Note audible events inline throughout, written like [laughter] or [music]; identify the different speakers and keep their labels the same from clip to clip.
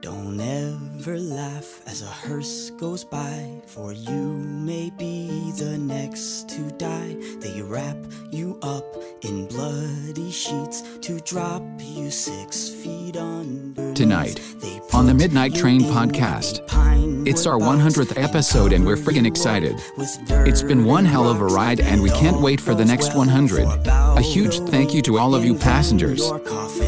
Speaker 1: Don't ever laugh as a hearse goes by, for you may be the next to die. They wrap you up in bloody sheets to drop you six feet under.
Speaker 2: Tonight, on the Midnight Train podcast. It's our 100th episode and we're friggin' excited. It's been one hell of a ride and we can't wait for the next 100. A huge thank you to all of you passengers.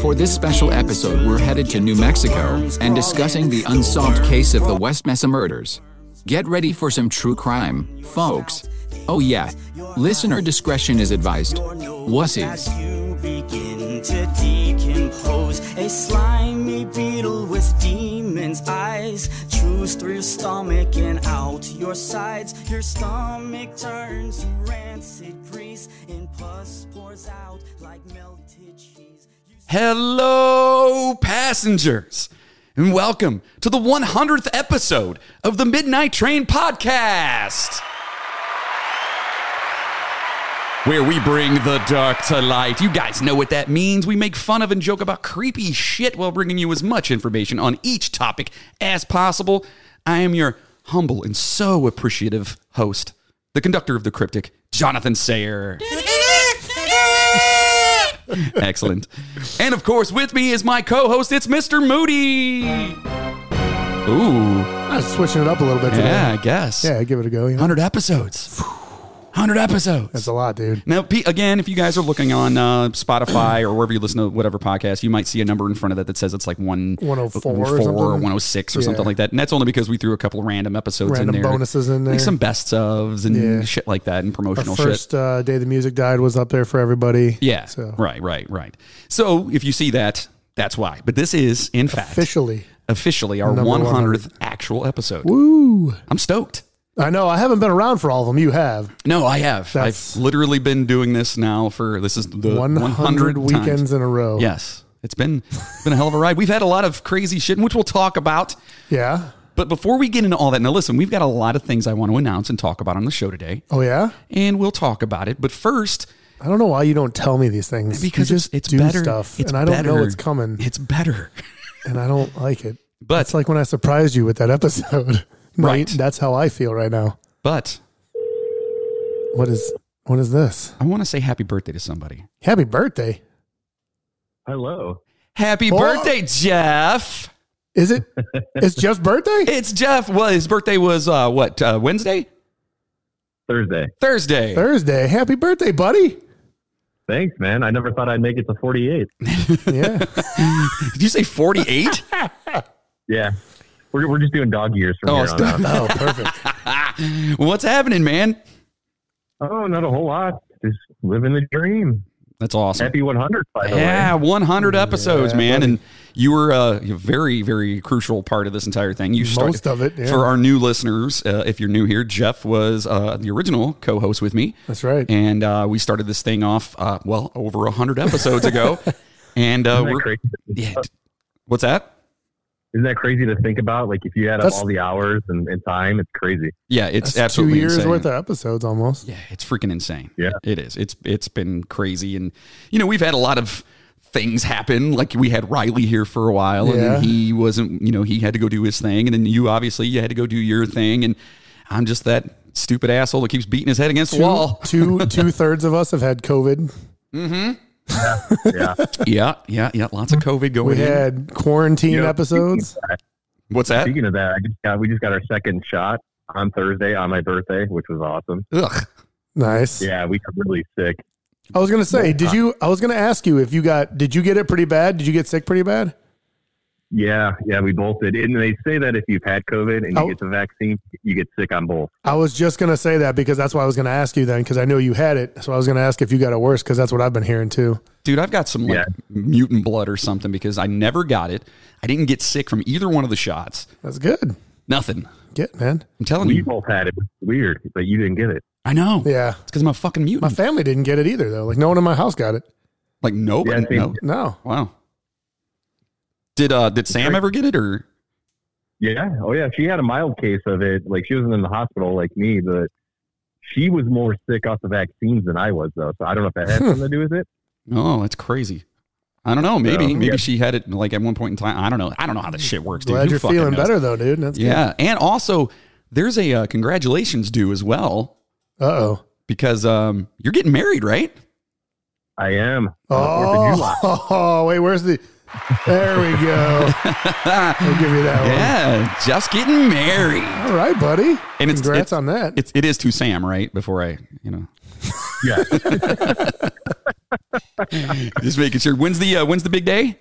Speaker 2: For this special episode, we're headed to New Mexico and discussing the unsolved case of the West Mesa murders. Get ready for some true crime, folks. Oh, yeah, listener discretion is advised. Wussies.
Speaker 1: You begin to decompose a slimy beetle with demon's eyes. Chews through your stomach and out your sides. Your stomach turns to rancid grease and pus pours out like melted cheese. You
Speaker 3: Hello, passengers, and welcome to the 100th episode of the Midnight Train Podcast, where we bring the dark to light. You guys know what that means. We make fun of and joke about creepy shit while bringing you as much information on each topic as possible. I am your humble and so appreciative host, the conductor of the cryptic, Jonathan Sayer. Excellent. And of course, with me is my co-host. It's Mr. Moody. Ooh,
Speaker 4: I was switching it up a little bit today.
Speaker 3: yeah, I guess.
Speaker 4: Yeah, give it a go. You know?
Speaker 3: Hundred episodes. Hundred episodes.
Speaker 4: That's a lot, dude.
Speaker 3: now, Pete, again, if you guys are looking on uh, Spotify or wherever you listen to whatever podcast, you might see a number in front of it that says it's like one,
Speaker 4: 104 or
Speaker 3: 104
Speaker 4: something.
Speaker 3: 106 or something
Speaker 4: Yeah.
Speaker 3: like that. And that's only because we threw a couple random episodes
Speaker 4: Random
Speaker 3: in there.
Speaker 4: bonuses in
Speaker 3: Like
Speaker 4: there.
Speaker 3: some best ofs and
Speaker 4: Yeah.
Speaker 3: shit like that and promotional
Speaker 4: Our
Speaker 3: shit.
Speaker 4: first uh, day the music died was up there for everybody.
Speaker 3: Yeah.
Speaker 4: So
Speaker 3: Right, right, right. So if you see that, that's why. But this is, in fact,
Speaker 4: officially,
Speaker 3: officially our
Speaker 4: Number
Speaker 3: 100th
Speaker 4: 100.
Speaker 3: actual episode.
Speaker 4: woo!
Speaker 3: I'm stoked.
Speaker 4: I know I haven't been around for all of them. You have
Speaker 3: No, I have.
Speaker 4: That's-
Speaker 3: I've literally been doing this now for this is the
Speaker 4: 100,
Speaker 3: 100 Uh, times.
Speaker 4: weekends in a row.
Speaker 3: Yes. It's been been a hell of a ride. We've had a lot of crazy shit which we'll talk about.
Speaker 4: Yeah.
Speaker 3: But before we get into all that, now listen, we've got a lot of things I want to announce and talk about on the show today,
Speaker 4: Oh yeah.
Speaker 3: and we'll talk about it. But first,
Speaker 4: I don't know why you don't tell me these things.
Speaker 3: because
Speaker 4: you
Speaker 3: it's,
Speaker 4: just
Speaker 3: it's
Speaker 4: do
Speaker 3: better
Speaker 4: stuff,
Speaker 3: it's
Speaker 4: and I don't know
Speaker 3: better.
Speaker 4: it's coming,
Speaker 3: It's better.
Speaker 4: and I don't like it.
Speaker 3: But-
Speaker 4: it's like when I surprised you with that episode. [laughs] My-
Speaker 3: Right.
Speaker 4: That's how I feel right now.
Speaker 3: But
Speaker 4: What is what is this?
Speaker 3: I want to say happy birthday to somebody.
Speaker 4: Happy birthday.
Speaker 5: Hello.
Speaker 3: Happy
Speaker 4: Oh.
Speaker 3: birthday, Jeff. [laughs]
Speaker 4: Is it? it's Jeff's birthday.
Speaker 3: It's Jeff. Well, his birthday was uh, what uh, Wednesday,
Speaker 5: Thursday.
Speaker 3: Thursday.
Speaker 4: Thursday. Happy birthday, buddy.
Speaker 5: Thanks, man. I never thought I'd make it to 48.
Speaker 4: Yeah.
Speaker 3: Did you say forty-eight?
Speaker 5: Yeah. We're, we're just doing dog years from
Speaker 3: [laughs] Oh,
Speaker 5: here on
Speaker 4: oh,
Speaker 5: out.
Speaker 4: perfect.
Speaker 3: What's happening, man?
Speaker 5: Oh, not a whole lot. Just living the dream.
Speaker 3: That's awesome.
Speaker 5: Happy 100, by the
Speaker 3: yeah,
Speaker 5: way.
Speaker 3: 100 episodes,
Speaker 4: Yeah,
Speaker 3: man,
Speaker 4: buddy.
Speaker 3: and you were uh, a very, very crucial part of this entire thing. You started
Speaker 4: Most of it, yeah.
Speaker 3: for our new listeners. Uh, if you're new here, Jeff was uh, the original co-host with me,
Speaker 4: That's right.
Speaker 3: and uh, we started this thing off uh, well over 100 episodes
Speaker 4: [laughs]
Speaker 3: ago. And uh,
Speaker 5: Isn't that,
Speaker 3: we're
Speaker 5: crazy?
Speaker 3: yeah, t- what's that?
Speaker 5: Isn't that crazy to think about? Like, if you add up
Speaker 4: That's-
Speaker 5: all the hours and, and time, it's crazy.
Speaker 3: Yeah, it's
Speaker 4: That's
Speaker 3: absolutely
Speaker 4: two years
Speaker 3: insane.
Speaker 4: worth of episodes almost.
Speaker 3: Yeah, it's freaking insane.
Speaker 5: Yeah.
Speaker 3: it is. It's it's been crazy, and you know we've had a lot of things happen. Like we had Riley here for a while, and then
Speaker 4: Yeah.
Speaker 3: he wasn't. You know, he had to go do his thing, and then you obviously you had to go do your thing, and I'm just that stupid asshole that keeps beating his head against the wall.
Speaker 4: Two two thirds of us have had COVID.
Speaker 3: [laughs]
Speaker 5: Yeah.
Speaker 3: Mm-hmm. yeah, yeah, yeah. Lots of COVID
Speaker 4: We
Speaker 3: going in.
Speaker 4: had quarantine
Speaker 5: You know,
Speaker 4: episodes.
Speaker 5: Speaking of, that,
Speaker 3: What's that?
Speaker 5: speaking of that, I just got, we just got our second shot on Thursday on my birthday, which was awesome.
Speaker 3: Ugh.
Speaker 4: Nice.
Speaker 5: Yeah, we got really sick.
Speaker 4: I was gonna say, did you? I was gonna ask you if you got. Did you get it pretty bad? Did you get sick pretty bad?
Speaker 5: Yeah, yeah, we both did. And they say that if you've had COVID and you
Speaker 4: Oh.
Speaker 5: get the vaccine, you get sick on both.
Speaker 4: I was just gonna say that because that's why I was gonna ask you then because I know you had it. So I was gonna ask if you got it worse because that's what I've been hearing too.
Speaker 3: Dude, I've got some like
Speaker 5: Yeah.
Speaker 3: mutant blood or something because I never got it. I didn't get sick from either one of the shots.
Speaker 4: That's good.
Speaker 3: Nothing.
Speaker 4: Get man.
Speaker 3: I'm telling
Speaker 5: We
Speaker 3: you.
Speaker 5: both had it. It's weird, but you didn't get it.
Speaker 3: I know.
Speaker 4: Yeah.
Speaker 3: It's because I'm a fucking mutant.
Speaker 4: My family didn't get it either though. Like no one in my house got it.
Speaker 3: like nobody.
Speaker 5: Yeah, same.
Speaker 3: no.
Speaker 4: No.
Speaker 3: Wow. Did uh did Sam ever get it or
Speaker 5: Yeah. Oh, yeah. She had a mild case of it. Like she wasn't in the hospital like me, but she was more sick off the vaccines than I was, though. So I don't know if that had something to do with it.
Speaker 3: oh that's crazy. I don't know. Maybe
Speaker 5: Yeah.
Speaker 3: maybe
Speaker 5: Yeah.
Speaker 3: she had it like at one point in time. I don't know. I don't know how this shit works. Dude.
Speaker 4: Glad
Speaker 3: Who
Speaker 4: you're
Speaker 3: fucking
Speaker 4: feeling
Speaker 3: knows?
Speaker 4: better though, dude. That's
Speaker 3: Yeah, and also there's a uh, congratulations due as well
Speaker 4: Uh oh.
Speaker 3: because um, you're getting married, right?
Speaker 4: [laughs]
Speaker 3: [laughs]
Speaker 5: I am. Uh,
Speaker 4: Oh, wait, where's the? There we go. I'll give you that
Speaker 3: Yeah, just getting married.
Speaker 4: one. All right, buddy.
Speaker 3: And it's-
Speaker 4: Congrats
Speaker 3: it's-
Speaker 4: on that.
Speaker 3: It's it is to Sam, right? Before I, you know,
Speaker 5: [laughs] Yeah.
Speaker 3: [laughs] just making sure. When's the uh, when's the big day?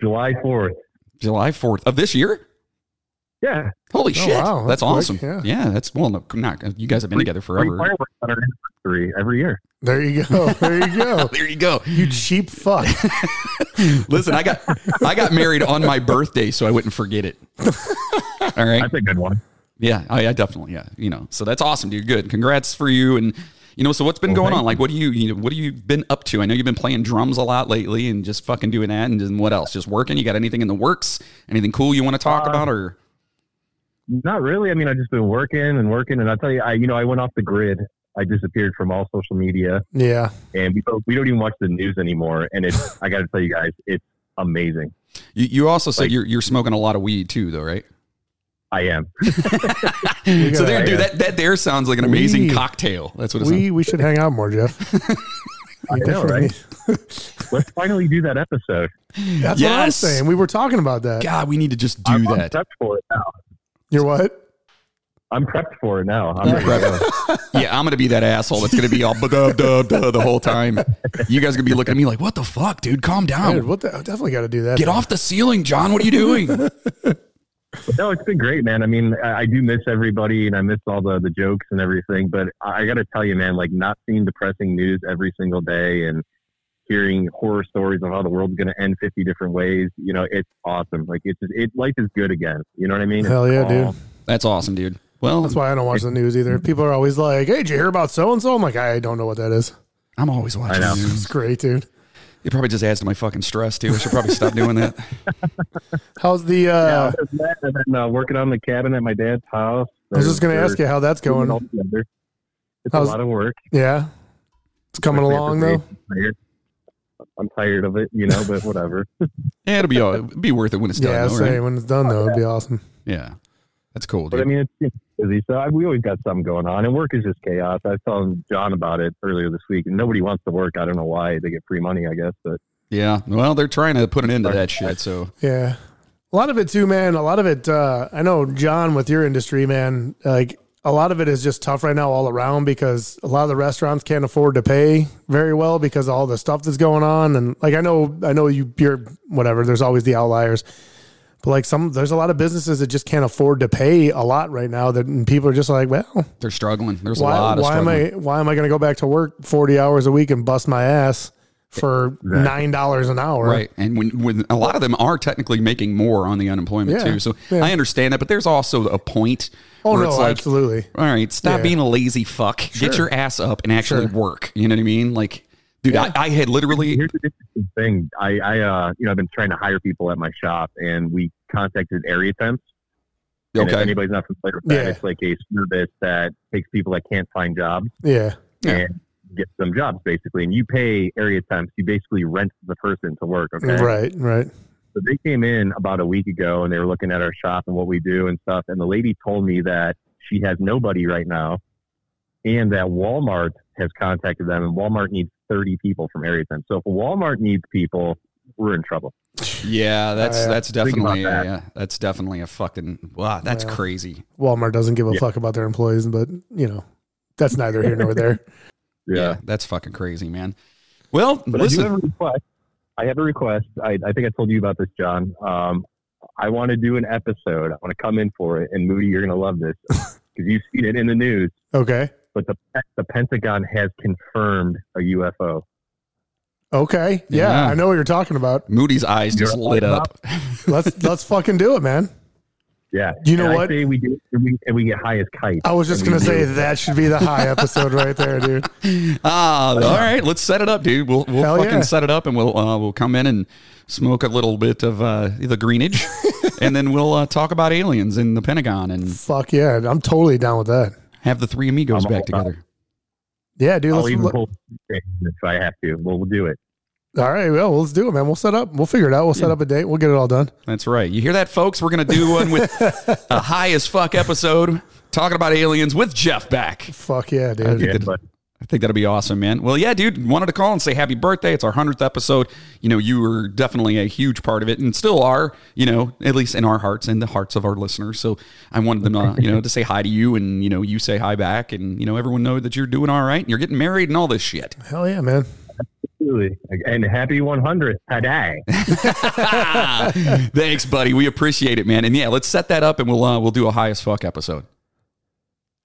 Speaker 5: July 4th.
Speaker 3: July fourth of this year.
Speaker 5: Yeah.
Speaker 3: Holy shit,
Speaker 4: wow,
Speaker 3: that's,
Speaker 4: that's
Speaker 3: awesome.
Speaker 4: quick, yeah.
Speaker 3: yeah. that's well, no, not you guys have been together
Speaker 5: Free
Speaker 3: forever.
Speaker 5: fireworks on our anniversary every year.
Speaker 4: there you go. [laughs] There you go.
Speaker 3: There you go.
Speaker 4: you cheap fuck.
Speaker 3: Listen, I got I got married on my birthday, so I wouldn't forget it. All right.
Speaker 5: That's a good one.
Speaker 3: Yeah, I, I definitely, yeah, you know. So that's awesome, dude. Good, congrats for you, and you know. So what's been
Speaker 5: Well,
Speaker 3: going
Speaker 5: thank
Speaker 3: on? Like, what do you, you know, what have you been up to? I know you've been playing drums a lot lately, and just fucking doing that, and then what else? Just working. You got anything in the works? Anything cool you want to talk about? Or
Speaker 5: Not really. I mean, I've just been working and working. And I'll tell you, I, you know, I went off the grid. I disappeared from all social media
Speaker 3: [laughs]
Speaker 4: Yeah.
Speaker 5: and we don't, we don't even watch the news anymore. And it's, I got to tell you guys, it's amazing.
Speaker 3: you, you also said
Speaker 5: Like-
Speaker 3: you're you're smoking a lot of weed too, though, right?
Speaker 5: I am.
Speaker 3: so there,
Speaker 4: gotta-
Speaker 3: dude, that that there sounds like an amazing
Speaker 4: Weed.
Speaker 3: cocktail. That's what it sounds.
Speaker 4: We we should hang out more,
Speaker 3: [laughs]
Speaker 4: Jeff.
Speaker 5: I know, right? Let's finally do that episode.
Speaker 4: That's what I'm
Speaker 3: Yes.
Speaker 4: saying. We were talking about that.
Speaker 3: God, we need to just do
Speaker 5: I'm, I'm
Speaker 3: that.
Speaker 5: prepped for it now.
Speaker 4: You're what?
Speaker 5: I'm prepped for it now. I'm ready.
Speaker 3: yeah, I'm gonna be that asshole that's gonna be all dub dub dub the whole time. You guys are gonna be looking at me like, what the fuck, dude? Calm
Speaker 4: Dude,
Speaker 3: down.
Speaker 4: what the, I definitely got to do that.
Speaker 3: Oh. Get off the ceiling, John. What are you doing?
Speaker 5: No, it's been great, man. I mean, I, I do miss everybody, and I miss all the the jokes and everything. But I, I got to tell you, man, like not seeing depressing news every single day and hearing horror stories of how the world's going to end fifty different ways. You know, it's awesome. Like it's it life is good again. You know what I mean? It's
Speaker 4: Hell yeah, dude.
Speaker 3: That's awesome, dude. Well,
Speaker 4: That's why I don't watch the news either. People are always like, "Hey, did you hear about so and so?" I'm like, I don't know what that is.
Speaker 3: I'm always watching.
Speaker 5: I know.
Speaker 3: the news.
Speaker 4: It's great, dude.
Speaker 3: It probably just adds to my fucking stress too. I should probably stop doing
Speaker 4: [laughs]
Speaker 3: that.
Speaker 4: How's the? Uh,
Speaker 5: Yeah, other than that, I've been uh, working on the cabin at my dad's house.
Speaker 4: I was just gonna
Speaker 5: They're-
Speaker 4: ask you how that's
Speaker 5: they're doing all
Speaker 4: going.
Speaker 5: together. It's
Speaker 4: How's-
Speaker 5: a lot of work.
Speaker 4: Yeah, it's coming
Speaker 5: Especially
Speaker 4: along
Speaker 5: for me.
Speaker 4: though.
Speaker 5: I'm tired. I'm tired of it, you know,
Speaker 4: [laughs]
Speaker 5: but whatever.
Speaker 3: Yeah, it'll be all, it'll be worth it when it's done.
Speaker 4: Yeah,
Speaker 3: though,
Speaker 4: say
Speaker 3: right?
Speaker 4: when it's done though, it'd be awesome.
Speaker 3: Yeah, that's cool, dude.
Speaker 5: But I mean, it's, it's busy, so I, we always got something going on, and work is just chaos. I was telling John about it earlier this week, and nobody wants to work. I don't know why they get free money, I guess, but
Speaker 3: yeah, well, they're trying to put an end to that shit. So
Speaker 4: Yeah, a lot of it too, man. A lot of it. Uh, I know, John, with your industry, man. Like a lot of it is just tough right now all around because a lot of the restaurants can't afford to pay very well because of all the stuff that's going on. And like I know, I know you, you're whatever. There's always the outliers. But like some, there's a lot of businesses that just can't afford to pay a lot right now. That and people are just like, well,
Speaker 3: they're struggling. There's a
Speaker 4: why,
Speaker 3: lot of
Speaker 4: why am
Speaker 3: struggling.
Speaker 4: I why am I going to go back to work forty hours a week and bust my ass for nine dollars an hour?
Speaker 3: Right, and when when a lot of them are technically making more on the unemployment
Speaker 4: Yeah,
Speaker 3: too, so
Speaker 4: yeah.
Speaker 3: I understand that. But there's also a point
Speaker 4: Oh
Speaker 3: where
Speaker 4: no,
Speaker 3: it's like,
Speaker 4: absolutely.
Speaker 3: all right, stop
Speaker 4: Yeah.
Speaker 3: being a lazy fuck. Get your ass up and actually work. You know what I mean? Like, dude, I, I had literally
Speaker 5: here's the interesting thing. I, I, uh, you know, I've been trying to hire people at my shop, and we contacted area temps. And if
Speaker 3: okay,
Speaker 5: anybody's not familiar with that,
Speaker 4: Yeah.
Speaker 5: it's like a service that takes people that can't find jobs
Speaker 4: Yeah,
Speaker 3: Yeah.
Speaker 5: and gets them jobs, basically. And you pay area temps. You basically rent the person to work. Okay.
Speaker 4: right, right.
Speaker 5: So they came in about a week ago and they were looking at our shop and what we do and stuff. And the lady told me that she has nobody right now and that Walmart has contacted them and Walmart needs 30 people from area 10. So if Walmart needs people, we're in trouble.
Speaker 3: yeah, that's
Speaker 4: Uh,
Speaker 3: that's
Speaker 5: about
Speaker 3: definitely
Speaker 5: that.
Speaker 3: yeah, that's definitely a fucking wow, that's
Speaker 4: Well.
Speaker 3: crazy.
Speaker 4: Walmart doesn't give a
Speaker 5: Yeah.
Speaker 4: fuck about their employees, but you know that's neither
Speaker 3: [laughs]
Speaker 4: here nor there.
Speaker 3: Yeah. that's fucking crazy, man. Well,
Speaker 5: But I do
Speaker 3: listen,
Speaker 5: have a request. I have a request. I, I think I told you about this, John. Um, I want to do an episode. I want to come in for it. And Moody, you're going to
Speaker 3: [laughs]
Speaker 5: love this because you've seen it in the news.
Speaker 4: Okay,
Speaker 5: But the, the Pentagon has confirmed a UFO.
Speaker 4: okay, yeah,
Speaker 3: Yeah.
Speaker 4: I know what you're talking about.
Speaker 3: Moody's eyes just
Speaker 5: You're
Speaker 3: lit
Speaker 5: up.
Speaker 3: up. [laughs]
Speaker 4: Let's let's fucking do it, man.
Speaker 5: Yeah.
Speaker 4: You know
Speaker 5: And
Speaker 4: what?
Speaker 5: I say we do, and we, and we get high as kites.
Speaker 4: I was just
Speaker 5: And we
Speaker 4: gonna say
Speaker 5: do.
Speaker 4: that should be the high episode right
Speaker 3: [laughs]
Speaker 4: there, dude.
Speaker 3: Ah, all right. Let's set it up, dude. We'll we'll
Speaker 4: Hell
Speaker 3: fucking
Speaker 4: yeah.
Speaker 3: set it up, and we'll uh, we'll come in and smoke a little bit of uh, the
Speaker 4: [laughs]
Speaker 3: greenage, and then we'll uh, talk about aliens in the Pentagon and
Speaker 4: Fuck yeah, I'm totally down with that.
Speaker 3: have the three amigos
Speaker 5: I'm all
Speaker 3: back
Speaker 5: about
Speaker 3: together.
Speaker 4: Yeah, dude.
Speaker 5: I'll
Speaker 4: Let's,
Speaker 5: even
Speaker 4: let-
Speaker 5: pull if I have to. Well, we'll do it.
Speaker 4: All right, well, let's do it, man. We'll set up. We'll figure it out. We'll set up a date. We'll get it all done.
Speaker 3: That's right. You hear that, folks? We're going to do one
Speaker 4: [laughs]
Speaker 3: with a high as fuck episode talking about aliens with Jeff back.
Speaker 4: Fuck yeah, dude.
Speaker 5: Yeah, but
Speaker 3: I think that'll be awesome, man. Well, yeah, dude, wanted to call and say happy birthday. It's our 100th episode. You know, you were definitely a huge part of it and still are, you know, at least in our hearts and the hearts of our listeners. So I wanted them,
Speaker 4: [laughs]
Speaker 3: to, you know, to say hi to you and, you know, you say hi back and, you know, everyone know that you're doing all right and you're getting married and all this
Speaker 4: [laughs]
Speaker 3: shit. [laughs]
Speaker 4: Hell yeah, man.
Speaker 5: absolutely. And happy 100th today.
Speaker 3: Thanks, buddy. We appreciate it, man. And yeah, let's set that up and we'll, uh, we'll do a high as fuck episode.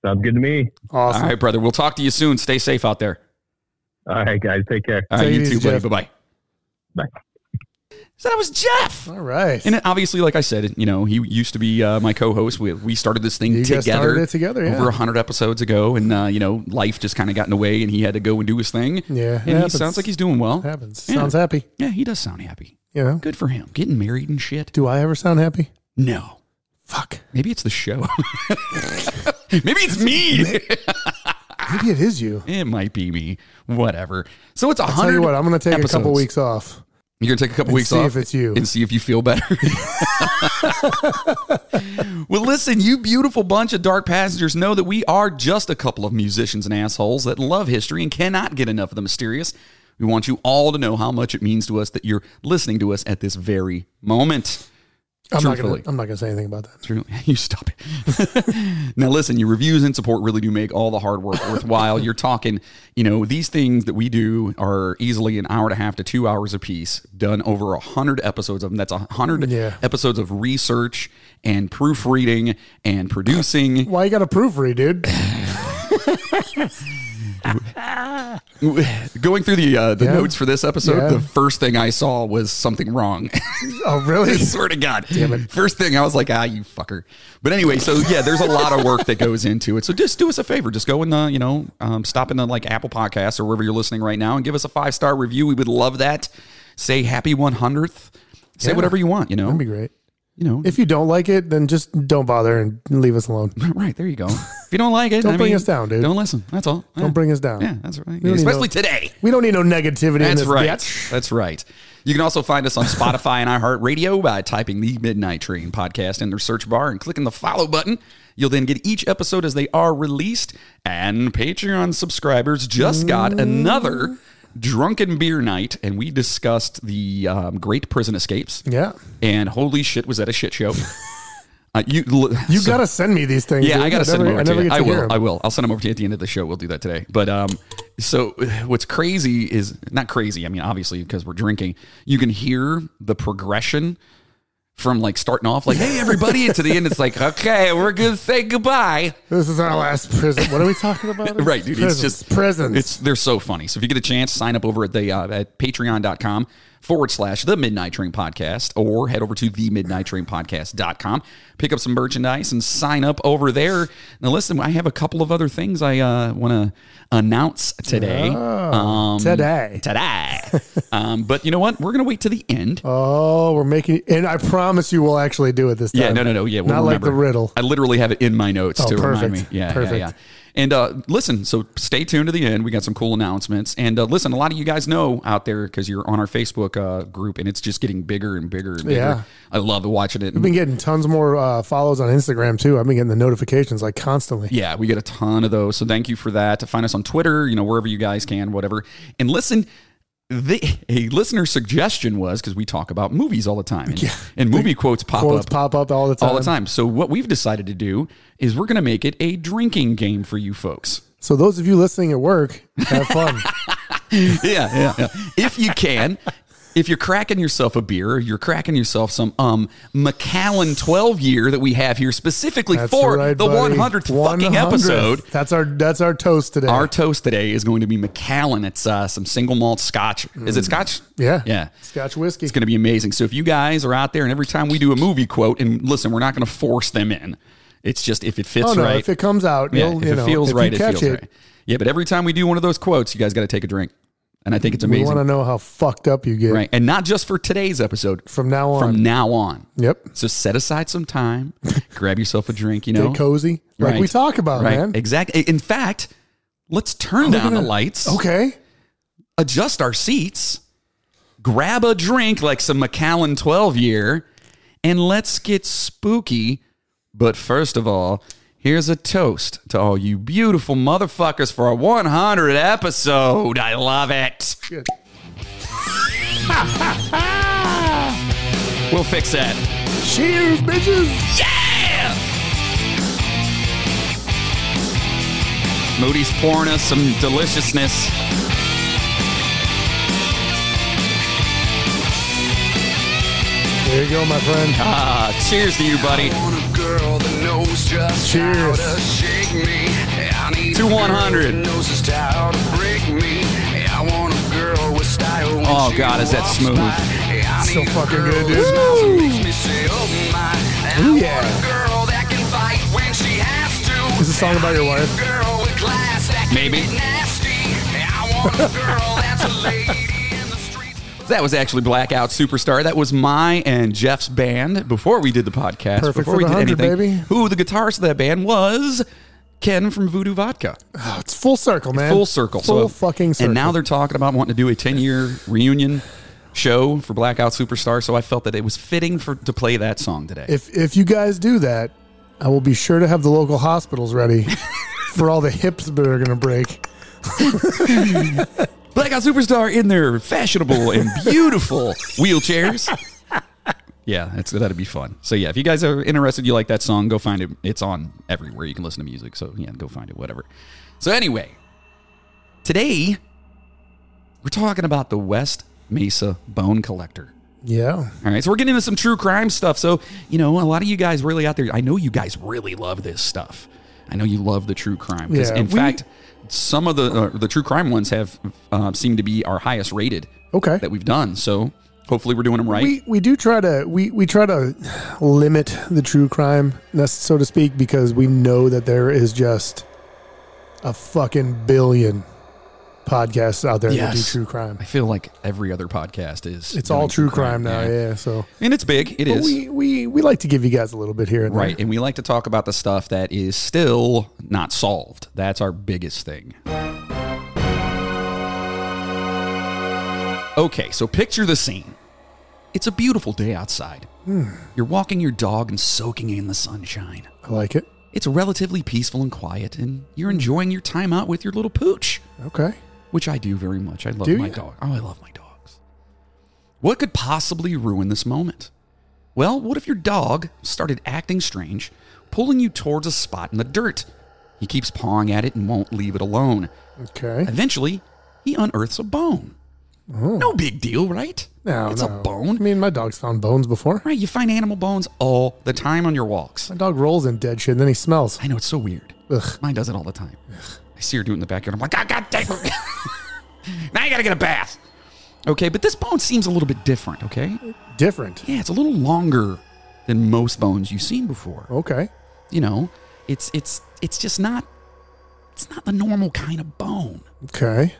Speaker 5: Sounds good to me.
Speaker 4: Awesome.
Speaker 3: All right, brother. We'll talk to you soon. Stay safe out there.
Speaker 5: All right, guys. Take care.
Speaker 3: All right,
Speaker 4: Take it
Speaker 3: you
Speaker 4: easy,
Speaker 3: too, buddy.
Speaker 4: Jeff.
Speaker 3: Bye bye.
Speaker 5: Bye.
Speaker 3: So that was Jeff.
Speaker 4: All right.
Speaker 3: And obviously, like I said, you know, he used to be uh, my co-host. We, we started this thing
Speaker 4: You guys
Speaker 3: together,
Speaker 4: started it together, yeah.
Speaker 3: over hundred episodes ago, and uh, you know, life just kind of got in the way, and he had to go and do his thing.
Speaker 4: Yeah,
Speaker 3: and he
Speaker 4: happens.
Speaker 3: sounds like he's doing well.
Speaker 4: happens.
Speaker 3: Yeah.
Speaker 4: Sounds happy.
Speaker 3: Yeah, he does sound happy.
Speaker 4: You know.
Speaker 3: Good for him. Getting married and shit.
Speaker 4: Do I ever sound happy?
Speaker 3: No,
Speaker 4: Fuck.
Speaker 3: maybe it's the show. [laughs] maybe it's me.
Speaker 4: Maybe it is you.
Speaker 3: [laughs] it might be me. Whatever. So it's a
Speaker 4: Tell
Speaker 3: hundred.
Speaker 4: you what, I'm going to take a couple
Speaker 3: episodes.
Speaker 4: weeks off.
Speaker 3: You're gonna take a couple
Speaker 4: and
Speaker 3: weeks
Speaker 4: see
Speaker 3: off
Speaker 4: if it's you.
Speaker 3: and see if you feel better. well, listen, you beautiful bunch of dark passengers know that we are just a couple of musicians and assholes that love history and cannot get enough of the mysterious. We want you all to know how much it means to us that you're listening to us at this very moment.
Speaker 4: I'm not gonna,
Speaker 3: Truthfully.
Speaker 4: I'm not going to say anything about that.
Speaker 3: True. [laughs] You stop it. [laughs] now, listen, your reviews and support really do make all the hard work worthwhile. You're talking, you know, these things that we do are easily an hour and a half to two hours a piece, done over a hundred episodes of them. That's a hundred
Speaker 4: Yeah.
Speaker 3: episodes of research and proofreading and producing.
Speaker 4: Why you got to
Speaker 3: [laughs]
Speaker 4: proofread, dude?
Speaker 3: Going through the uh, the
Speaker 4: Yeah.
Speaker 3: notes for this episode,
Speaker 4: Yeah.
Speaker 3: the first thing I saw was something wrong. [laughs]
Speaker 4: oh, really?
Speaker 3: I swear to God. First thing I was like, ah, you fucker. But anyway, so yeah, there's a lot of work that goes into it. So just do us a favor. Just go in the, you know, um, stop in the like Apple Podcasts or wherever you're listening right now and give us a five star review. We would love that. Say happy 100th. Say
Speaker 4: Yeah.
Speaker 3: whatever you want, you know.
Speaker 4: [laughs] That'd be great.
Speaker 3: You know,
Speaker 4: If you don't like it, then just don't bother and leave us alone.
Speaker 3: right there you go. If you don't like it,
Speaker 4: Don't
Speaker 3: I
Speaker 4: bring
Speaker 3: mean,
Speaker 4: us down, dude.
Speaker 3: Don't listen. That's all.
Speaker 4: Don't bring us down.
Speaker 3: Yeah, that's right.
Speaker 4: don't need
Speaker 3: Especially
Speaker 4: no-
Speaker 3: today.
Speaker 4: We don't need no negativity in
Speaker 3: That's
Speaker 4: this
Speaker 3: right.
Speaker 4: bitch.
Speaker 3: That's right. You can also find us on Spotify and iHeartRadio by typing the Midnight Train podcast in their search bar and clicking the follow button. You'll then get each episode as they are released. And Patreon subscribers just
Speaker 4: Mm.
Speaker 3: got another drunken beer night, and we discussed the um, Great Prison Escapes.
Speaker 4: Yeah.
Speaker 3: And holy shit, was that a shit show?
Speaker 4: [laughs]
Speaker 3: Uh, you
Speaker 4: You got to send me these things.
Speaker 3: yeah,
Speaker 4: dude.
Speaker 3: I gotta send them
Speaker 4: never-
Speaker 3: over to
Speaker 4: never
Speaker 3: you.
Speaker 4: get
Speaker 3: I
Speaker 4: hear
Speaker 3: will.
Speaker 4: 'em.
Speaker 3: I will. I'll send them over to you at the end of the show. We'll do that today. But um, so uh, what's crazy is not crazy. I mean, obviously because we're drinking, you can hear the progression from like starting off like, "Hey, everybody," to the end. It's like, "Okay, we're gonna say goodbye."
Speaker 4: This is our last prison. What are we talking about?
Speaker 3: [laughs] Right, dude.
Speaker 4: Prisons.
Speaker 3: It's just
Speaker 4: prisons.
Speaker 3: It's they're so funny. So if you get a chance, sign up over at the uh, at patreon.com forward slash the midnight train podcast or head over to the midnight train podcast.com. Pick up some merchandise and sign up over there. Now listen, I have a couple of other things I uh, want to announce today. um,
Speaker 4: today.
Speaker 3: Today. um, but you know what? We're going to wait to the end.
Speaker 4: Oh, we're making, and I promise you, we'll actually do it this time.
Speaker 3: Yeah, no, no, no. Yeah, we'll
Speaker 4: not like
Speaker 3: remember.
Speaker 4: the riddle.
Speaker 3: I literally have it in my notes
Speaker 4: Oh,
Speaker 3: to remind me.
Speaker 4: perfect.
Speaker 3: Yeah,
Speaker 4: Perfect.
Speaker 3: yeah, yeah. And uh, listen, so stay tuned to the end. We got some cool announcements. And uh, listen, a lot of you guys know out there because you're on our Facebook uh, group, and it's just getting bigger and bigger and bigger.
Speaker 4: Yeah.
Speaker 3: I love watching it.
Speaker 4: I've been getting tons more uh, follows on Instagram too. I've been getting the notifications like constantly.
Speaker 3: Yeah, we get a ton of those. So thank you for that. To find us on Twitter, you know, wherever you guys can, whatever. And listen, the, a listener suggestion was because we talk about movies all the time, and, and movie quotes pop
Speaker 4: Quotes
Speaker 3: up
Speaker 4: pop up all the time.
Speaker 3: all the time. So what we've decided to do is we're going to make it a drinking game for you folks. [laughs]
Speaker 4: So those of you listening at work, have fun.
Speaker 3: yeah, yeah, yeah. If you can, if you're cracking yourself a beer, you're cracking yourself some um Macallan 12 year that we have here specifically
Speaker 4: That's
Speaker 3: for
Speaker 4: right,
Speaker 3: the
Speaker 4: buddy.
Speaker 3: 100th fucking
Speaker 4: 100th.
Speaker 3: episode.
Speaker 4: That's our that's our toast today.
Speaker 3: Our toast today is going to be Macallan. It's uh, some single malt Scotch. Is
Speaker 4: Mm.
Speaker 3: it Scotch?
Speaker 4: yeah,
Speaker 3: Yeah.
Speaker 4: Scotch whiskey.
Speaker 3: It's going to be amazing. So if you guys are out there and every time we do a movie quote, and listen, we're not going to force them in. It's just if it fits
Speaker 4: oh no,
Speaker 3: right.
Speaker 4: if it comes out,
Speaker 3: Yeah,
Speaker 4: you'll,
Speaker 3: if
Speaker 4: you
Speaker 3: it
Speaker 4: know,
Speaker 3: feels
Speaker 4: if you
Speaker 3: right, it
Speaker 4: catch
Speaker 3: feels right. Yeah, but every time we do one of those quotes, you guys got to take a drink, and I think it's
Speaker 4: We
Speaker 3: amazing,
Speaker 4: want to know how fucked up you get
Speaker 3: right? And not just for today's episode,
Speaker 4: from now on.
Speaker 3: from now on.
Speaker 4: yep,
Speaker 3: So set aside some
Speaker 4: [laughs]
Speaker 3: time, grab yourself a drink, you
Speaker 4: get
Speaker 3: know,
Speaker 4: cozy like
Speaker 3: Right.
Speaker 4: we talk about,
Speaker 3: right?
Speaker 4: man.
Speaker 3: Exactly. In fact,
Speaker 4: Oh,
Speaker 3: [sniffs] let's turn down the lights,
Speaker 4: Okay,
Speaker 3: adjust our seats, grab a drink like some McAllen 12 year, and let's get spooky. But first of all, here's a toast to all you beautiful motherfuckers for our 100 episode. I love it.
Speaker 4: Shit.
Speaker 3: We'll fix that.
Speaker 4: Cheers, bitches.
Speaker 3: Moody's pouring us some deliciousness.
Speaker 4: There you go, my friend.
Speaker 3: Ah, cheers to you, buddy.
Speaker 6: want a girl that knows just how
Speaker 4: Cheers.
Speaker 6: to shake me. I need
Speaker 3: To
Speaker 6: a girl
Speaker 3: 100.
Speaker 6: that knows just how to break me. I want a girl with style when
Speaker 3: Oh,
Speaker 6: she
Speaker 3: God, is that
Speaker 6: walks
Speaker 3: smooth.
Speaker 6: by. I
Speaker 4: So
Speaker 6: need a
Speaker 4: fucking
Speaker 6: girl
Speaker 4: good,
Speaker 6: whose
Speaker 4: dude.
Speaker 6: smile makes me say, oh my. And I
Speaker 4: Ooh,
Speaker 6: want
Speaker 4: yeah.
Speaker 6: a girl that can fight when she has to.
Speaker 4: Is this a song about your wife?
Speaker 6: A girl with class that can
Speaker 3: Maybe.
Speaker 6: get nasty. I want
Speaker 4: [laughs]
Speaker 6: a girl that's a lady in the streets.
Speaker 3: That was actually Blackout Superstar. That was my and Jeff's band before we did the podcast.
Speaker 4: Perfect
Speaker 3: before
Speaker 4: for
Speaker 3: we
Speaker 4: the
Speaker 3: did
Speaker 4: 100,
Speaker 3: anything.
Speaker 4: baby.
Speaker 3: Who the guitarist of that band was Ken from Voodoo Vodka.
Speaker 4: Oh, it's full circle, man.
Speaker 3: Full circle.
Speaker 4: Full fucking circle.
Speaker 3: And now they're talking about wanting to do a 10 year reunion show for Blackout Superstar. So I felt that it was fitting for to play that song today.
Speaker 4: if if you guys do that, I will be sure to have the local hospitals [laughs] ready for all the hips that are gonna break.
Speaker 3: Blackout Superstar in their fashionable and beautiful wheelchairs. Yeah, that's, that'd be fun. So yeah, if you guys are interested, you like that song, go find it. It's on everywhere you can listen to music. So yeah, go find it, whatever. So anyway, today we're talking about the West Mesa Bone Collector.
Speaker 4: Yeah.
Speaker 3: All right, so we're getting into some true crime stuff. So, you know, a lot of you guys really out there, I know you guys really love this stuff. I know you love the true crime. 'Cause
Speaker 4: Yeah,
Speaker 3: in
Speaker 4: we-
Speaker 3: fact, some of the uh, the true crime ones have uh, seem to be our highest rated
Speaker 4: Okay.
Speaker 3: that we've done. So, hopefully, we're doing them right.
Speaker 4: we we do try to we we try to limit the true crime, that's- so to speak, because we know that there is just a fucking billion podcasts out there that do
Speaker 3: Yes.
Speaker 4: true crime.
Speaker 3: I feel like every other podcast is
Speaker 4: It's
Speaker 3: doing
Speaker 4: all true crime, now, yeah. so
Speaker 3: and it's big. It is
Speaker 4: but we we we like to give you guys a little bit here and there.
Speaker 3: right, and we like to talk about the stuff that is still not solved. That's our biggest thing. Okay, so picture the scene. It's a beautiful day outside. You're walking your dog and soaking in the sunshine.
Speaker 4: I like it.
Speaker 3: It's relatively peaceful and quiet, and you're enjoying your time out with your little pooch
Speaker 4: Okay.
Speaker 3: which I do very much. I love
Speaker 4: Do
Speaker 3: my
Speaker 4: you?
Speaker 3: dog. Oh, I love my dogs. What could possibly ruin this moment? Well, what if your dog started acting strange, pulling you towards a spot in the dirt? He keeps pawing at it and won't leave it alone.
Speaker 4: Okay.
Speaker 3: Eventually, he unearths a bone. No big deal, right?
Speaker 4: Oh. No,
Speaker 3: it's
Speaker 4: no.
Speaker 3: a
Speaker 4: I
Speaker 3: bone.
Speaker 4: mean, my dog's found bones before.
Speaker 3: Right, you find animal bones all the time on your walks.
Speaker 4: My dog rolls in dead shit, and then he smells.
Speaker 3: I know it's so weird.
Speaker 4: Ugh.
Speaker 3: Mine does it all the time. I see her do it in the backyard. I'm like, God, God damn it. [laughs] now you gotta get a bath. Okay, but this bone seems a little bit different, okay?
Speaker 4: Different.
Speaker 3: Yeah, it's a little longer than most bones you've seen before.
Speaker 4: Okay.
Speaker 3: You know, it's it's it's just not it's not the normal kind of bone.
Speaker 4: Okay.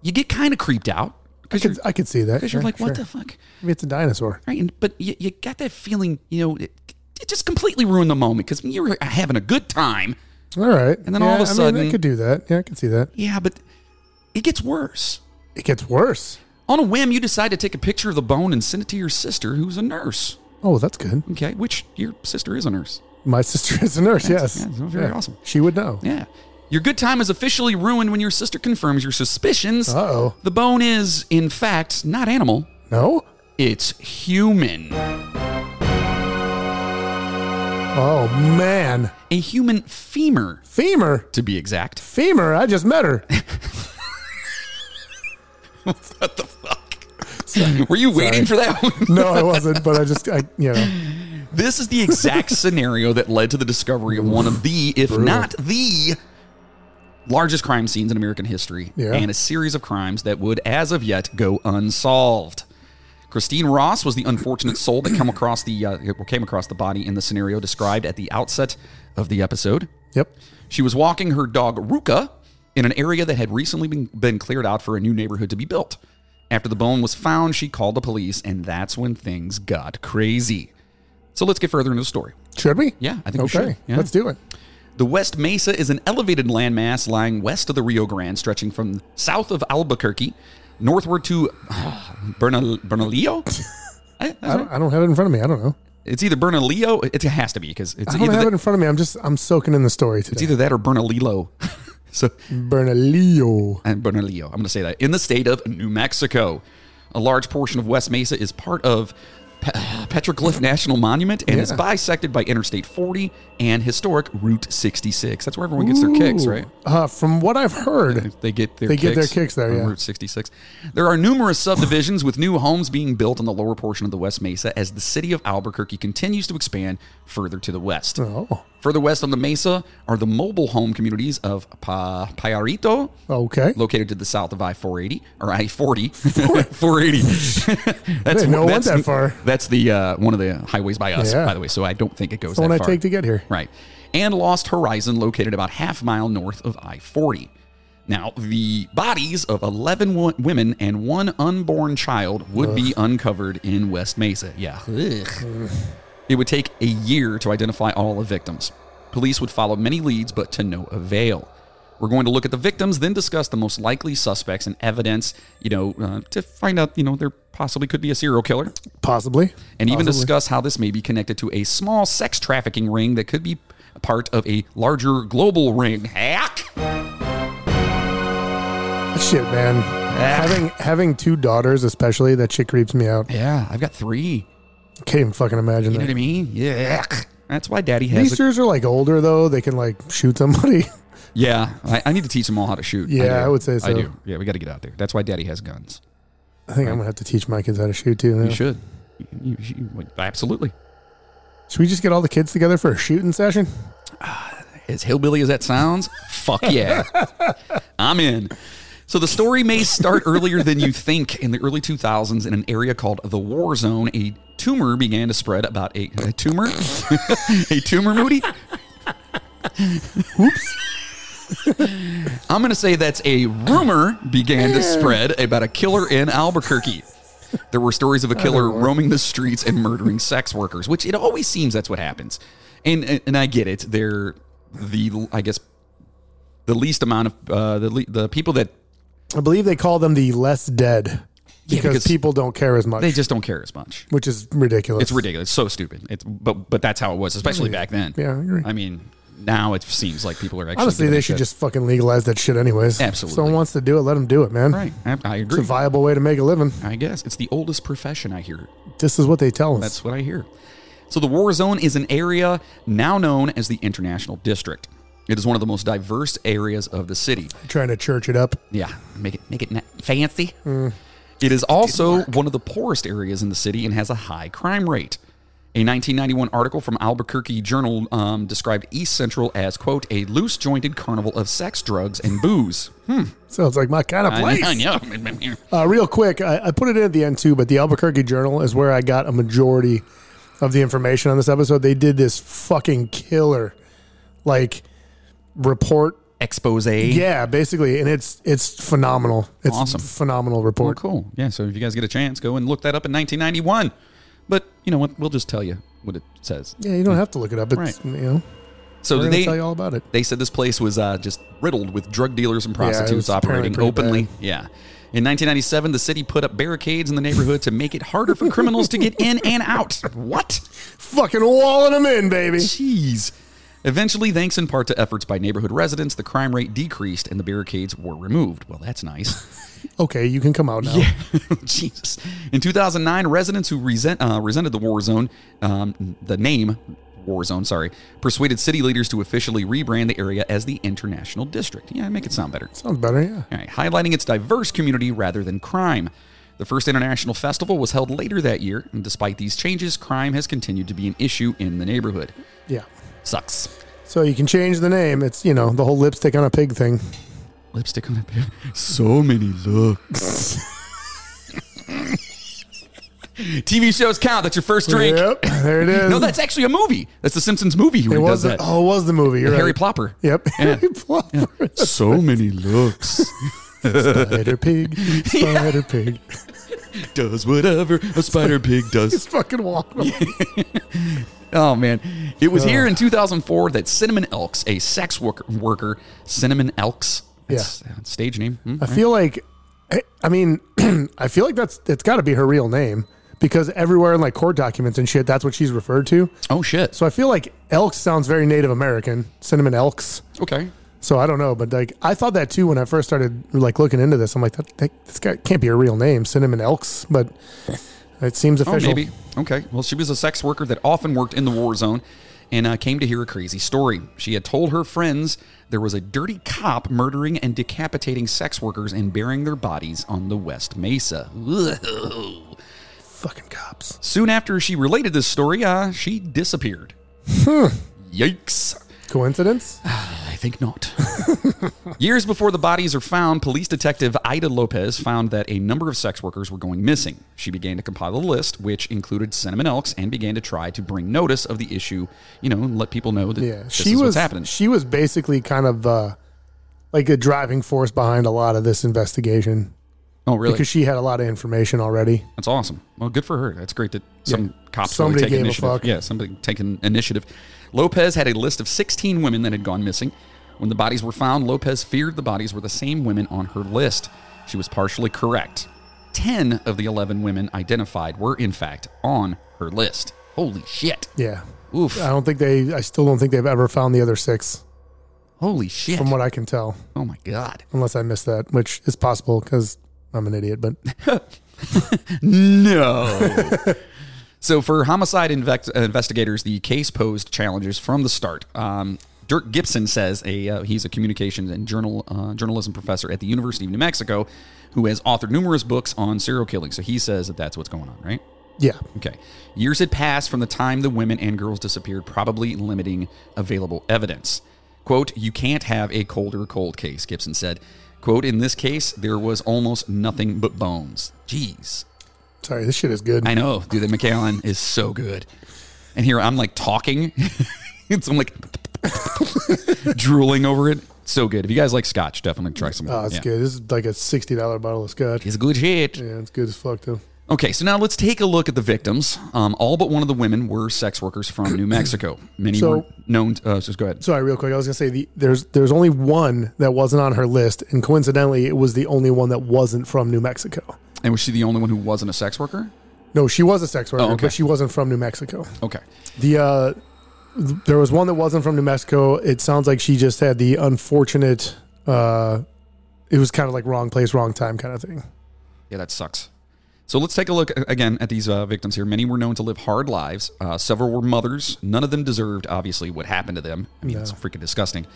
Speaker 3: You get kind of creeped out
Speaker 4: I
Speaker 3: because you're,
Speaker 4: could, I could see that.
Speaker 3: because
Speaker 4: Sure,
Speaker 3: you're like, what
Speaker 4: sure.
Speaker 3: the fuck?
Speaker 4: Maybe it's a dinosaur.
Speaker 3: Right, and, but you, you got that feeling, you know, it, it just completely ruined the moment because you were having a good time.
Speaker 4: All right.
Speaker 3: And then all of a
Speaker 4: Yeah, I, mean,
Speaker 3: sudden-
Speaker 4: I could do that. Yeah, I could see that.
Speaker 3: Yeah, but it gets worse.
Speaker 4: It gets worse.
Speaker 3: On a whim, you decide to take a picture of the bone and send it to your sister, who's a nurse.
Speaker 4: Oh, that's good.
Speaker 3: Okay, which your sister is a nurse.
Speaker 4: My [laughs] sister is a nurse.
Speaker 3: That's-
Speaker 4: yes.
Speaker 3: yeah, very awesome.
Speaker 4: She would know.
Speaker 3: Yeah. Your good time is officially ruined when your sister confirms your suspicions.
Speaker 4: Uh oh.
Speaker 3: The bone is, in fact, not animal,
Speaker 4: No.
Speaker 3: it's human.
Speaker 4: Oh man.
Speaker 3: A human femur,
Speaker 4: Femur.
Speaker 3: to be exact. [laughs]
Speaker 4: Femur. I just met her.
Speaker 3: what the fuck? Were you waiting for that one?
Speaker 4: No, I wasn't. but I just, I, you know,
Speaker 3: This is the exact scenario that led to the discovery of one of the, if not the, largest crime scenes in American history
Speaker 4: Yeah.
Speaker 3: and a series of crimes that would, as of yet, go unsolved. Christine Ross was the unfortunate soul that come across the uh, came across the body in the scenario described at the outset of the episode.
Speaker 4: yep.
Speaker 3: She was walking her dog Ruka in an area that had recently been, been cleared out for a new neighborhood to be built. After the bone was found, she called the police, and that's when things got crazy. So let's get further into the story.
Speaker 4: Should we?
Speaker 3: Yeah, I think we
Speaker 4: Okay.
Speaker 3: should. Yeah.
Speaker 4: Let's do it.
Speaker 3: The West Mesa is an elevated landmass lying west of the Rio Grande, stretching from south of Albuquerque northward to [sighs] Bernal- Bernalillo. [laughs] I-
Speaker 4: I don't, I don't have it in front of me. I don't know.
Speaker 3: It's either Bernalillo. It has to be because it's
Speaker 4: I don't
Speaker 3: either
Speaker 4: have
Speaker 3: that,
Speaker 4: it in front of me. I'm just I'm soaking in the story
Speaker 3: it's
Speaker 4: today.
Speaker 3: either that or Bernalillo. [laughs] so
Speaker 4: Bernalillo.
Speaker 3: and Bernalillo. I'm going to say that. In the state of New Mexico, a large portion of West Mesa is part of Pe- [sighs] Petroglyph National Monument and is
Speaker 4: Yeah.
Speaker 3: bisected by Interstate 40 and historic Route 66. That's where everyone gets their kicks,
Speaker 4: Ooh.
Speaker 3: right?
Speaker 4: Uh, from what I've heard,
Speaker 3: They get their
Speaker 4: They
Speaker 3: kicks
Speaker 4: get their kicks there,
Speaker 3: on
Speaker 4: yeah.
Speaker 3: Route 66. There are numerous subdivisions with new homes being built on the lower portion of the West Mesa as the city of Albuquerque continues to expand further to the west.
Speaker 4: oh,
Speaker 3: Further west on the Mesa are the mobile home communities of pa- Payarito,
Speaker 4: Oh, okay.
Speaker 3: located to the south of I 480 or I [laughs] 40
Speaker 4: [laughs]
Speaker 3: 480. that's
Speaker 4: didn't know it went
Speaker 3: that's-
Speaker 4: that far.
Speaker 3: That's the uh, one of the highways by us,
Speaker 4: Yeah.
Speaker 3: by the way. So I don't think it goes
Speaker 4: the
Speaker 3: that
Speaker 4: one I
Speaker 3: far.
Speaker 4: take to get here.
Speaker 3: Right. And Lost Horizon, located about half mile north of I 40. Now, the bodies of 11 wo- women and one unborn child would be uncovered in West Mesa. Yeah. Ugh. It would take a year to identify all the victims. Police would follow many leads, but to no avail. We're going to look at the victims, then discuss the most likely suspects and evidence, you know, uh, to find out, you know, there possibly could be a serial killer
Speaker 4: Possibly.
Speaker 3: and even discuss how this may be connected to a small sex trafficking ring that could be part of a larger global ring. Hack!
Speaker 4: Shit, man.
Speaker 3: Ah.
Speaker 4: Having having two daughters, especially, that shit creeps me out.
Speaker 3: Yeah, I've got three.
Speaker 4: Can't even fucking imagine
Speaker 3: You know
Speaker 4: that.
Speaker 3: what I mean? Yeah. That's why daddy
Speaker 4: These
Speaker 3: has a,
Speaker 4: years are like older though; they can like shoot somebody. [laughs]
Speaker 3: Yeah, I, I need to teach them all how to shoot.
Speaker 4: Yeah,
Speaker 3: do.
Speaker 4: I would say
Speaker 3: I
Speaker 4: so.
Speaker 3: do. Yeah, we got to get out there. That's why daddy has guns.
Speaker 4: I think I'm gonna have to teach my kids how to shoot too. now.
Speaker 3: You should. You- you- absolutely.
Speaker 4: Should we just get all the kids together for a shooting session?
Speaker 3: as hillbilly as that sounds, fuck yeah. I'm in. So the story may start earlier than you think. In the early 2000s, in an area called the War Zone, a tumor began to spread about a, a tumor, [laughs] a tumor, Moody. Oops. I'm going to say that's a rumor began to spread about a killer in Albuquerque. There were stories of a killer roaming the streets and murdering sex workers, which it always seems that's what happens. And and, and I get it. They're the I guess the least amount of uh, the le- the people that
Speaker 4: I believe they call them the less dead because,
Speaker 3: because-
Speaker 4: people don't care as much,
Speaker 3: they just don't care as much.
Speaker 4: which is ridiculous.
Speaker 3: It's ridiculous. It's so stupid. It's but but that's how it was, especially back then.
Speaker 4: Yeah, I agree.
Speaker 3: I mean, now it seems like people are actually
Speaker 4: Honestly,
Speaker 3: doing
Speaker 4: they
Speaker 3: that
Speaker 4: should
Speaker 3: shit.
Speaker 4: just fucking legalize that shit, anyways.
Speaker 3: Absolutely.
Speaker 4: If someone wants to do it, let them do it, man.
Speaker 3: right. I, I
Speaker 4: It's a
Speaker 3: agree.
Speaker 4: viable way to make a living.
Speaker 3: I guess it's the oldest profession I hear.
Speaker 4: This is what they tell us.
Speaker 3: That's what I hear. So the war zone is an area now known as the International District. It is one of the most diverse areas of the city.
Speaker 4: Trying to church it up.
Speaker 3: Yeah, make it make it na- fancy. It is also one of the poorest areas in the city and has a high crime rate. A 1991 article from Albuquerque Journal um, described East Central as "quote a loose jointed carnival of sex, drugs, and booze."
Speaker 4: Sounds like my kind of
Speaker 3: [laughs]
Speaker 4: place.
Speaker 3: yeah.
Speaker 4: Uh, real quick, I, I put it in at the end too, but the Albuquerque Journal is where I got a majority of the information on this episode. They did this fucking killer, like report.
Speaker 3: Expose.
Speaker 4: Yeah, basically, and it's it's phenomenal. It's
Speaker 3: Awesome.
Speaker 4: phenomenal
Speaker 3: Well,
Speaker 4: report.
Speaker 3: cool. Yeah. So if you guys get a chance, go and look that up in 1991. But you know what? We'll just tell you what it says.
Speaker 4: Yeah, you don't have to look it up. It's
Speaker 3: Mm. Right.
Speaker 4: you know,
Speaker 3: So
Speaker 4: we're gonna
Speaker 3: they
Speaker 4: tell you all about it.
Speaker 3: They said this place was uh, just riddled with drug dealers and
Speaker 4: Yeah, it
Speaker 3: prostitutes
Speaker 4: was apparently
Speaker 3: operating
Speaker 4: pretty
Speaker 3: openly.
Speaker 4: bad.
Speaker 3: Yeah. In 1997, the city put up barricades in the neighborhood to make it harder for criminals to get in and out. What?
Speaker 4: Fucking walling them in, baby.
Speaker 3: Jeez. Eventually, thanks in part to efforts by neighborhood residents, the crime rate decreased and the barricades were removed. Well, that's nice.
Speaker 4: Okay, you can come out now.
Speaker 3: [laughs] Jesus. In 2009, residents who resent, uh, resented the war zone, um, the name war zone, sorry, persuaded city leaders to officially rebrand the area as the International District. Yeah, make it sound better.
Speaker 4: Sounds better. Yeah.
Speaker 3: All right, highlighting its diverse community rather than crime. The first international festival was held later that year, and despite these changes, crime has continued to be an issue in the neighborhood.
Speaker 4: Yeah.
Speaker 3: Sucks.
Speaker 4: So you can change the name. It's you know the whole lipstick on a pig thing.
Speaker 3: Lipstick on a pig. So many looks. [laughs] TV shows count. That's your first drink.
Speaker 4: Yep. There it
Speaker 3: [laughs]
Speaker 4: is.
Speaker 3: No, that's actually a movie. That's the Simpsons movie where
Speaker 4: it
Speaker 3: he does
Speaker 4: was the,
Speaker 3: that.
Speaker 4: oh, it was the movie. You're
Speaker 3: Harry
Speaker 4: right.
Speaker 3: Plopper.
Speaker 4: Yep. [laughs] Harry Plopper.
Speaker 3: [laughs] So many looks.
Speaker 4: [laughs]
Speaker 3: [laughs]
Speaker 4: Spider pig. Spider pig. [laughs]
Speaker 3: does whatever a spider pig does.
Speaker 4: He's fucking walking.
Speaker 3: Oh man, it was here in 2004 that Cinnamon Elks, a sex worker, worker Cinnamon Elks, that's yeah, stage name. Hmm?
Speaker 4: I feel like I- I mean, [clears throat] I feel like that's it's got to be her real name because everywhere in like court documents and shit, that's what she's referred to.
Speaker 3: Oh shit.
Speaker 4: So I feel like Elks sounds very Native American, cinnamon Elks.
Speaker 3: Okay.
Speaker 4: So I don't know, but like I thought that too when I first started like looking into this. I'm like, that, that this guy can't be a real name, cinnamon Elks, but it seems
Speaker 3: Oh,
Speaker 4: official.
Speaker 3: maybe. Okay. Well, she was a sex worker that often worked in the war zone and uh, came to hear a crazy story. She had told her friends there was a dirty cop murdering and decapitating sex workers and burying their bodies on the West Mesa. [laughs] Ugh.
Speaker 4: Fucking cops.
Speaker 3: Soon after she related this story, uh, she disappeared. Yikes.
Speaker 4: Coincidence?
Speaker 3: I think not. [laughs] Years before the bodies are found, police detective Ida Lopez found that a number of sex workers were going missing. She began to compile a list, which included Cinnamon Elks, and began to try to bring notice of the issue, you know, and let people know that
Speaker 4: Yeah,
Speaker 3: [sighs] this
Speaker 4: she
Speaker 3: is
Speaker 4: was
Speaker 3: what's happening.
Speaker 4: she was basically kind of uh, like a driving force behind a lot of this investigation
Speaker 3: oh, really?
Speaker 4: because she had a lot of information already.
Speaker 3: That's awesome. Well, good for her. That's great that some cops really
Speaker 4: Somebody
Speaker 3: take
Speaker 4: gave a
Speaker 3: initiative.
Speaker 4: fuck.
Speaker 3: Yeah, somebody taking initiative. Lopez had a list of 16 women that had gone missing. When the bodies were found, Lopez feared the bodies were the same women on her list. She was partially correct. 10 of the 11 women identified were, in fact, on her list. Holy shit.
Speaker 4: Yeah,
Speaker 3: Oof.
Speaker 4: I don't think they. I still don't think they've ever found the other six,
Speaker 3: Holy shit.
Speaker 4: from what I can tell,
Speaker 3: oh my God.
Speaker 4: unless I missed that, which is possible because I'm an idiot.
Speaker 3: [laughs]
Speaker 4: But
Speaker 3: No. [laughs] so for homicide inve- investigators, the case posed challenges from the start. Um, Dirk Gibson says a uh, he's a communications and journal uh, journalism professor at the University of New Mexico, who has authored numerous books on serial killing. So he says that that's what's going on, right?
Speaker 4: yeah,
Speaker 3: Okay. Years had passed from the time the women and girls disappeared, probably limiting available evidence. Quote, you can't have a colder cold case, Gibson said. Quote, in this case, there was almost nothing but bones. Jeez.
Speaker 4: sorry, this shit is good.
Speaker 3: I know, dude. The McAllen is so good. And here I'm like talking. [laughs] it's I'm like [laughs] drooling over it. So good. If you guys like scotch, definitely try some. of
Speaker 4: Oh,
Speaker 3: it.
Speaker 4: it's
Speaker 3: Yeah.
Speaker 4: good. This is like a sixty dollar bottle of scotch.
Speaker 3: It's good shit.
Speaker 4: Yeah, it's good as fuck too.
Speaker 3: Okay, so now let's take a look at the victims. Um, all but one of the women were sex workers from New Mexico. Many
Speaker 4: So-
Speaker 3: were known. Uh, just go ahead.
Speaker 4: Sorry, real quick. I was gonna say the, there's there's only one that wasn't on her list, and coincidentally, it was the only one that wasn't from New Mexico.
Speaker 3: And was she the only one who wasn't a sex worker?
Speaker 4: No, she was a sex worker,
Speaker 3: Oh, okay.
Speaker 4: but she wasn't from New Mexico.
Speaker 3: Okay.
Speaker 4: The uh, th- there was one that wasn't from New Mexico. It sounds like she just had the unfortunate. Uh, it was kind of like wrong place, wrong time kind of thing.
Speaker 3: Yeah, that sucks. So let's take a look uh, again at these uh, victims here. Many were known to live hard lives. Uh, several were mothers. None of them deserved, obviously, what happened to them. I mean, it's freaking disgusting.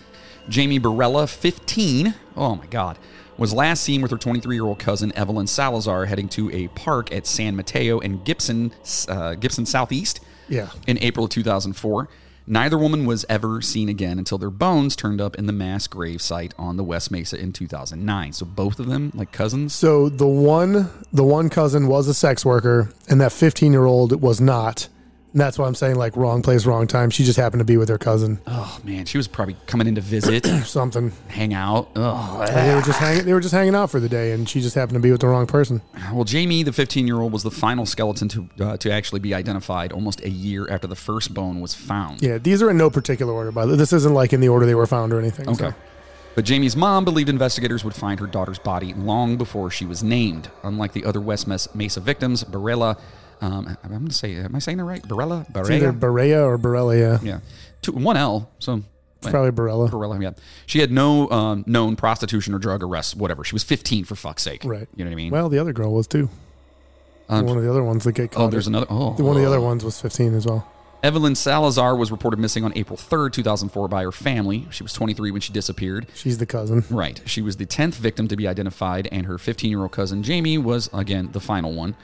Speaker 3: Jamie Barella, 15. Oh my God. Was last seen with her 23 year old cousin Evelyn Salazar heading to a park at San Mateo and Gibson, uh, Gibson Southeast.
Speaker 4: Yeah.
Speaker 3: In April of 2004. Neither woman was ever seen again until their bones turned up in the mass grave site on the West Mesa in 2009. So both of them, like cousins.
Speaker 4: So the one the one cousin was a sex worker, and that 15 year old was not. And that's why I'm saying like wrong place, wrong time. She just happened to be with her cousin.
Speaker 3: Oh man, she was probably coming in to
Speaker 4: [clears throat]
Speaker 3: visit,
Speaker 4: Something.
Speaker 3: hang out. Ugh.
Speaker 4: They were just hanging. They were just hanging out for the day, and she just happened to be with the wrong person.
Speaker 3: Well, Jamie, the 15-year-old, was the final skeleton to uh, to actually be identified almost a year after the first bone was found.
Speaker 4: Yeah, these are in no particular order. By the way, this isn't like in the order they were found or anything.
Speaker 3: Okay.
Speaker 4: So.
Speaker 3: But Jamie's mom believed investigators would find her daughter's body long before she was named. Unlike the other West Mes- Mesa victims, Barella, um, I'm going to say, am I saying it right? Barella?
Speaker 4: It's either
Speaker 3: Barella?
Speaker 4: Berea or Borrelia.
Speaker 3: yeah. Two, one L, so...
Speaker 4: It's probably Borella.
Speaker 3: Barella, yeah. She had no um, known prostitution or drug arrests, whatever. She was 15, for fuck's sake.
Speaker 4: Right.
Speaker 3: You know what I mean?
Speaker 4: Well, the other girl was too.
Speaker 3: Um,
Speaker 4: one of the other ones that get caught.
Speaker 3: oh, there's another. Oh,
Speaker 4: one of the other ones was 15 as well.
Speaker 3: Evelyn Salazar was reported missing on April 3rd, 2004, by her family. She was 23 when she disappeared.
Speaker 4: She's the cousin.
Speaker 3: Right. She was the 10th victim to be identified, and her 15 year old cousin Jamie was, again, the final one.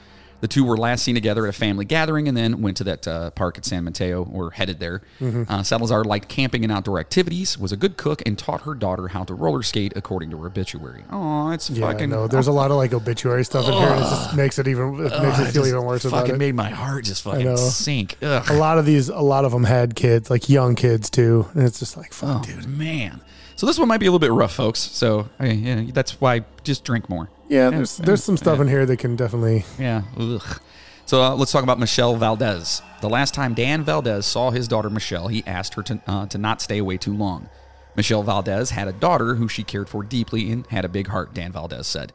Speaker 3: The two were last seen together at a family gathering and then went to that uh, park at San Mateo or headed there.
Speaker 4: Mm-hmm.
Speaker 3: Uh, Salazar liked camping and outdoor activities, was a good cook, and taught her daughter how to roller skate, according to her obituary. Oh, it's
Speaker 4: Yeah,
Speaker 3: fucking.
Speaker 4: no, there's a lot of like obituary stuff in here. And it just makes it even it makes it feel
Speaker 3: just
Speaker 4: even worse about
Speaker 3: fucking
Speaker 4: it.
Speaker 3: made my heart just fucking
Speaker 4: know.
Speaker 3: sink. Ugh.
Speaker 4: a lot of these, a lot of them had kids, like young kids too, and it's just like fuck,
Speaker 3: Oh,
Speaker 4: dude.
Speaker 3: man. So this one might be a little bit rough, folks. So I yeah, that's why just drink more.
Speaker 4: Yeah, there's there's some stuff in here that can definitely.
Speaker 3: Yeah. Ugh. So uh, let's talk about Michelle Valdez. The last time Dan Valdez saw his daughter Michelle, he asked her to, uh, to not stay away too long. Michelle Valdez had a daughter who she cared for deeply and had a big heart, Dan Valdez said.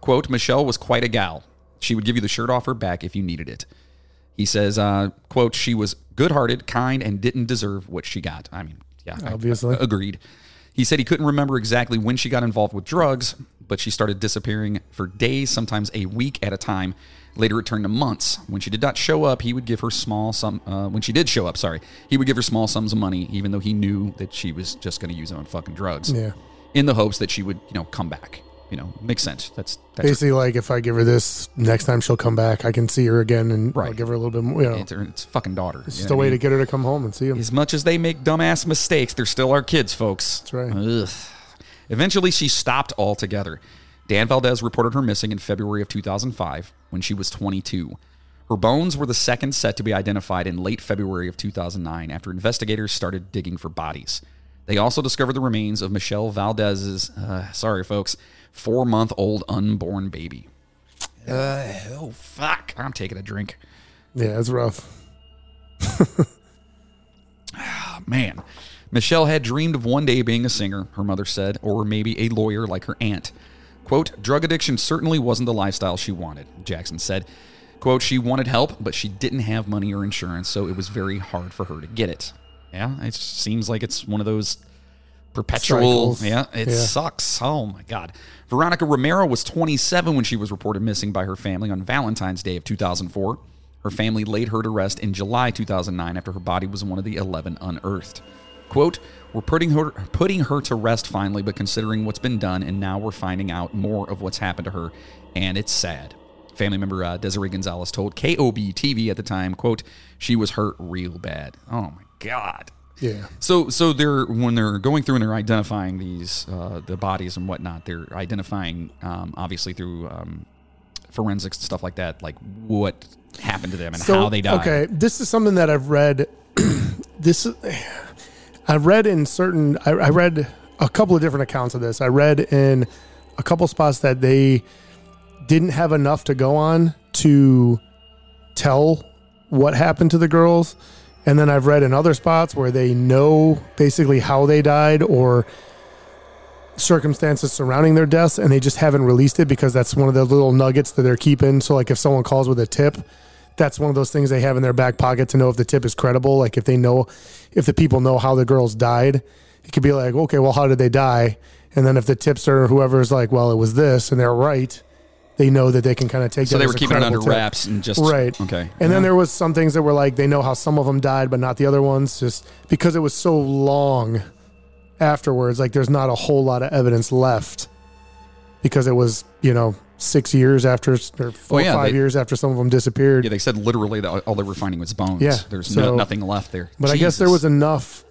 Speaker 3: Quote, Michelle was quite a gal. She would give you the shirt off her back if you needed it. He says, uh, quote, she was good hearted, kind, and didn't deserve what she got. I mean, yeah, I-
Speaker 4: Obviously.
Speaker 3: I- agreed. He said he couldn't remember exactly when she got involved with drugs, but she started disappearing for days, sometimes a week at a time. Later, it turned to months. When she did not show up, he would give her small sum. Uh, when she did show up, sorry, he would give her small sums of money, even though he knew that she was just going to use it on fucking drugs.
Speaker 4: Yeah.
Speaker 3: In the hopes that she would, you know, come back. You know, makes sense. That's that's
Speaker 4: Basically, like if I give her this next time, she'll come back. I can see her again, and I'll
Speaker 3: Right.
Speaker 4: give her a little bit more. You know,
Speaker 3: it's, her- it's fucking daughter.
Speaker 4: it's just a way to get her to come home and see him.
Speaker 3: As much as they make dumbass mistakes, they're still our kids, folks.
Speaker 4: That's right.
Speaker 3: Ugh. Eventually, she stopped altogether. Dan Valdez reported her missing in February of 2005 when she was 22. Her bones were the second set to be identified in late February of 2009 after investigators started digging for bodies. They also discovered the remains of Michelle Valdez's, uh, sorry folks, four month old unborn baby. Uh, oh, fuck. I'm taking a drink.
Speaker 4: Yeah, it's rough.
Speaker 3: Ah, man. Michelle had dreamed of one day being a singer, her mother said, or maybe a lawyer like her aunt. Quote, drug addiction certainly wasn't the lifestyle she wanted, Jackson said. Quote, she wanted help, but she didn't have money or insurance, so it was very hard for her to get it. Yeah, it seems like it's one of those perpetual.
Speaker 4: Cycles.
Speaker 3: Yeah, it
Speaker 4: Yeah.
Speaker 3: sucks. Oh my God. Veronica Romero was 27 when she was reported missing by her family on Valentine's Day of 2004. Her family laid her to rest in July 2009 after her body was one of the 11 unearthed. Quote, we're putting her, putting her to rest finally, but considering what's been done, and now we're finding out more of what's happened to her, and it's sad. Family member uh, Desiree Gonzalez told KOB TV at the time, quote, she was hurt real bad. Oh my God.
Speaker 4: Yeah.
Speaker 3: So, so they're when they're going through and they're identifying these uh, the bodies and whatnot. They're identifying um, obviously through um, forensics and stuff like that, like what happened to them and how they died.
Speaker 4: Okay, this is something that I've read. [clears throat] this I read in certain. I, I read a couple of different accounts of this. I read in a couple spots that they didn't have enough to go on to tell what happened to the girls, and then I've read in other spots where they know basically how they died or circumstances surrounding their deaths and they just haven't released it because that's one of the little nuggets that they're keeping so like if someone calls with a tip that's one of those things they have in their back pocket to know if the tip is credible. Like if they know, if the people know how the girls died, it could be like, okay, well, how did they die? And then if the tipster or whoever's like, well, it was this, and they're right, they know that they can kind of take.
Speaker 3: So
Speaker 4: that
Speaker 3: they
Speaker 4: as
Speaker 3: were
Speaker 4: a
Speaker 3: keeping it under
Speaker 4: credible tip.
Speaker 3: wraps and just
Speaker 4: right?
Speaker 3: Okay,
Speaker 4: And then there was some things that were like they know how some of them died, but not the other ones, just because it was so long afterwards. Like there's not a whole lot of evidence left because it was you know six years after or
Speaker 3: Oh,
Speaker 4: four
Speaker 3: yeah,
Speaker 4: or five
Speaker 3: they-
Speaker 4: years after some of them disappeared.
Speaker 3: yeah, they said literally that all they were finding was bones.
Speaker 4: Yeah,
Speaker 3: there's
Speaker 4: so-
Speaker 3: no, nothing left there.
Speaker 4: But I guess there was
Speaker 3: Jesus.
Speaker 4: enough.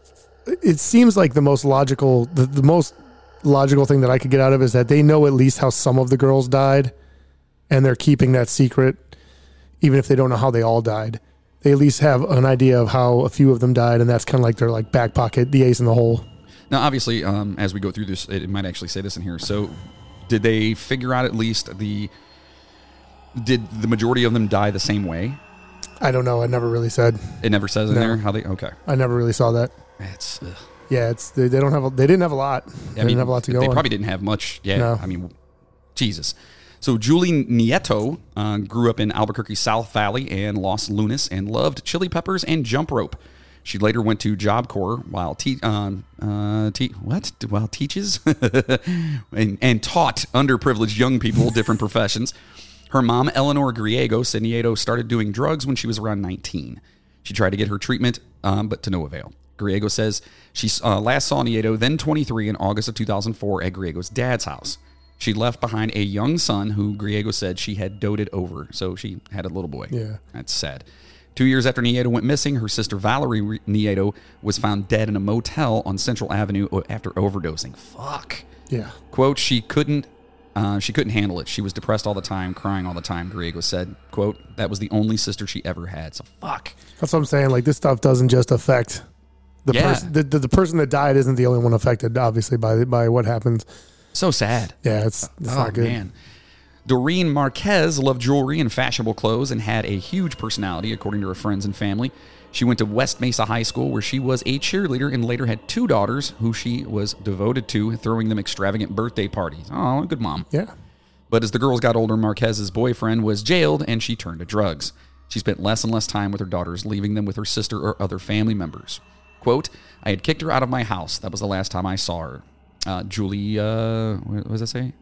Speaker 4: It seems like the most logical, the, the most logical thing that I could get out of is that they know at least how some of the girls died, and they're keeping that secret, even if they don't know how they all died. They at least have an idea of how a few of them died, and that's kind of like their like back pocket, the ace in the hole.
Speaker 3: now obviously um, as we go through this, it, it might actually say this in here. So did they figure out at least the did the majority of them die the same way?
Speaker 4: I don't know. I never really said.
Speaker 3: It never says in
Speaker 4: No.
Speaker 3: there how they okay.
Speaker 4: I never really saw that.
Speaker 3: It's. ugh.
Speaker 4: Yeah, it's they, they don't have. A, they didn't have a lot. They didn't have a lot to go.
Speaker 3: They
Speaker 4: on.
Speaker 3: probably didn't have much. Yeah,
Speaker 4: No.
Speaker 3: I mean, Jesus. So Julie Nieto uh, grew up in Albuquerque South Valley and Los Lunas and loved chili peppers and jump rope. She later went to Job Corps while te- um, uh, te- what while teaches [laughs] and, and taught underprivileged young people different professions. Her mom Eleanor Griego said Nieto started doing drugs when she was around 19. She tried to get her treatment, um, but to no avail. Griego says she uh, last saw Nieto, then 23, in August of 2004 at Griego's dad's house. She left behind a young son who Griego said she had doted over, so she had a little boy.
Speaker 4: Yeah.
Speaker 3: That's sad. Two years after Nieto went missing, her sister Valerie Re- Nieto was found dead in a motel on Central Avenue o- after overdosing. Fuck.
Speaker 4: Yeah.
Speaker 3: Quote, she couldn't uh, she couldn't handle it. She was depressed all the time, crying all the time, Griego said. Quote, that was the only sister she ever had. So fuck.
Speaker 4: That's what I'm saying. Like this stuff doesn't just affect the
Speaker 3: Yeah.
Speaker 4: person. The, the, the person that died isn't the only one affected, obviously, by by what happens.
Speaker 3: So sad.
Speaker 4: Yeah, it's,
Speaker 3: Oh,
Speaker 4: it's not Ah, good.
Speaker 3: Doreen Marquez loved jewelry and fashionable clothes and had a huge personality, according to her friends and family. She went to West Mesa High School, where she was a cheerleader and later had two daughters who she was devoted to, throwing them extravagant birthday parties. Oh, good mom.
Speaker 4: Yeah,
Speaker 3: But as the girls got older, Marquez's boyfriend was jailed and she turned to drugs. She spent less and less time with her daughters, leaving them with her sister or other family members. Quote, I had kicked her out of my house. That was the last time I saw her. Uh, Julie, uh, what does that say?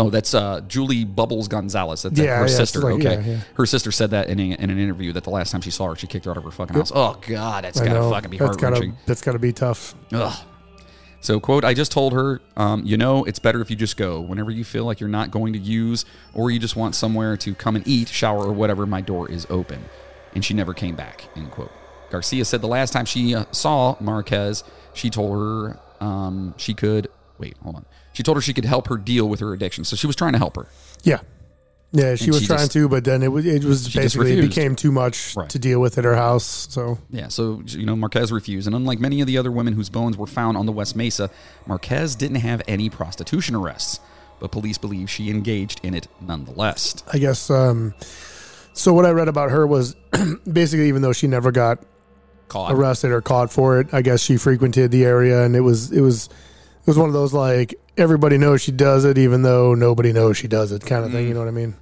Speaker 3: Oh, that's uh, Julie Bubbles Gonzalez. That's her
Speaker 4: Yeah, yeah, it's
Speaker 3: sister.
Speaker 4: like-
Speaker 3: okay.
Speaker 4: yeah, yeah.
Speaker 3: Her sister said that in, a, in an interview that the last time she saw her, she kicked her out of her fucking house. Oh, God, that's
Speaker 4: I
Speaker 3: got to
Speaker 4: know.
Speaker 3: fucking be
Speaker 4: that's
Speaker 3: heart
Speaker 4: gotta
Speaker 3: wrenching.
Speaker 4: that's gotta be tough.
Speaker 3: Ugh. So, quote, I just told her, um, you know, it's better if you just go. Whenever you feel like you're not going to use or you just want somewhere to come and eat, shower, or whatever, my door is open. And she never came back, end quote. Garcia said the last time she uh, saw Marquez, she told her um, she could, wait, hold on. She told her she could help her deal with her addiction. So she was trying to help her.
Speaker 4: Yeah. Yeah, she
Speaker 3: And
Speaker 4: was
Speaker 3: she
Speaker 4: trying
Speaker 3: just-
Speaker 4: to, but then it was it was
Speaker 3: She just
Speaker 4: basically it
Speaker 3: refused.
Speaker 4: became too much
Speaker 3: Right.
Speaker 4: to deal with at her house. So
Speaker 3: Yeah, so you know Marquez refused, and unlike many of the other women whose bones were found on the West Mesa, Marquez didn't have any prostitution arrests, but police believe she engaged in it nonetheless.
Speaker 4: I guess um so what I read about her was [clears throat] basically even though she never got
Speaker 3: Caught.
Speaker 4: arrested or caught for it, I guess she frequented the area and it was it was it was one of those like everybody knows she does it even though nobody knows she does it kind of thing, you know what I mean?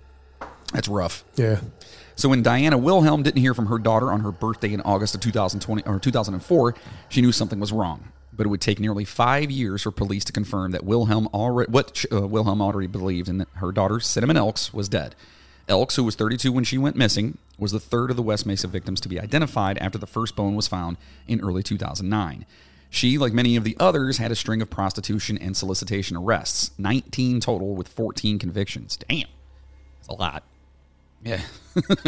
Speaker 3: That's rough.
Speaker 4: Yeah.
Speaker 3: So when Diana Wilhelm didn't hear from her daughter on her birthday in August of 2020 or 2004, she knew something was wrong. But it would take nearly five years for police to confirm that Wilhelm already what uh, Wilhelm already believed, and that her daughter Cinnamon Elks was dead. Elks, who was 32 when she went missing, was the third of the West Mesa victims to be identified after the first bone was found in early 2009. She, like many of the others, had a string of prostitution and solicitation arrests, 19 total with 14 convictions. Damn, that's a lot. Yeah. [laughs]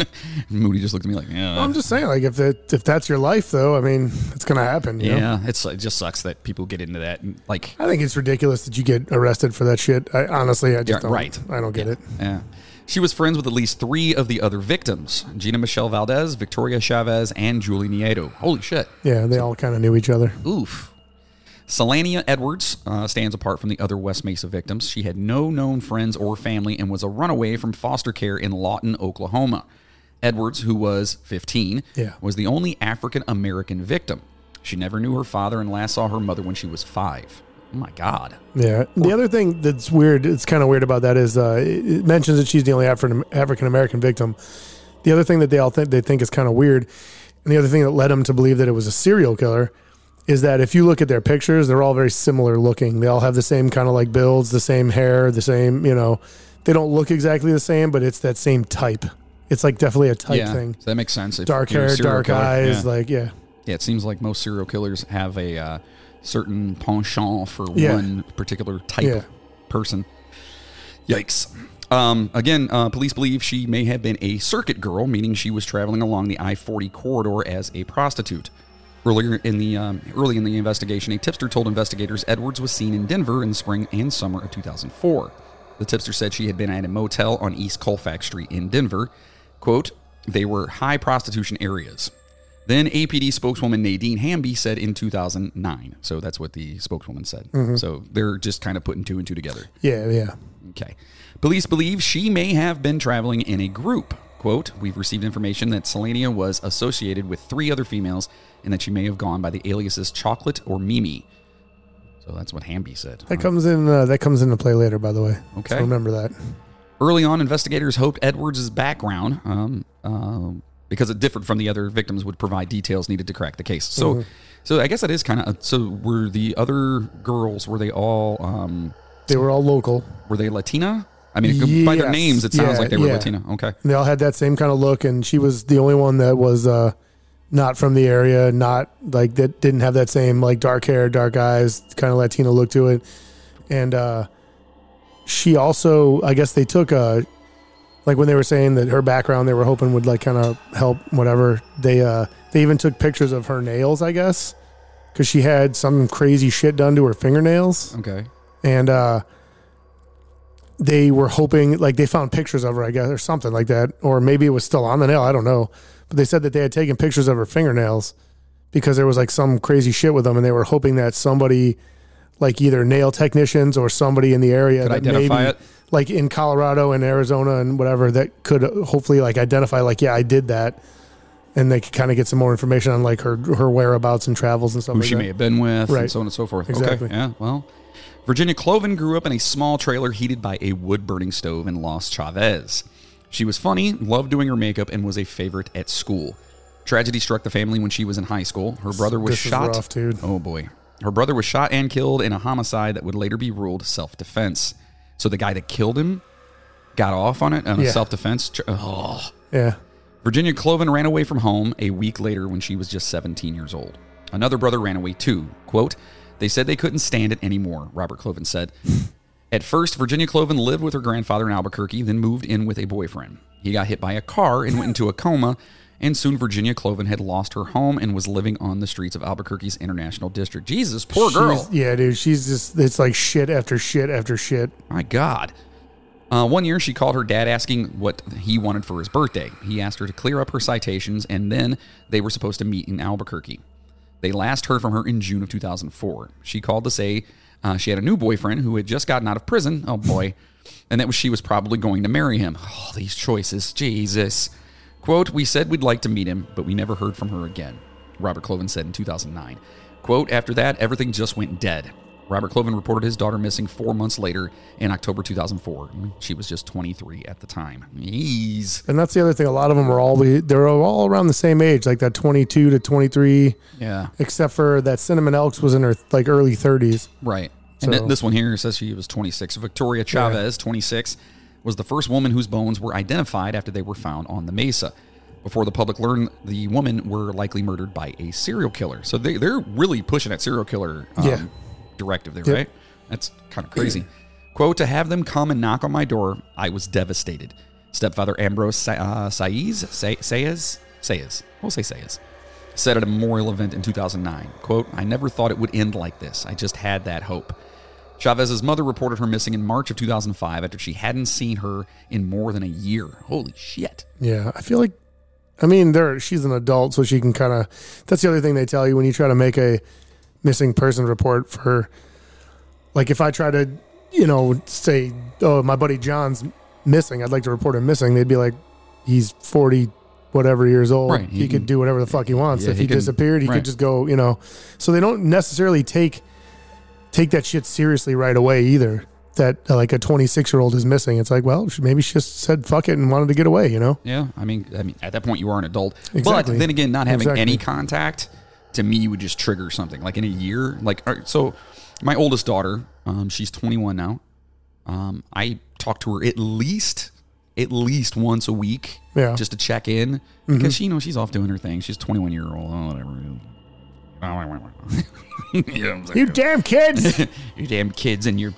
Speaker 3: Moody just looked at me like, yeah.
Speaker 4: I'm just saying, like if that if that's your life though, I mean, it's gonna happen. You know?
Speaker 3: yeah, it's it just sucks that people get into that. and, Like,
Speaker 4: I think it's ridiculous that you get arrested for that shit. I honestly, I just
Speaker 3: Yeah,
Speaker 4: don't.
Speaker 3: right.
Speaker 4: I don't get it.
Speaker 3: yeah. She was friends with at least three of the other victims Gina Michelle Valdez, Victoria Chavez, and Julie Nieto. Holy shit.
Speaker 4: Yeah, they all kind of knew each other.
Speaker 3: Oof. Selania Edwards uh, stands apart from the other West Mesa victims. She had no known friends or family and was a runaway from foster care in Lawton, Oklahoma. Edwards, who was 15,
Speaker 4: Yeah.
Speaker 3: was the only African American victim. She never knew her father and last saw her mother when she was five. Oh my God.
Speaker 4: Yeah. The other thing that's weird, it's kind of weird about that is uh, it it mentions that she's the only African American victim. The other thing that they all think they think is kind of weird, and the other thing that led them to believe that it was a serial killer, is that if you look at their pictures, they're all very similar looking. They all have the same kind of like builds, the same hair, the same you know, they don't look exactly the same, but it's that same type. It's like definitely a type
Speaker 3: yeah.
Speaker 4: thing.
Speaker 3: So that makes sense. If
Speaker 4: Dark
Speaker 3: you're a
Speaker 4: hair,
Speaker 3: serial
Speaker 4: dark
Speaker 3: killer.
Speaker 4: eyes,
Speaker 3: Yeah.
Speaker 4: like yeah.
Speaker 3: Yeah, it seems like most serial killers have a uh, certain penchant for
Speaker 4: Yeah.
Speaker 3: one particular type
Speaker 4: Yeah.
Speaker 3: of person. Yikes. Um, again, uh, police believe she may have been a circuit girl, meaning she was traveling along the I 40 corridor as a prostitute. Earlier in the um, early in the investigation, a tipster told investigators Edwards was seen in Denver in the spring and summer of 2004. The tipster said she had been at a motel on East Colfax Street in Denver. "Quote: They were high prostitution areas." Then APD spokeswoman Nadine Hamby said in 2009. So that's what the spokeswoman said. So they're just kind of putting two and two together.
Speaker 4: Yeah, yeah.
Speaker 3: Okay. Police believe she may have been traveling in a group. Quote, we've received information that Selenia was associated with three other females and that she may have gone by the aliases Chocolate or Mimi. So that's what Hamby said.
Speaker 4: That comes in. Uh, that comes into play later, by the way.
Speaker 3: Okay.
Speaker 4: So remember that.
Speaker 3: Early on, investigators hoped Edwards' background, um, um, because it differed from the other victims, would provide details needed to crack the case. So,
Speaker 4: Mm-hmm.
Speaker 3: so I guess that is kind of so. Were the other girls were they all um,
Speaker 4: They were all local.
Speaker 3: were they Latina? I mean, by their
Speaker 4: Yes.
Speaker 3: names, it sounds
Speaker 4: Yeah,
Speaker 3: like they were
Speaker 4: yeah.
Speaker 3: Latina. Okay,
Speaker 4: And they all had that same kind of look, and she was the only one that was uh, not from the area, not like that didn't have that same like dark hair, dark eyes, kind of Latino look to it. And uh, she also, I guess, they took a like when they were saying that her background, they were hoping would like kind of help whatever. They uh, they even took pictures of her nails, I guess, because she had some crazy shit done to her fingernails
Speaker 3: okay.
Speaker 4: and uh they were hoping like they found pictures of her i guess or something like that or maybe it was still on the nail i don't know but they said that they had taken pictures of her fingernails because there was like some crazy shit with them and they were hoping that somebody like either nail technicians or somebody in the area
Speaker 3: Could
Speaker 4: that
Speaker 3: identify
Speaker 4: maybe,
Speaker 3: it?
Speaker 4: like in colorado and arizona and whatever that could hopefully like identify like yeah i did that and they could kind of get some more information on like her her whereabouts and travels and stuff.
Speaker 3: who
Speaker 4: like
Speaker 3: she
Speaker 4: that.
Speaker 3: may have been with, and
Speaker 4: Right.
Speaker 3: so on and so forth.
Speaker 4: Exactly.
Speaker 3: Okay. Yeah. Well, Virginia Cloven grew up in a small trailer heated by a wood burning stove in Los Chavez. She was funny, loved doing her makeup, and was a favorite at school. Tragedy struck the family when she was in high school. Her brother was
Speaker 4: This is
Speaker 3: shot.
Speaker 4: rough, dude.
Speaker 3: Oh boy. Her brother was shot and killed in a homicide that would later be ruled self defense. So the guy that killed him got off on it on
Speaker 4: Yeah.
Speaker 3: a self defense. Tra- oh.
Speaker 4: Yeah.
Speaker 3: Virginia Cloven ran away from home a week later when she was just 17 years old. Another brother ran away too. Quote, they said they couldn't stand it anymore, Robert Cloven said. At first, Virginia Cloven lived with her grandfather in Albuquerque, then moved in with a boyfriend. He got hit by a car and went into a coma, and soon Virginia Cloven had lost her home and was living on the streets of Albuquerque's International District. Jesus, poor girl.
Speaker 4: She's- yeah, dude. She's just it's like shit after shit after shit.
Speaker 3: My God. Uh, one year, she called her dad asking what he wanted for his birthday. He asked her to clear up her citations, and then they were supposed to meet in Albuquerque. They last heard from her in June of 2004. She called to say uh, she had a new boyfriend who had just gotten out of prison. Oh boy. And that was, she was probably going to marry him. Oh, these choices. Jesus. Quote, we said we'd like to meet him, but we never heard from her again, Robert Cloven said in 2009. Quote, after that, everything just went dead. Robert Cloven reported his daughter missing four months later in October 2004. She was just 23 at the time. Jeez.
Speaker 4: And that's the other thing. A lot of them are all they're all around the same age, like that twenty two to twenty three.
Speaker 3: Yeah.
Speaker 4: Except for that Cinnamon Elks was in her like early thirties.
Speaker 3: Right. And
Speaker 4: So-
Speaker 3: th- this one here says she was 26. Victoria Chavez, 26, was the first woman whose bones were identified after they were found on the mesa. Before the public learned, the women were likely murdered by a serial killer. So they, they're really pushing that serial killer um,
Speaker 4: Yeah.
Speaker 3: directive there, right? That's kind of crazy. [clears throat] Quote, to have them come and knock on my door, I was devastated. Stepfather Ambrose Sa- uh, Saiz, Sa- Sayez, Sayez, we'll say Sayez, said at a memorial event in 2009, quote, I never thought it would end like this. I just had that hope. Chavez's mother reported her missing in March of 2005 after she hadn't seen her in more than a year. Holy shit.
Speaker 4: Yeah, I feel like, I mean, there she's an adult, so she can kind of. That's the other thing they tell you when you try to make a missing person report for, like, if I try to, you know, say, oh, my buddy John's missing, I'd like to report him missing. They'd be like, he's forty, whatever years old.
Speaker 3: Right,
Speaker 4: He,
Speaker 3: he
Speaker 4: could
Speaker 3: can-
Speaker 4: do whatever the fuck he wants.
Speaker 3: Yeah,
Speaker 4: if
Speaker 3: he
Speaker 4: he,
Speaker 3: can-
Speaker 4: disappeared, he
Speaker 3: right.
Speaker 4: could just go, you know. So they don't necessarily take take that shit seriously right away either. That uh, like a 26 year old is missing. It's like, well, she- maybe she just said fuck it and wanted to get away, you know.
Speaker 3: Yeah, I mean, I mean, at that point you are an adult.
Speaker 4: Exactly.
Speaker 3: But then again, not having
Speaker 4: Exactly.
Speaker 3: any contact to me would just trigger something. Like in a year, like all right, so, my oldest daughter, um, she's 21 now. Um, I talk to her at least at least once a week,
Speaker 4: Yeah. Mm-hmm.
Speaker 3: just to check in because she, you know, she's off doing her thing. She's 21 year old, oh, whatever. [laughs] you know what I'm saying?
Speaker 4: You
Speaker 3: [laughs]
Speaker 4: damn kids!
Speaker 3: You damn kids and your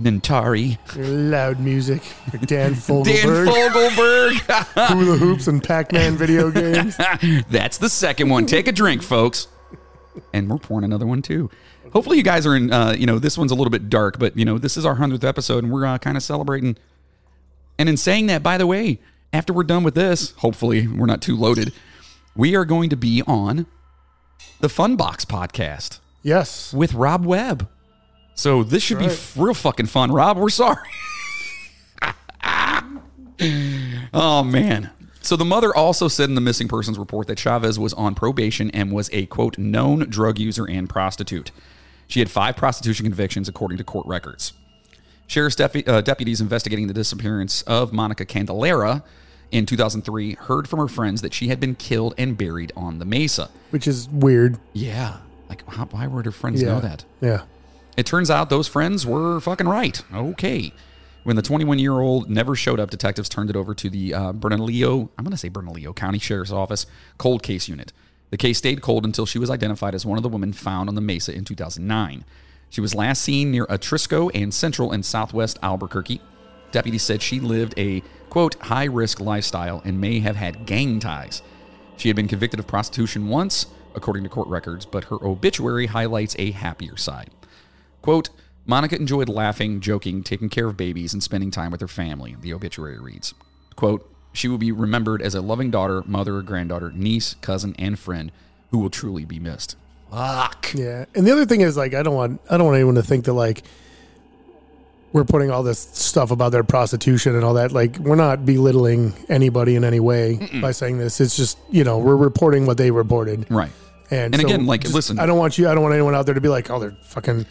Speaker 3: Nintari.
Speaker 4: Your loud music. Your
Speaker 3: [laughs]
Speaker 4: Dan
Speaker 3: Dan
Speaker 4: Fogelberg.
Speaker 3: Fogelberg.
Speaker 4: hula hoops and Pac-Man
Speaker 3: [laughs]
Speaker 4: video games.
Speaker 3: That's the second one. Take a drink, folks. And we're pouring another one too. Hopefully, you guys are in. Uh, you know, this one's a little bit dark, but you know, this is our hundredth episode, and we're uh, kind of celebrating. And in saying that, by the way, after we're done with this, hopefully, we're not too loaded. We are going to be on the Fun Box podcast
Speaker 4: Yes.
Speaker 3: with Rob Webb. So this should be f- real fucking fun, Rob. We're sorry. oh man. So the mother also said in the missing persons report that Chavez was on probation and was a quote known drug user and prostitute. She had five prostitution convictions according to court records. Sheriff's defu- uh, deputies investigating the disappearance of Monica Candelera in 2003 heard from her friends that she had been killed and buried on the mesa.
Speaker 4: Which is weird.
Speaker 3: Yeah. Like, how, why would her friends
Speaker 4: Yeah.
Speaker 3: know that?
Speaker 4: Yeah.
Speaker 3: It turns out those friends were fucking right. Okay. When the 21 year old never showed up, detectives turned it over to the uh, Bernalillo, I'm going to say Bernalillo County Sheriff's Office cold case unit. The case stayed cold until she was identified as one of the women found on the Mesa in 2009. She was last seen near Atrisco and Central and Southwest Albuquerque. Deputies said she lived a, quote, high risk lifestyle and may have had gang ties. She had been convicted of prostitution once, according to court records, but her obituary highlights a happier side. Quote, Monica enjoyed laughing, joking, taking care of babies, and spending time with her family, the obituary reads. Quote, she will be remembered as a loving daughter, mother, granddaughter, niece, cousin, and friend who will truly be missed. Fuck.
Speaker 4: Yeah. And the other thing is like I don't want I don't want anyone to think that like we're putting all this stuff about their prostitution and all that. Like we're not belittling anybody in any way by saying this. It's just you know we're reporting what they reported.
Speaker 3: Right.
Speaker 4: And,
Speaker 3: And
Speaker 4: so
Speaker 3: again, like,
Speaker 4: just-
Speaker 3: listen.
Speaker 4: I don't want you. I don't want anyone out there to be like, oh, they're fucking.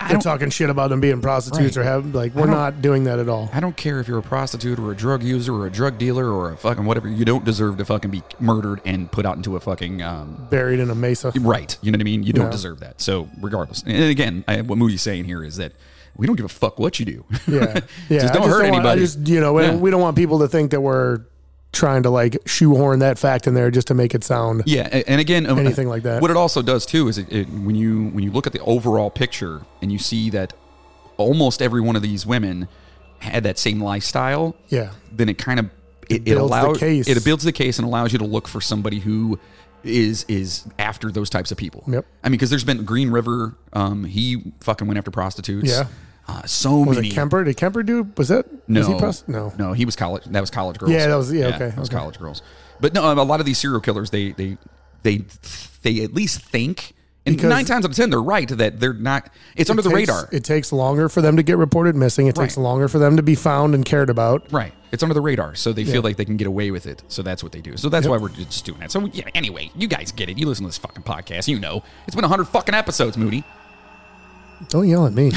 Speaker 4: They're
Speaker 3: don't-
Speaker 4: talking shit about them being prostitutes
Speaker 3: Right.
Speaker 4: or having like we're not doing that at all.
Speaker 3: I don't care if you're a prostitute or a drug user or a drug dealer or a fucking whatever. You don't deserve to fucking be murdered and put out into a fucking um,
Speaker 4: Buried in a mesa.
Speaker 3: Right. You know what I mean? You don't
Speaker 4: Yeah.
Speaker 3: deserve that. So, regardless. And again, I, what Moody's saying here is that we don't give a fuck what you do.
Speaker 4: [laughs]
Speaker 3: [laughs]
Speaker 4: Yeah, yeah.
Speaker 3: just
Speaker 4: I
Speaker 3: don't hurt
Speaker 4: want-
Speaker 3: anybody.
Speaker 4: I just you know,
Speaker 3: Yeah.
Speaker 4: we don't want people to think that we're trying to like shoehorn that fact in there just to make it sound.
Speaker 3: yeah, a- and again, um,
Speaker 4: Anything like that.
Speaker 3: What it also does too is it, it, when you when you look at the overall picture and you see that almost every one of these women had that same lifestyle,
Speaker 4: Yeah.
Speaker 3: then it kind of it, it,
Speaker 4: builds the
Speaker 3: allows
Speaker 4: case.
Speaker 3: it builds the case and allows you to look for somebody who is is after those types of people.
Speaker 4: Yep.
Speaker 3: I mean, because there's been Green River. Um, he fucking went after prostitutes.
Speaker 4: Yeah.
Speaker 3: Uh, so
Speaker 4: Was
Speaker 3: many.
Speaker 4: it Kemper? Did Kemper do? Was that?
Speaker 3: No,
Speaker 4: Was he pros- no.
Speaker 3: no, he was college. That was college girls.
Speaker 4: Yeah, that was- yeah, okay,
Speaker 3: that was
Speaker 4: okay.
Speaker 3: college girls. But no, a lot of these serial killers, they they they they at least think, and
Speaker 4: Because-
Speaker 3: nine times out of ten, they're right that they're not. It's under
Speaker 4: It
Speaker 3: the
Speaker 4: takes-
Speaker 3: radar.
Speaker 4: It takes longer for them to get reported missing. It takes
Speaker 3: Right.
Speaker 4: longer for them to be found and cared about.
Speaker 3: Right. It's under the radar, so they feel like they can get away with it. So that's what they do. So that's why we're just doing that. So yeah. Anyway, you guys get it. You listen to this fucking podcast. You know, it's been hundred fucking episodes, Moody.
Speaker 4: Don't yell
Speaker 3: [laughs]
Speaker 4: at me.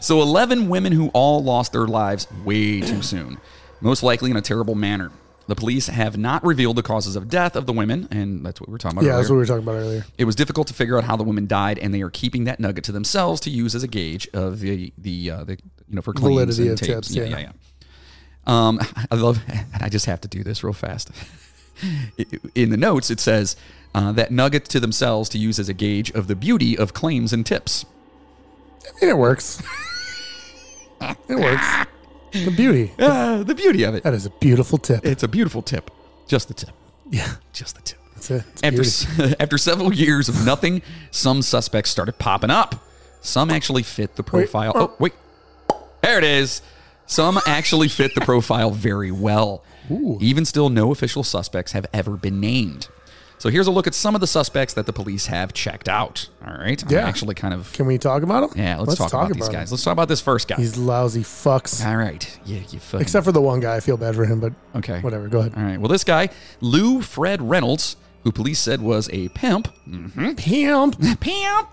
Speaker 3: So eleven women who all lost their lives way
Speaker 4: [clears throat]
Speaker 3: too soon, most likely in a terrible manner. The police have not revealed the causes of death of the women, and that's what we we're talking about.
Speaker 4: yeah, that's
Speaker 3: earlier.
Speaker 4: what we were talking about earlier.
Speaker 3: It was difficult to figure out how the women died, and they are keeping that nugget to themselves to use as a gauge of the the, uh, the you know for claims
Speaker 4: Validity
Speaker 3: and
Speaker 4: of
Speaker 3: tapes.
Speaker 4: tips,
Speaker 3: Yeah, yeah, yeah.
Speaker 4: yeah.
Speaker 3: Um, [laughs] I love. I just have to do this real fast. [laughs] In the notes, it says uh, that nugget to themselves to use as a gauge of the beauty of claims and tips.
Speaker 4: And it works. it works.
Speaker 3: [laughs]
Speaker 4: The beauty.
Speaker 3: Ah, [laughs] the beauty of it.
Speaker 4: That is a beautiful tip.
Speaker 3: It's a beautiful tip. Just the tip.
Speaker 4: yeah,
Speaker 3: Just the tip.
Speaker 4: that's it. It's
Speaker 3: After,
Speaker 4: beauty.
Speaker 3: [laughs] after several years of nothing, some suspects started popping up. Some actually fit the profile.
Speaker 4: oh.
Speaker 3: oh, wait. There it is. Some actually fit the profile very well. Even still, no official suspects have ever been named. So here's a look at some of the suspects that the police have checked out. All right. I'm
Speaker 4: Yeah.
Speaker 3: actually kind of.
Speaker 4: Can we talk about him?
Speaker 3: Yeah, let's, talk, about, these guys. Let's talk about this first guy.
Speaker 4: These lousy fucks.
Speaker 3: All right. Yeah, you fucking.
Speaker 4: Except for the one guy, I feel bad for him, but
Speaker 3: Okay.
Speaker 4: whatever. Go ahead.
Speaker 3: All right. Well, this guy, Lou Fred Reynolds, who police said was a pimp, [laughs]
Speaker 4: Pimp.
Speaker 3: Pimp.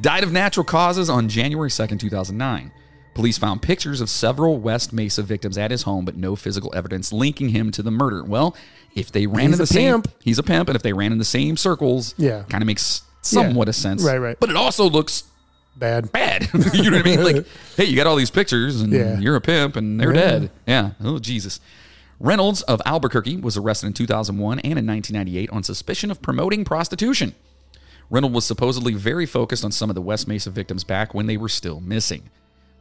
Speaker 3: Died of natural causes on January 2nd, 2009. Police found pictures of several West Mesa victims at his home, but no physical evidence linking him to the murder. Well, if they ran
Speaker 4: He's
Speaker 3: in the
Speaker 4: a
Speaker 3: same,
Speaker 4: pimp.
Speaker 3: he's a pimp, and if they ran in the same circles,
Speaker 4: Yeah.
Speaker 3: kind of makes somewhat
Speaker 4: Yeah.
Speaker 3: of sense,
Speaker 4: Right, right.
Speaker 3: But it also looks
Speaker 4: Bad.
Speaker 3: bad. [laughs] you know what I mean? Like, hey, you got all these pictures, and
Speaker 4: Yeah.
Speaker 3: you're a pimp, and they're dead. Yeah. Oh, Jesus. Reynolds of Albuquerque was arrested in 2001 and in 1998 on suspicion of promoting prostitution. Reynolds was supposedly very focused on some of the West Mesa victims back when they were still missing.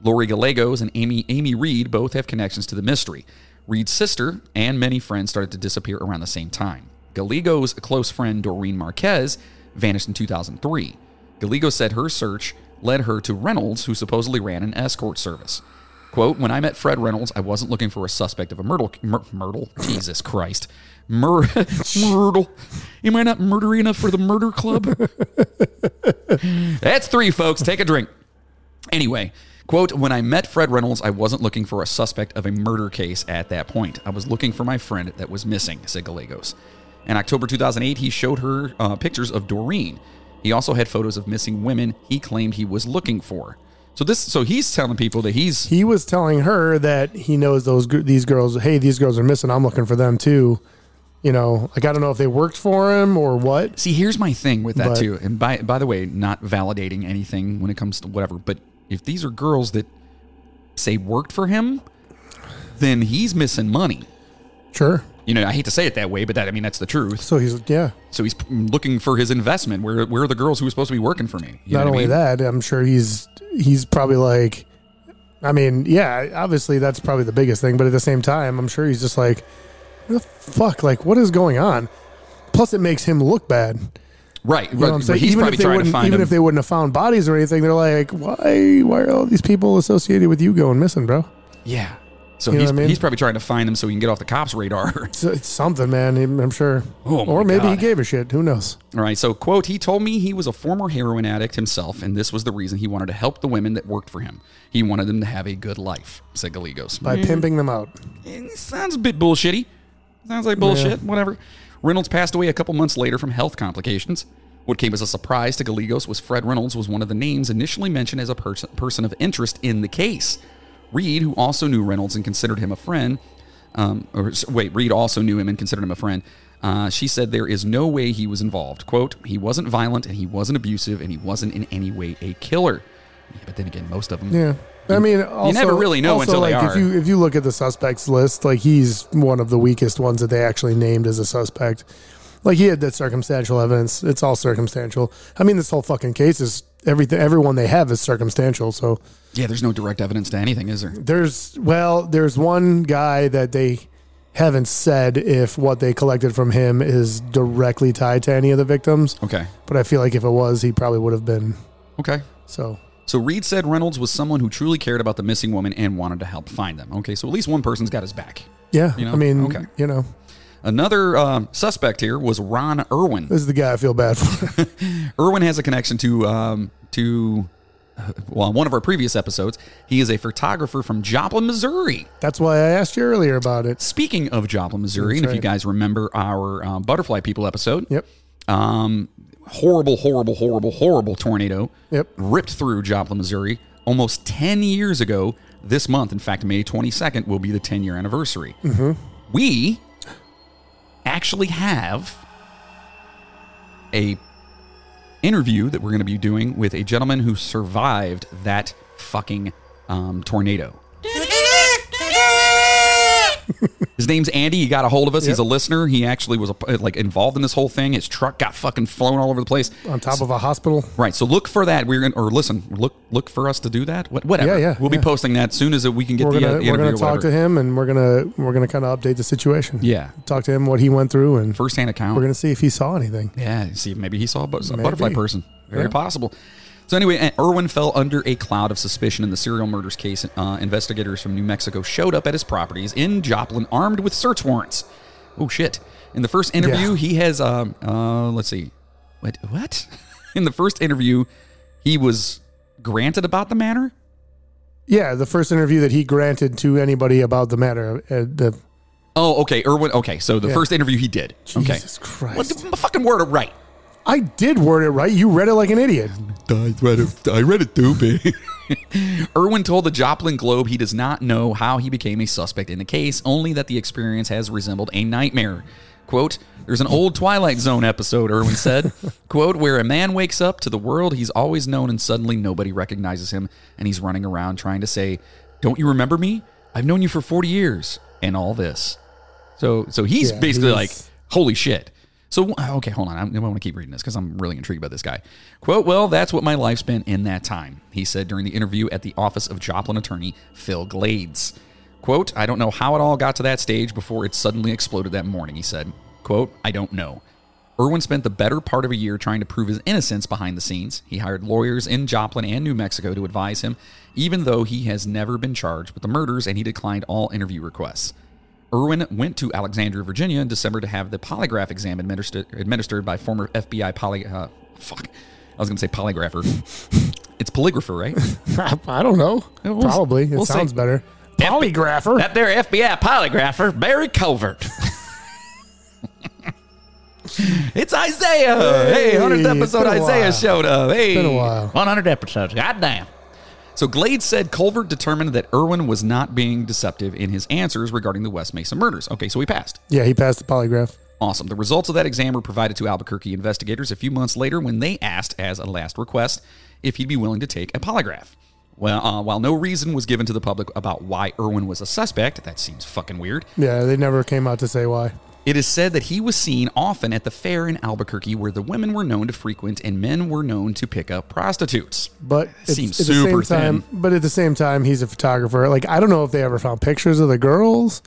Speaker 3: Lori Gallegos and Amy Amy Reed both have connections to the mystery. Reed's sister and many friends started to disappear around the same time. Gallegos' close friend Doreen Marquez vanished in 2003. Gallegos said her search led her to Reynolds, who supposedly ran an escort service. Quote, when I met Fred Reynolds, I wasn't looking for a suspect of a myrtle. Myr- myrtle? Jesus Christ. Myr- [laughs] myrtle. Am I not murdery enough for the murder club? That's three, folks. Take a drink. Anyway, quote, when I met Fred Reynolds, I wasn't looking for a suspect of a murder case at that point. I was looking for my friend that was missing, said Gallegos. In October 2008, he showed her uh, pictures of Doreen. He also had photos of missing women he claimed he was looking for. So this, so he's telling people that he's
Speaker 4: He was telling her that he knows those gr- these girls. Hey, these girls are missing. I'm looking for them too. You know, like I don't know if they worked for him or what.
Speaker 3: See, here's my thing with that
Speaker 4: But-
Speaker 3: too. And by by the way, not validating anything when it comes to whatever, but if these are girls that say worked for him, then he's missing money.
Speaker 4: Sure.
Speaker 3: You know, I hate to say it that way, but that I mean that's the truth.
Speaker 4: So he's yeah.
Speaker 3: So he's p- mm, looking for his investment. Where where are the girls who were supposed to be working for me? You know what
Speaker 4: Not
Speaker 3: I
Speaker 4: only
Speaker 3: mean?
Speaker 4: that, I'm sure he's he's probably like, I mean, yeah, obviously that's probably the biggest thing. But at the same time, I'm sure he's just like, what the fuck, like what is going on? Plus, it makes him look bad.
Speaker 3: right?
Speaker 4: You know what I'm
Speaker 3: right.
Speaker 4: saying?
Speaker 3: He's
Speaker 4: even
Speaker 3: probably
Speaker 4: if they
Speaker 3: trying
Speaker 4: wouldn't,
Speaker 3: to find
Speaker 4: even
Speaker 3: him.
Speaker 4: if they wouldn't have found bodies or anything, they're like, why, why are all these people associated with you going missing, bro?
Speaker 3: yeah. So
Speaker 4: You know
Speaker 3: he's,
Speaker 4: what I mean?
Speaker 3: he's probably trying to find them so he can get off the cops' radar. [laughs]
Speaker 4: It's, it's something, man. I'm I'm sure.
Speaker 3: Oh, my
Speaker 4: or maybe he
Speaker 3: God.
Speaker 4: gave a shit. Who knows?
Speaker 3: All right. So, quote, he told me he was a former heroin addict himself, and this was the reason he wanted to help the women that worked for him. He wanted them to have a good life, said Gallegos.
Speaker 4: By pimping them out.
Speaker 3: Eh, sounds a bit bullshitty. Sounds like bullshit. Whatever. Reynolds passed away a couple months later from health complications. What came as a surprise to Gallegos was Fred Reynolds was one of the names initially mentioned as a person person of interest in the case. Reed, who also knew Reynolds and considered him a friend, um, or s- wait, Reed also knew him and considered him a friend. Uh, she said there is no way he was involved. Quote: He wasn't violent and he wasn't abusive and he wasn't in any way a killer. Yeah, but then again, most of them.
Speaker 4: Yeah. I mean, also,
Speaker 3: never really know
Speaker 4: also,
Speaker 3: until they
Speaker 4: like,
Speaker 3: are.
Speaker 4: If you if you look at the suspects list, like he's one of the weakest ones that they actually named as a suspect. Like he had that circumstantial evidence. It's all circumstantial. I mean, this whole fucking case is everything. Everyone they have is circumstantial. So
Speaker 3: Yeah, there's no direct evidence to anything, is there?
Speaker 4: there's well, there's one guy that they haven't said if what they collected from him is directly tied to any of the victims.
Speaker 3: Okay.
Speaker 4: But I feel like if it was, he probably would have been.
Speaker 3: Okay.
Speaker 4: So
Speaker 3: So Reed said Reynolds was someone who truly cared about the missing woman and wanted to help find them. Okay, so at least one person's got his back.
Speaker 4: yeah,
Speaker 3: You know,
Speaker 4: I mean,
Speaker 3: okay.
Speaker 4: you know,
Speaker 3: Another um, suspect here was Ron
Speaker 4: [laughs]
Speaker 3: Irwin.
Speaker 4: this is the guy I feel bad for.
Speaker 3: Irwin has a connection to um, to uh, well, on one of our previous episodes, he is a photographer from Joplin, Missouri.
Speaker 4: That's why I asked you earlier about it.
Speaker 3: Speaking of Joplin, Missouri, and if you guys remember our um, butterfly people episode,
Speaker 4: Yep.
Speaker 3: um, horrible, horrible, horrible, horrible tornado
Speaker 4: Yep.
Speaker 3: ripped through Joplin, Missouri almost 10 years ago this month. In fact, May 22nd will be the 10 year anniversary. We actually have a interview that we're going to be doing with a gentleman who survived that fucking um,
Speaker 4: [laughs]
Speaker 3: tornado. His name's Andy. He got a hold of us. He's a listener. He actually was a, like involved in this whole thing. His truck got fucking flown all over the place.
Speaker 4: On top of a hospital.
Speaker 3: Right. So look for that. We're gonna or listen. Look look for us to do that. What, whatever.
Speaker 4: Yeah, yeah,
Speaker 3: We'll
Speaker 4: yeah.
Speaker 3: be posting that soon as we can get
Speaker 4: We're
Speaker 3: the,
Speaker 4: gonna
Speaker 3: uh, the
Speaker 4: we're
Speaker 3: interview.
Speaker 4: gonna
Speaker 3: or
Speaker 4: talk
Speaker 3: whatever.
Speaker 4: to him and we're gonna we're gonna kinda update the situation.
Speaker 3: Yeah.
Speaker 4: Talk to him what he went through and
Speaker 3: First hand account.
Speaker 4: we're gonna see if he saw anything.
Speaker 3: Yeah, see, maybe he saw a, bu- a
Speaker 4: Maybe.
Speaker 3: butterfly person. Very
Speaker 4: Yeah.
Speaker 3: possible. So anyway, uh, Irwin fell under a cloud of suspicion in the serial murders case. Uh, investigators from New Mexico showed up at his properties in Joplin, armed with search warrants. Oh shit! In the first interview,
Speaker 4: Yeah.
Speaker 3: he has um, uh, let's see, what what? [laughs] in the first interview, he was granted about the matter.
Speaker 4: Yeah, the first interview that he granted to anybody about the matter. Uh, the,
Speaker 3: Oh, okay, Irwin. Okay, so the
Speaker 4: Yeah.
Speaker 3: first interview he did. okay,
Speaker 4: Jesus Christ.
Speaker 3: what the fucking word it right?
Speaker 4: I did word it right. You read it like an idiot.
Speaker 3: I read it. I read it too, baby. [laughs] Irwin told the Joplin Globe he does not know how he became a suspect in the case, only that the experience has resembled a nightmare. Quote, there's an old Twilight Zone episode, Irwin [laughs] said, quote, where a man wakes up to the world he's always known and suddenly nobody recognizes him and he's running around trying to say, Don't you remember me? I've known you for 40 years and all this. So so he's
Speaker 4: Yeah,
Speaker 3: basically
Speaker 4: he's-
Speaker 3: like, holy shit. So uh, okay, hold on. I'm, I want to keep reading this because I'm really intrigued by this guy. Quote: Well, that's what my life's been in that time, he said during the interview at the office of Joplin attorney Phil Glades. Quote: I don't know how it all got to that stage before it suddenly exploded that morning. He said, "Quote: I don't know." Irwin spent the better part of a year trying to prove his innocence behind the scenes. He hired lawyers in Joplin and New Mexico to advise him, even though he has never been charged with the murders and he declined all interview requests. Irwin went to Alexandria, Virginia in December to have the polygraph exam administered, administered by former FBI poly. Uh, fuck. I was going to say polygrapher.
Speaker 4: [laughs]
Speaker 3: it's polygrapher, right?
Speaker 4: I don't know.
Speaker 3: We'll-
Speaker 4: Probably. It
Speaker 3: we'll see.
Speaker 4: sounds better. Polygrapher.
Speaker 3: that there FBI polygrapher, Barry
Speaker 4: [laughs]
Speaker 3: Covert. [laughs] it's Isaiah. Hey,
Speaker 4: Hey,
Speaker 3: 100th episode
Speaker 4: it's been a
Speaker 3: Isaiah
Speaker 4: while.
Speaker 3: showed up. Hey,
Speaker 4: been a while.
Speaker 3: 100 episodes. Goddamn. So Glade said Culvert determined that Irwin was not being deceptive in his answers regarding the West Mesa murders. Okay, so he passed.
Speaker 4: yeah, he passed the polygraph.
Speaker 3: Awesome. The results of that exam were provided to Albuquerque investigators a few months later when they asked, as a last request, if he'd be willing to take a polygraph. Well, uh, while no reason was given to the public about why Irwin was a suspect, that seems fucking weird.
Speaker 4: Yeah, they never came out to say why.
Speaker 3: It is said that he was seen often at the fair in Albuquerque, where the women were known to frequent and men were known to pick up prostitutes.
Speaker 4: But it's,
Speaker 3: Seems
Speaker 4: at
Speaker 3: super
Speaker 4: the same time,
Speaker 3: thin.
Speaker 4: but at the same time, he's a photographer. Like I don't know if they ever found pictures of the girls,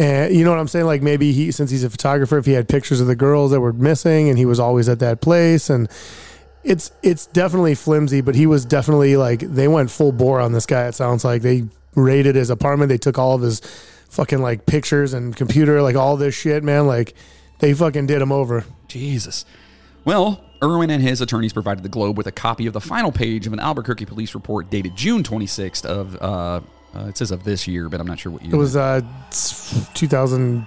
Speaker 4: and you know what I'm saying. Like maybe he, since he's a photographer, if he had pictures of the girls that were missing, and he was always at that place, and it's it's definitely flimsy. But he was definitely like they went full bore on this guy. It sounds like they raided his apartment. They took all of his fucking like pictures and computer, like all this shit, man. Like they fucking did him over.
Speaker 3: Jesus. Well, Irwin and his attorneys provided the Globe with a copy of the final page of an Albuquerque police report dated June 26th of, uh, uh, it says of this year, but I'm not sure what year.
Speaker 4: It was uh 2010,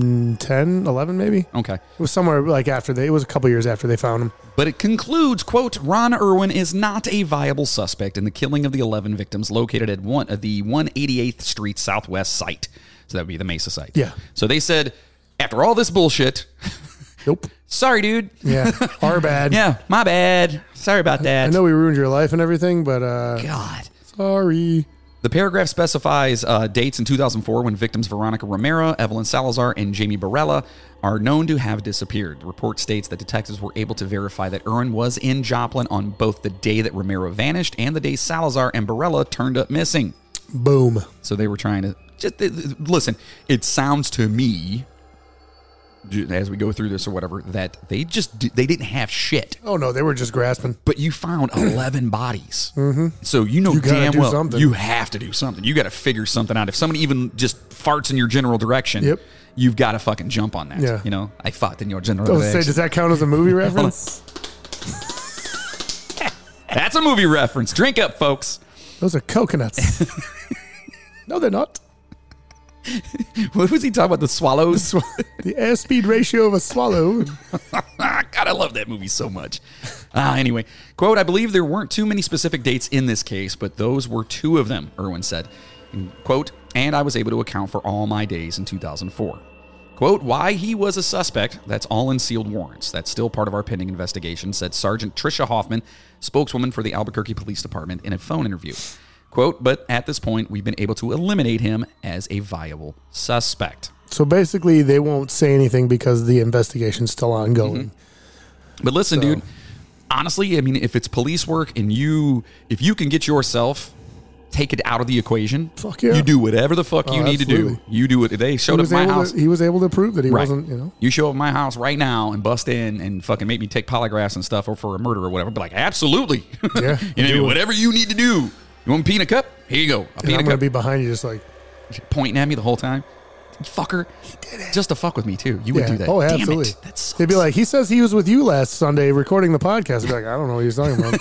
Speaker 4: 11 maybe. It
Speaker 3: Okay.
Speaker 4: was somewhere like after they. It was a couple years after they found him.
Speaker 3: But it concludes, quote, Ron Irwin is not a viable suspect in the killing of the 11 victims located at one at the 188th Street Southwest site. So that would be the Mesa site.
Speaker 4: Yeah.
Speaker 3: So they said, after all this bullshit, [laughs]
Speaker 4: Nope.
Speaker 3: sorry, dude.
Speaker 4: Yeah, our bad.
Speaker 3: Yeah, my bad. Sorry about that.
Speaker 4: I know we ruined your life and everything, but uh,
Speaker 3: God.
Speaker 4: sorry.
Speaker 3: The paragraph specifies uh, dates in 2004 when victims Veronica Romero, Evelyn Salazar, and Jamie Barella are known to have disappeared. The report states that detectives were able to verify that Irwin was in Joplin on both the day that Romero vanished and the day Salazar and Barella turned up missing.
Speaker 4: Boom.
Speaker 3: So they were trying to just th- th- listen. It sounds to me, j- as we go through this or whatever, that they just d- they didn't have shit.
Speaker 4: Oh no, they were just grasping.
Speaker 3: But you
Speaker 4: [clears throat]
Speaker 3: found 11 bodies. Mm-hmm. So you know
Speaker 4: You gotta
Speaker 3: damn
Speaker 4: do
Speaker 3: well
Speaker 4: something.
Speaker 3: you have to do something. You got to figure something out. If somebody even just farts in your general direction,
Speaker 4: Yep.
Speaker 3: you've got to fucking jump on that.
Speaker 4: Yeah.
Speaker 3: You know, I fought in your general
Speaker 4: I was gonna say,
Speaker 3: direction.
Speaker 4: does that count as
Speaker 3: [laughs]
Speaker 4: a movie reference?
Speaker 3: That's a movie reference. Drink up, folks. [laughs]
Speaker 4: Those are coconuts. no, they're not.
Speaker 3: What was he talking about? The swallows? [laughs]
Speaker 4: The airspeed ratio of a swallow.
Speaker 3: God, I love that movie so much. Ah, anyway, quote, I believe there weren't too many specific dates in this case, but those were two of them, Irwin said. And, quote, and I was able to account for all my days in 2004. Quote, why he was a suspect, that's all in sealed warrants. That's still part of our pending investigation, said Sergeant Trisha Hoffman, spokeswoman for the Albuquerque Police Department, in a phone interview. Quote, but at this point, we've been able to eliminate him as a viable suspect.
Speaker 4: So basically, they won't say anything because the investigation's still ongoing.
Speaker 3: Mm-hmm. But listen, dude. Honestly, I mean, if it's police work and you, if you can get yourself, take it out of the equation.
Speaker 4: Fuck yeah.
Speaker 3: You do whatever the fuck you
Speaker 4: Oh,
Speaker 3: need to do.
Speaker 4: absolutely.
Speaker 3: You do it. They
Speaker 4: He
Speaker 3: showed up
Speaker 4: was,
Speaker 3: at my
Speaker 4: able
Speaker 3: house.
Speaker 4: to, he was able to prove that he
Speaker 3: Right.
Speaker 4: wasn't, you know.
Speaker 3: You show up at my house right now and bust in and fucking make me take polygraphs and stuff or for a murder or whatever. Be like, absolutely. [laughs]
Speaker 4: Yeah,
Speaker 3: you know,
Speaker 4: do it.
Speaker 3: whatever you need to do. You want a peanut cup? Here you go. A
Speaker 4: And
Speaker 3: peanut
Speaker 4: I'm going to
Speaker 3: cup.
Speaker 4: be behind you just like,
Speaker 3: pointing at me the whole time. Fucker. He did it. Just to fuck with me, too. You would
Speaker 4: yeah.
Speaker 3: do that.
Speaker 4: Oh,
Speaker 3: Damn
Speaker 4: absolutely.
Speaker 3: It. That's
Speaker 4: They'd be like, he says he was with you last Sunday recording the podcast. I'd be like, I don't know what he's
Speaker 3: [laughs]
Speaker 4: talking about.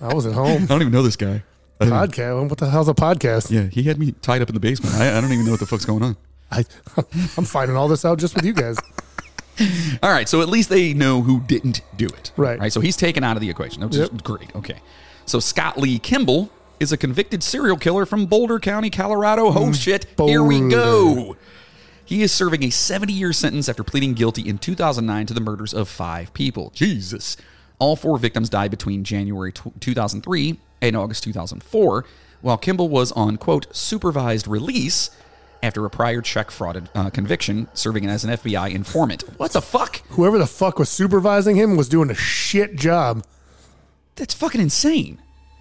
Speaker 4: I was at
Speaker 3: I
Speaker 4: home.
Speaker 3: don't even know this guy. I don't-
Speaker 4: Podcast? What the hell's a podcast?
Speaker 3: Yeah, he had me tied up in the basement. I, I don't even know what the fuck's going on.
Speaker 4: I, [laughs] I'm finding all this out just with you guys.
Speaker 3: All right, so at least they know who didn't do it.
Speaker 4: Right.
Speaker 3: Right. So he's taken out of the equation. That's
Speaker 4: Yep.
Speaker 3: great. Okay. So Scott Lee Kimball is a convicted serial killer from Boulder County, Colorado.
Speaker 4: Hmm.
Speaker 3: Oh shit. Here we go. He is serving a 70 year sentence after pleading guilty in 2009 to the murders of five people. Jesus. All four victims died between January tw 2003 and August 2004, while Kimball was on, quote, supervised release after a prior check fraud uh, conviction, serving as an FBI informant. What the fuck?
Speaker 4: Whoever the fuck was supervising him was doing a shit job.
Speaker 3: That's fucking insane.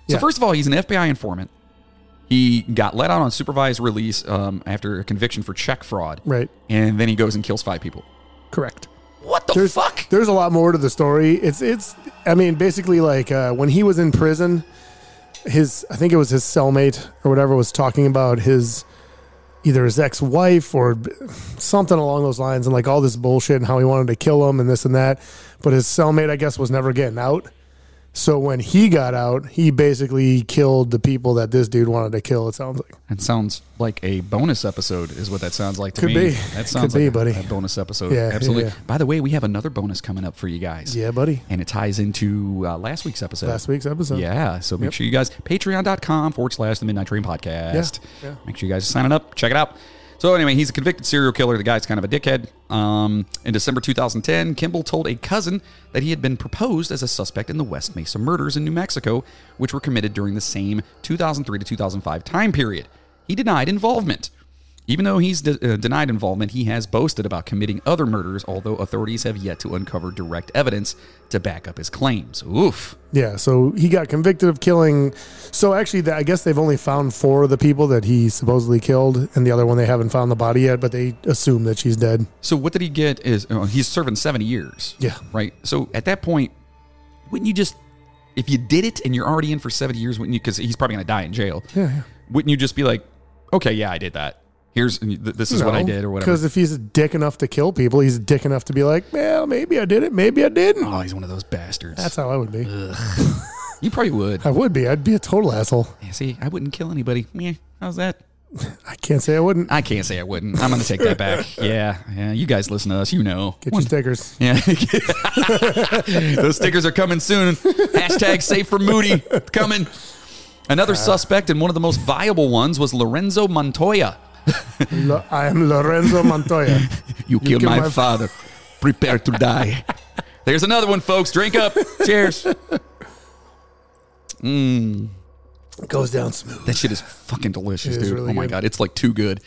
Speaker 3: So
Speaker 4: Yeah.
Speaker 3: first of all, he's an FBI informant. He got let out on supervised release um, after a conviction for check fraud,
Speaker 4: Right.
Speaker 3: and then he goes and kills five people.
Speaker 4: Correct.
Speaker 3: What the
Speaker 4: there's,
Speaker 3: fuck?
Speaker 4: There's a lot more to the story. It's it's. I mean, basically, like uh, when he was in prison, his I think it was his cellmate or whatever was talking about his either his ex-wife or b- something along those lines, and like all this bullshit and how he wanted to kill him and this and that. But his cellmate, I guess, was never getting out. So when he got out, he basically killed the people that this dude wanted to kill. It sounds like
Speaker 3: That sounds like a bonus episode, is what that sounds like to
Speaker 4: Could
Speaker 3: me.
Speaker 4: be.
Speaker 3: That
Speaker 4: Could
Speaker 3: sounds
Speaker 4: be,
Speaker 3: like a-
Speaker 4: buddy.
Speaker 3: A, bonus episode.
Speaker 4: Yeah,
Speaker 3: absolutely.
Speaker 4: yeah.
Speaker 3: By the way, we have another bonus coming up for you guys.
Speaker 4: yeah, buddy.
Speaker 3: and it ties into uh, last week's episode.
Speaker 4: Last week's episode.
Speaker 3: Yeah. So make
Speaker 4: Yep.
Speaker 3: sure you guys, patreon.com forward slash the Midnight Dream Podcast.
Speaker 4: Yeah, yeah.
Speaker 3: Make sure you guys are signing up. Check it out. So anyway, he's a convicted serial killer. The guy's kind of a dickhead. Um, in December 2010, Kimball told a cousin that he had been proposed as a suspect in the West Mesa murders in New Mexico, which were committed during the same 2003 to 2005 time period. He denied involvement. Even though he's de- uh, denied involvement, he has boasted about committing other murders, although authorities have yet to uncover direct evidence to back up his claims. Oof.
Speaker 4: Yeah, so he got convicted of killing. So actually, that- I guess they've only found four of the people that he supposedly killed, and the other one they haven't found the body yet, but they assume that she's dead.
Speaker 3: So what did he get? Is oh, he's serving seventy years?
Speaker 4: Yeah.
Speaker 3: Right. So at that point, wouldn't you just, if you did it and you're already in for seventy years, wouldn't you? Because he's probably gonna die in jail.
Speaker 4: Yeah, yeah.
Speaker 3: wouldn't you just be like, okay, yeah, I did that. Here's th- this is what I did or whatever.
Speaker 4: Because if he's a dick enough to kill people, he's dick enough to be like, well, maybe I did it, maybe I didn't.
Speaker 3: Oh, he's one of those bastards.
Speaker 4: That's how I would be.
Speaker 3: you probably would.
Speaker 4: I would be. I'd be a total asshole.
Speaker 3: Yeah, see, I wouldn't kill anybody. Meh, how's that?
Speaker 4: I can't say I wouldn't.
Speaker 3: I can't say I wouldn't. I'm gonna take that
Speaker 4: [laughs]
Speaker 3: back. Yeah, yeah. You guys listen to us. You know.
Speaker 4: Get
Speaker 3: One-
Speaker 4: your stickers.
Speaker 3: yeah. [laughs] Those stickers are coming soon. Hashtag safe for Moody. Coming. Another
Speaker 4: Ah.
Speaker 3: suspect and one of the most viable ones was Lorenzo Montoya.
Speaker 4: Lo- I am Lorenzo
Speaker 3: [laughs]
Speaker 4: Montoya.
Speaker 3: You, killed
Speaker 4: killed
Speaker 3: my,
Speaker 4: my-
Speaker 3: father. Prepare to die. There's another one, folks. Drink up. Cheers.
Speaker 4: It goes down smooth.
Speaker 3: That shit is fucking delicious,
Speaker 4: It is
Speaker 3: dude.
Speaker 4: really
Speaker 3: oh my
Speaker 4: good.
Speaker 3: god, it's like too
Speaker 4: [laughs]
Speaker 3: good.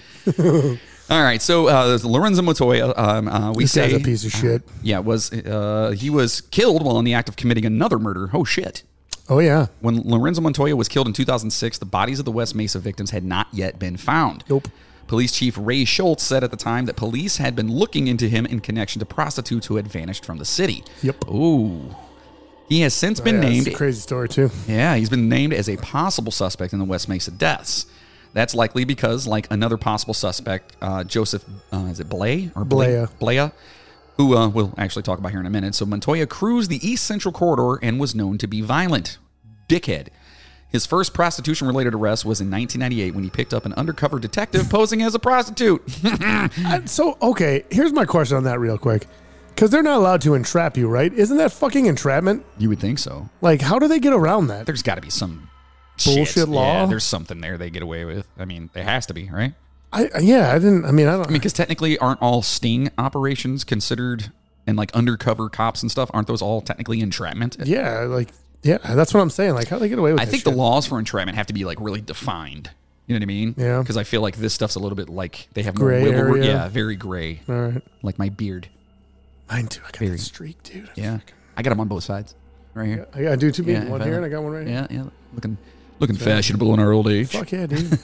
Speaker 3: All right, so uh, there's Lorenzo Montoya, um, uh, we
Speaker 4: This
Speaker 3: say,
Speaker 4: guy's a piece of shit.
Speaker 3: yeah, was uh, he was killed while in the act of committing another murder? Oh shit!
Speaker 4: Oh yeah.
Speaker 3: When Lorenzo Montoya was killed in 2006, the bodies of the West Mesa victims had not yet been found.
Speaker 4: Nope.
Speaker 3: Police Chief Ray Schultz said at the time that police had been looking into him in connection to prostitutes who had vanished from the city.
Speaker 4: Yep.
Speaker 3: Ooh. He has since been
Speaker 4: Yeah, it's
Speaker 3: named
Speaker 4: a crazy story too.
Speaker 3: yeah, he's been named as a possible suspect in the West Mesa deaths. That's likely because, like another possible suspect, uh, Joseph, uh, is it Blay or Blay?
Speaker 4: Blaya.
Speaker 3: Blaya, who uh, we'll actually talk about here in a minute. So Montoya cruised the East Central Corridor and was known to be violent. Dickhead. His first prostitution related arrest was in 1998 when he picked up an undercover detective posing as a prostitute. [laughs]
Speaker 4: I- so okay, here's my question on that real quick. Because they're not allowed to entrap you, right? Isn't that fucking entrapment?
Speaker 3: you would think so.
Speaker 4: Like, how do they get around that?
Speaker 3: There's got to be some shit.
Speaker 4: Bullshit law?
Speaker 3: Yeah, there's something there they get away with. I mean, there has to be, right?
Speaker 4: I I- yeah, I didn't. I mean, I don't.
Speaker 3: I mean, because technically, aren't all sting operations considered and like undercover cops and stuff? Aren't those all technically entrapment?
Speaker 4: yeah, like yeah, that's what I'm saying. Like, how do they get away with?
Speaker 3: I
Speaker 4: that
Speaker 3: think the
Speaker 4: shit?
Speaker 3: laws for entrapment have to be like really defined. You know what I mean?
Speaker 4: Yeah.
Speaker 3: Because I feel like this stuff's a little bit like they have more
Speaker 4: Gray
Speaker 3: wiggle room.
Speaker 4: area.
Speaker 3: Yeah, very gray.
Speaker 4: All right,
Speaker 3: Like my beard.
Speaker 4: mine too. I got
Speaker 3: Very-
Speaker 4: that streak, dude.
Speaker 3: Yeah. I got them on both sides, right here.
Speaker 4: I, I do two
Speaker 3: Yeah,
Speaker 4: people. one
Speaker 3: if I
Speaker 4: here,
Speaker 3: look-
Speaker 4: and I got one right here.
Speaker 3: Yeah, yeah. Looking, looking fashionable in our old age.
Speaker 4: Fuck
Speaker 3: [laughs]
Speaker 4: yeah, dude.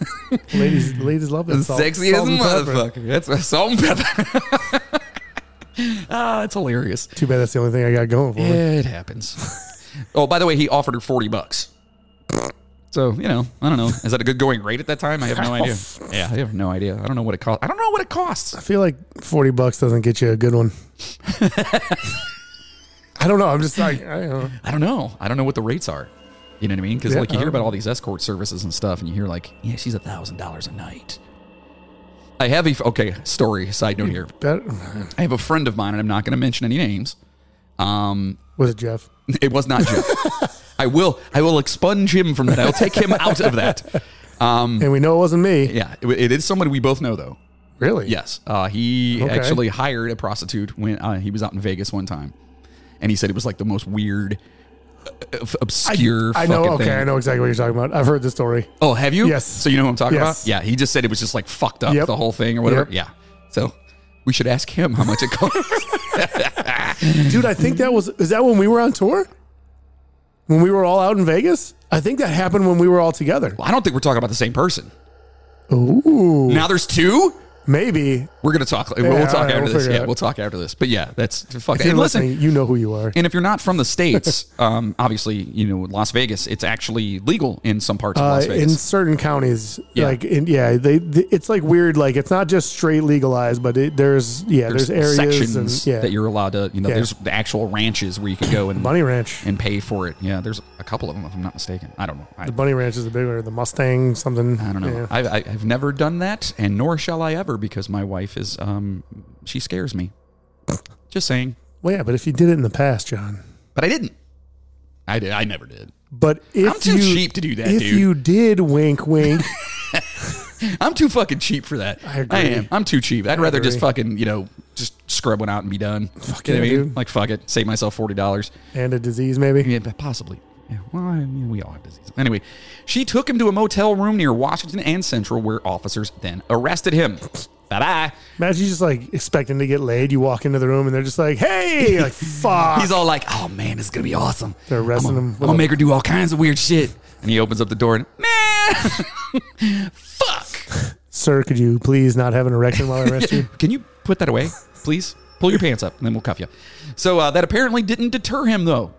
Speaker 4: ladies, ladies love it. Salt-
Speaker 3: sexy as
Speaker 4: salt
Speaker 3: a
Speaker 4: and pepper.
Speaker 3: motherfucker. That's a salt and pepper. [laughs] ah, it's hilarious.
Speaker 4: Too bad that's the only thing I got going for me.
Speaker 3: It happens. [laughs] oh, by the way, he offered her 40 bucks. So, you know, I don't know. [laughs] Is that a good going rate at that time? I have no [laughs] idea. Yeah, I have no idea. I don't know what it costs. I don't know what it costs.
Speaker 4: I feel like forty bucks doesn't get you a
Speaker 3: [laughs]
Speaker 4: good one. I don't know. I'm just like I don't know.
Speaker 3: I don't know. I don't know what the rates are. You know what I mean? Because,
Speaker 4: Yeah,
Speaker 3: like, you
Speaker 4: I
Speaker 3: hear
Speaker 4: don't
Speaker 3: about
Speaker 4: know.
Speaker 3: all these escort services and stuff, and you hear, like, yeah, she's a $1,000 a night. I have a, okay, story, side note here.
Speaker 4: That,
Speaker 3: I have a friend of mine, and I'm not going to mention any names. Um, [laughs]
Speaker 4: was it Jeff?
Speaker 3: It was not [laughs] Jeff. I will. I will expunge him from that. I'll take him out of that. Um,
Speaker 4: And we know it wasn't me.
Speaker 3: yeah, it, it is somebody we both know though.
Speaker 4: Really?
Speaker 3: Yes, uh, he
Speaker 4: Okay.
Speaker 3: actually hired a prostitute when uh, he was out in Vegas one time, and he said it was like the most weird, uh, uh, obscure.
Speaker 4: I know.
Speaker 3: fucking
Speaker 4: Okay,
Speaker 3: thing.
Speaker 4: I know exactly what you're talking about. I've heard the story.
Speaker 3: Oh, have you?
Speaker 4: Yes.
Speaker 3: So you know what I'm talking
Speaker 4: Yes.
Speaker 3: about? Yeah. He just said it was just like fucked up
Speaker 4: Yep.
Speaker 3: the whole thing or whatever.
Speaker 4: Yep.
Speaker 3: Yeah. So we should ask him how much it
Speaker 4: [laughs]
Speaker 3: costs.
Speaker 4: Dude, I think that was is that when we were on tour? When we were all out in Vegas? I think that happened when we were all together.
Speaker 3: I don't think we're talking about the same person.
Speaker 4: Ooh.
Speaker 3: Now there's two.
Speaker 4: Maybe.
Speaker 3: We're gonna talk. we'll
Speaker 4: all
Speaker 3: talk
Speaker 4: right,
Speaker 3: after this.
Speaker 4: we'll figure it
Speaker 3: Yeah,
Speaker 4: out.
Speaker 3: we'll talk after this. But yeah, that's fuck.
Speaker 4: If you're
Speaker 3: And listen,
Speaker 4: listening, you know who you are.
Speaker 3: and if you're not from the
Speaker 4: [laughs]
Speaker 3: states, um, obviously you know Las Vegas. It's actually legal in some parts of
Speaker 4: Uh,
Speaker 3: Las
Speaker 4: in
Speaker 3: Vegas.
Speaker 4: certain counties,
Speaker 3: Yeah.
Speaker 4: like in, yeah, they, th- it's like weird. Like it's not just straight legalized, but it, there's yeah, there's, areas
Speaker 3: sections
Speaker 4: and yeah,
Speaker 3: that you're allowed to. You know,
Speaker 4: Yeah.
Speaker 3: there's the actual ranches where you can go and
Speaker 4: Bunny Ranch.
Speaker 3: and pay for it. Yeah, there's a couple of them if I'm not mistaken. I don't know. I,
Speaker 4: The Bunny Ranch is a big one. or The Mustang something.
Speaker 3: I don't know.
Speaker 4: Yeah.
Speaker 3: I, I, I've never done that, and nor shall I ever because my wife is um she scares me. Just saying,
Speaker 4: Well, yeah, but if you did it in the past, John.
Speaker 3: but I didn't. I did. I never did.
Speaker 4: But if
Speaker 3: I'm too
Speaker 4: you,
Speaker 3: cheap to do that,
Speaker 4: if
Speaker 3: dude.
Speaker 4: you did
Speaker 3: [laughs]
Speaker 4: wink, wink,
Speaker 3: I'm too fucking cheap for that.
Speaker 4: I agree.
Speaker 3: am. I'm too cheap. I'd rather just
Speaker 4: agree.
Speaker 3: fucking, you know, just scrub one out and be done. Fuck
Speaker 4: yeah, dude.
Speaker 3: Like, fuck it. Save myself $40.
Speaker 4: and a disease maybe.
Speaker 3: Yeah, but possibly. Yeah, well, I mean, we all have diseases. Anyway, she took him to a motel room near Washington and Central where officers then arrested him. Bye bye.
Speaker 4: Imagine you just like expecting to get laid. You walk into the room and they're just like,
Speaker 3: [laughs]
Speaker 4: "Hey, like fuck."
Speaker 3: He's all like, oh man, this is going to be awesome.
Speaker 4: They're arresting
Speaker 3: I'm gonna-
Speaker 4: him
Speaker 3: I'm
Speaker 4: with
Speaker 3: going to
Speaker 4: a-
Speaker 3: make her do all kinds of weird shit. And he opens up the door and, man, [laughs] fuck.
Speaker 4: Sir, could you please not have an erection
Speaker 3: [laughs]
Speaker 4: while I arrest you?
Speaker 3: Can you put that away, please? Pull your pants up and then we'll cuff you. So uh, that apparently didn't deter him, though.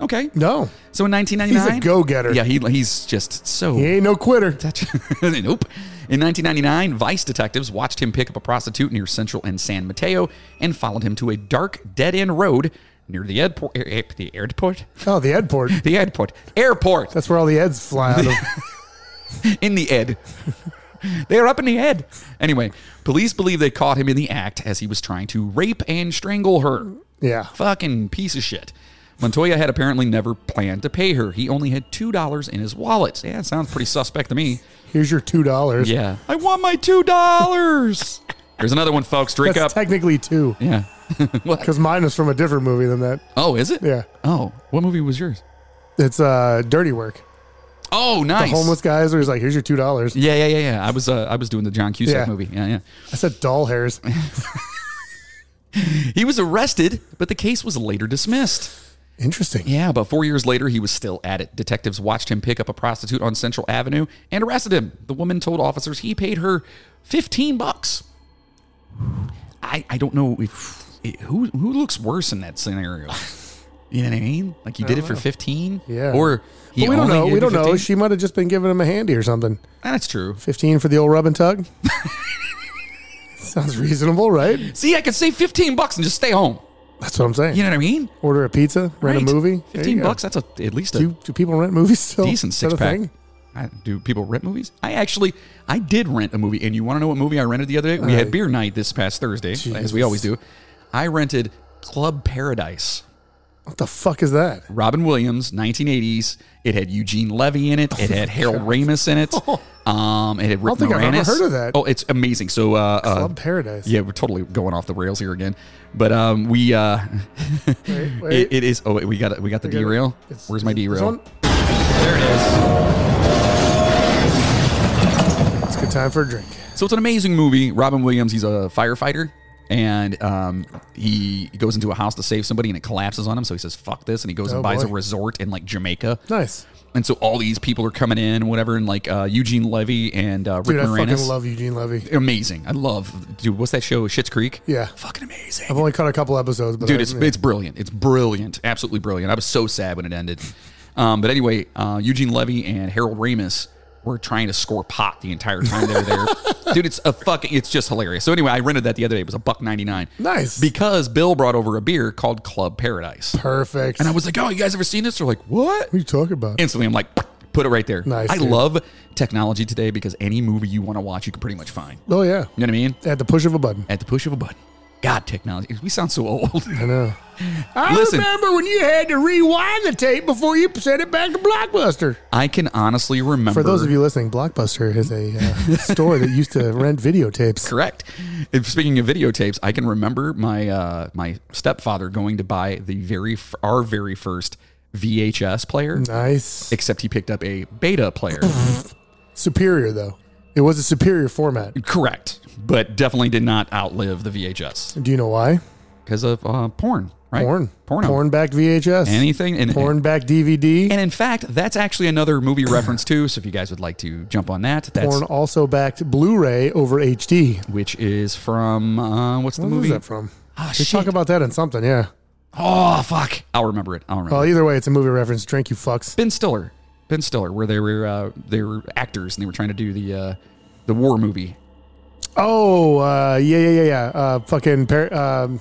Speaker 3: Okay.
Speaker 4: No,
Speaker 3: So in
Speaker 4: he's
Speaker 3: 1999,
Speaker 4: a go-getter.
Speaker 3: yeah, he, he's just so
Speaker 4: He ain't no quitter.
Speaker 3: touch. [laughs] nope. In 1999, Vice detectives watched him pick up a prostitute near Central and San Mateo and followed him to a dark, dead-end road near the airport. The airport.
Speaker 4: Oh, the Ed port.
Speaker 3: The airport. Airport.
Speaker 4: That's where all the Eds fly
Speaker 3: [laughs]
Speaker 4: out of.
Speaker 3: in the head. [laughs] they are up in the head. Anyway, police believe they caught him in the act as he was trying to rape and strangle her.
Speaker 4: Yeah.
Speaker 3: Fucking piece of shit. Montoya had apparently never planned to pay her. He only had $2 in his wallet. Yeah, sounds pretty suspect to me.
Speaker 4: Here's your two dollars.
Speaker 3: Yeah. I want my $2. Here's another one, folks. Drink
Speaker 4: That's
Speaker 3: up.
Speaker 4: technically two
Speaker 3: yeah. [laughs] what?
Speaker 4: because mine is from a different movie than that.
Speaker 3: Oh, is it?
Speaker 4: Yeah.
Speaker 3: Oh, what movie was yours?
Speaker 4: It's uh, Dirty Work.
Speaker 3: Oh, nice.
Speaker 4: Homeless guys, where he's like, "Here's your two dollars."
Speaker 3: Yeah, yeah, yeah, yeah. I was uh, I was doing the John Cusack
Speaker 4: Yeah.
Speaker 3: movie. Yeah, yeah.
Speaker 4: I said
Speaker 3: [laughs]
Speaker 4: doll hairs.
Speaker 3: He was arrested, but the case was later dismissed.
Speaker 4: Interesting.
Speaker 3: Yeah, but four years later, he was still at it. Detectives watched him pick up a prostitute on Central Avenue and arrested him. The woman told officers he paid her 15 bucks. I, I don't know if it, who who looks worse in that scenario. [laughs] You know what I mean? Like he did it for 15?
Speaker 4: Yeah.
Speaker 3: Or he
Speaker 4: But we don't
Speaker 3: only
Speaker 4: know.
Speaker 3: did
Speaker 4: We
Speaker 3: it for
Speaker 4: don't know.
Speaker 3: 15?
Speaker 4: She might have just been giving him a handy or something.
Speaker 3: That's true.
Speaker 4: Fifteen for the old rub and tug. [laughs] Sounds reasonable, right?
Speaker 3: See, I could save 15 bucks and just stay home.
Speaker 4: That's what I'm saying.
Speaker 3: You know what I mean?
Speaker 4: Order a pizza, rent
Speaker 3: Right.
Speaker 4: a movie. There
Speaker 3: 15
Speaker 4: you go.
Speaker 3: bucks, that's a, at least a
Speaker 4: Do, do people rent movies still?
Speaker 3: decent
Speaker 4: Is that
Speaker 3: six
Speaker 4: a
Speaker 3: pack.
Speaker 4: thing?
Speaker 3: I, do people rent movies? I actually, I did rent a movie, and you want to know what movie I rented the other day? We had beer night this past Thursday, as we always do. I rented Club Paradise,
Speaker 4: What the fuck is that?
Speaker 3: Robin Williams, 1980s. It had Eugene Levy in it.
Speaker 4: Oh
Speaker 3: It had Harold Ramis in
Speaker 4: [laughs]
Speaker 3: it. Um, it had Rick
Speaker 4: don't think I've ever
Speaker 3: Moranis.
Speaker 4: heard of that.
Speaker 3: Oh, it's amazing. So, uh, uh,
Speaker 4: Club Paradise.
Speaker 3: yeah, we're totally going off the rails here again, but um, we uh,
Speaker 4: wait.
Speaker 3: [laughs] It, it is. Oh, wait, we got it. We got the derail.
Speaker 4: It's-
Speaker 3: Where's my
Speaker 4: is it this
Speaker 3: derail?
Speaker 4: one?
Speaker 3: There it is.
Speaker 4: It's a good time for a drink.
Speaker 3: So it's an amazing movie. Robin Williams, he's a firefighter, and um, he goes into a house to save somebody, and it collapses on him. So he says, "Fuck this," and he goes
Speaker 4: Oh,
Speaker 3: and buys
Speaker 4: boy.
Speaker 3: a resort in like Jamaica.
Speaker 4: Nice.
Speaker 3: And so all these people are coming in, and whatever, and like uh, Eugene Levy and uh, Rick
Speaker 4: Dude, I
Speaker 3: Moranis.
Speaker 4: fucking love Eugene Levy.
Speaker 3: amazing. I love, dude. What's that show? Shit's Creek.
Speaker 4: Yeah.
Speaker 3: fucking amazing.
Speaker 4: I've only caught a couple episodes, but
Speaker 3: Dude,
Speaker 4: I-
Speaker 3: it's it's brilliant. It's brilliant. Absolutely brilliant. I was so sad when it ended. Um, but anyway, uh, Eugene Levy and Harold Ramis were trying to score pot the entire time they were
Speaker 4: [laughs]
Speaker 3: there. Dude, it's a fucking it's just hilarious. So anyway, I rented that the other day. It was a buck ninety nine.
Speaker 4: Nice.
Speaker 3: Because Bill brought over a beer called Club Paradise.
Speaker 4: perfect.
Speaker 3: And I was like, Oh, you guys ever seen this? They're like, What?
Speaker 4: what are you talking about?
Speaker 3: Instantly I'm like, put it right there.
Speaker 4: Nice,
Speaker 3: I
Speaker 4: dude.
Speaker 3: love technology today because any movie you want to watch, you can pretty much find.
Speaker 4: oh yeah,
Speaker 3: You know what I mean?
Speaker 4: at the push of a button.
Speaker 3: At the push of a button. God, technology. We sound so [laughs] old.
Speaker 4: I know. I
Speaker 3: Listen.
Speaker 4: remember when you had to rewind the tape before you sent it back to Blockbuster.
Speaker 3: I can honestly remember.
Speaker 4: For those of you listening, Blockbuster is a [laughs] uh, store that used to rent videotapes.
Speaker 3: correct. If speaking of videotapes, I can remember my uh, my stepfather going to buy the very f- our very first VHS player.
Speaker 4: Mm. Nice.
Speaker 3: Except he picked up a beta
Speaker 4: [laughs]
Speaker 3: player.
Speaker 4: Superior though. It was a superior format.
Speaker 3: correct, but definitely did not outlive the VHS
Speaker 4: Do you know why?
Speaker 3: because of uh, porn. Right?
Speaker 4: Porn.
Speaker 3: Porno.
Speaker 4: Porn back VHS.
Speaker 3: Anything. And,
Speaker 4: Porn back DVD.
Speaker 3: And in fact, that's actually another
Speaker 4: [coughs]
Speaker 3: movie reference too. So if you guys would like to jump on that, that's
Speaker 4: Porn also backed Blu-ray over HD.
Speaker 3: which is from uh, what's the
Speaker 4: What
Speaker 3: movie?
Speaker 4: was that from?
Speaker 3: Ah,
Speaker 4: We
Speaker 3: shit.
Speaker 4: talk about that in something, yeah.
Speaker 3: oh fuck! I'll remember it. I'll remember.
Speaker 4: Well, either way, it's a movie reference. Drink, you fucks.
Speaker 3: Ben Stiller, Ben Stiller, where they were uh, they were actors and they were trying to do the uh, the war movie.
Speaker 4: Oh, uh, yeah, yeah, yeah, yeah. Uh, fucking. Par- um,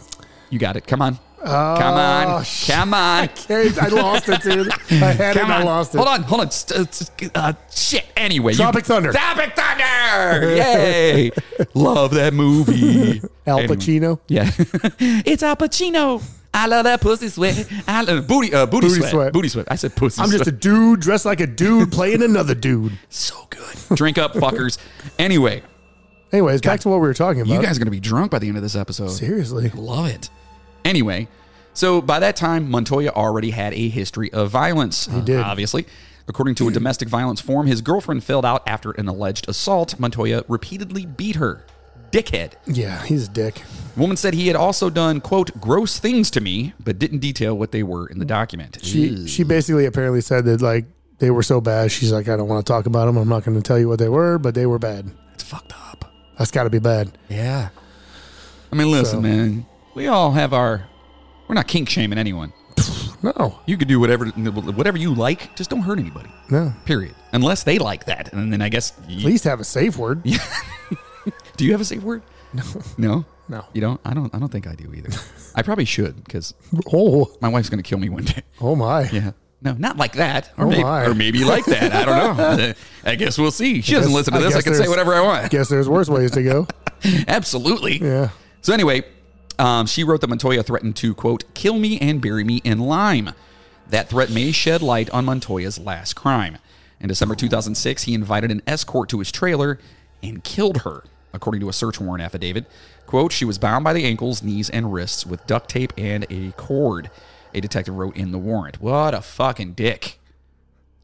Speaker 3: You got it. Come on, come on,
Speaker 4: Oh, shit.
Speaker 3: come on.
Speaker 4: Hey, I lost it, dude. I had it,
Speaker 3: Come
Speaker 4: and I
Speaker 3: on.
Speaker 4: lost it.
Speaker 3: Hold on, hold on. St- st- Uh, shit. Anyway, you-
Speaker 4: Tropic Thunder.
Speaker 3: Tropic Thunder.
Speaker 4: [laughs]
Speaker 3: Yay! Love that movie.
Speaker 4: Al
Speaker 3: Anyway.
Speaker 4: Pacino.
Speaker 3: Yeah, [laughs] it's Al Pacino. I love that pussy sweat. I love booty, uh, booty,
Speaker 4: Booty
Speaker 3: sweat.
Speaker 4: sweat.
Speaker 3: booty sweat. I said pussy.
Speaker 4: I'm just a
Speaker 3: sweat.
Speaker 4: dude dressed like a dude playing another dude.
Speaker 3: so good. Drink up, fuckers. Anyway,
Speaker 4: Anyways, back to what we were talking about.
Speaker 3: you guys are gonna be drunk by the end of this episode.
Speaker 4: Seriously.
Speaker 3: Love it. Anyway, so by that time, Montoya already had a history of violence. He
Speaker 4: did.
Speaker 3: Obviously. According to a domestic violence form, his girlfriend failed out after an alleged assault. Montoya repeatedly beat her. Dickhead.
Speaker 4: Yeah, he's a dick.
Speaker 3: The woman said he had also done, quote, gross things to me, but didn't detail what they were in the document.
Speaker 4: She she basically apparently said that like they were so bad. She's like, I don't want to talk about them. I'm not going to tell you what they were, but they were bad.
Speaker 3: It's fucked up.
Speaker 4: That's got to be bad.
Speaker 3: Yeah. I mean, listen,
Speaker 4: So-
Speaker 3: man. We all have our. We're not kink shaming anyone.
Speaker 4: No.
Speaker 3: You could do whatever whatever you like. Just don't hurt anybody.
Speaker 4: No.
Speaker 3: Period. Unless they like that, and then I guess.
Speaker 4: At
Speaker 3: You,
Speaker 4: least have a safe word.
Speaker 3: do you have a safe word? No. No.
Speaker 4: No.
Speaker 3: You don't. I don't. I don't think I do either. I probably should because
Speaker 4: Oh,
Speaker 3: my wife's gonna kill me one day.
Speaker 4: oh my.
Speaker 3: Yeah. No, not like that. Or,
Speaker 4: Oh,
Speaker 3: maybe,
Speaker 4: my.
Speaker 3: or maybe like that. I don't
Speaker 4: [laughs]
Speaker 3: know. I guess we'll see. She doesn't
Speaker 4: guess-
Speaker 3: listen to
Speaker 4: I
Speaker 3: this. I
Speaker 4: guess
Speaker 3: can say
Speaker 4: there's-
Speaker 3: whatever I
Speaker 4: [laughs]
Speaker 3: want.
Speaker 4: Guess there's worse ways to go.
Speaker 3: Absolutely.
Speaker 4: Yeah.
Speaker 3: So anyway, um, she wrote that Montoya threatened to quote kill me and bury me in lime. That threat may shed light on Montoya's last crime. In December 2006, he invited an escort to his trailer and killed her, according to a search warrant affidavit. Quote, she was bound by the ankles, knees, and wrists with duct tape and a cord, a detective wrote in the warrant. What a fucking dick.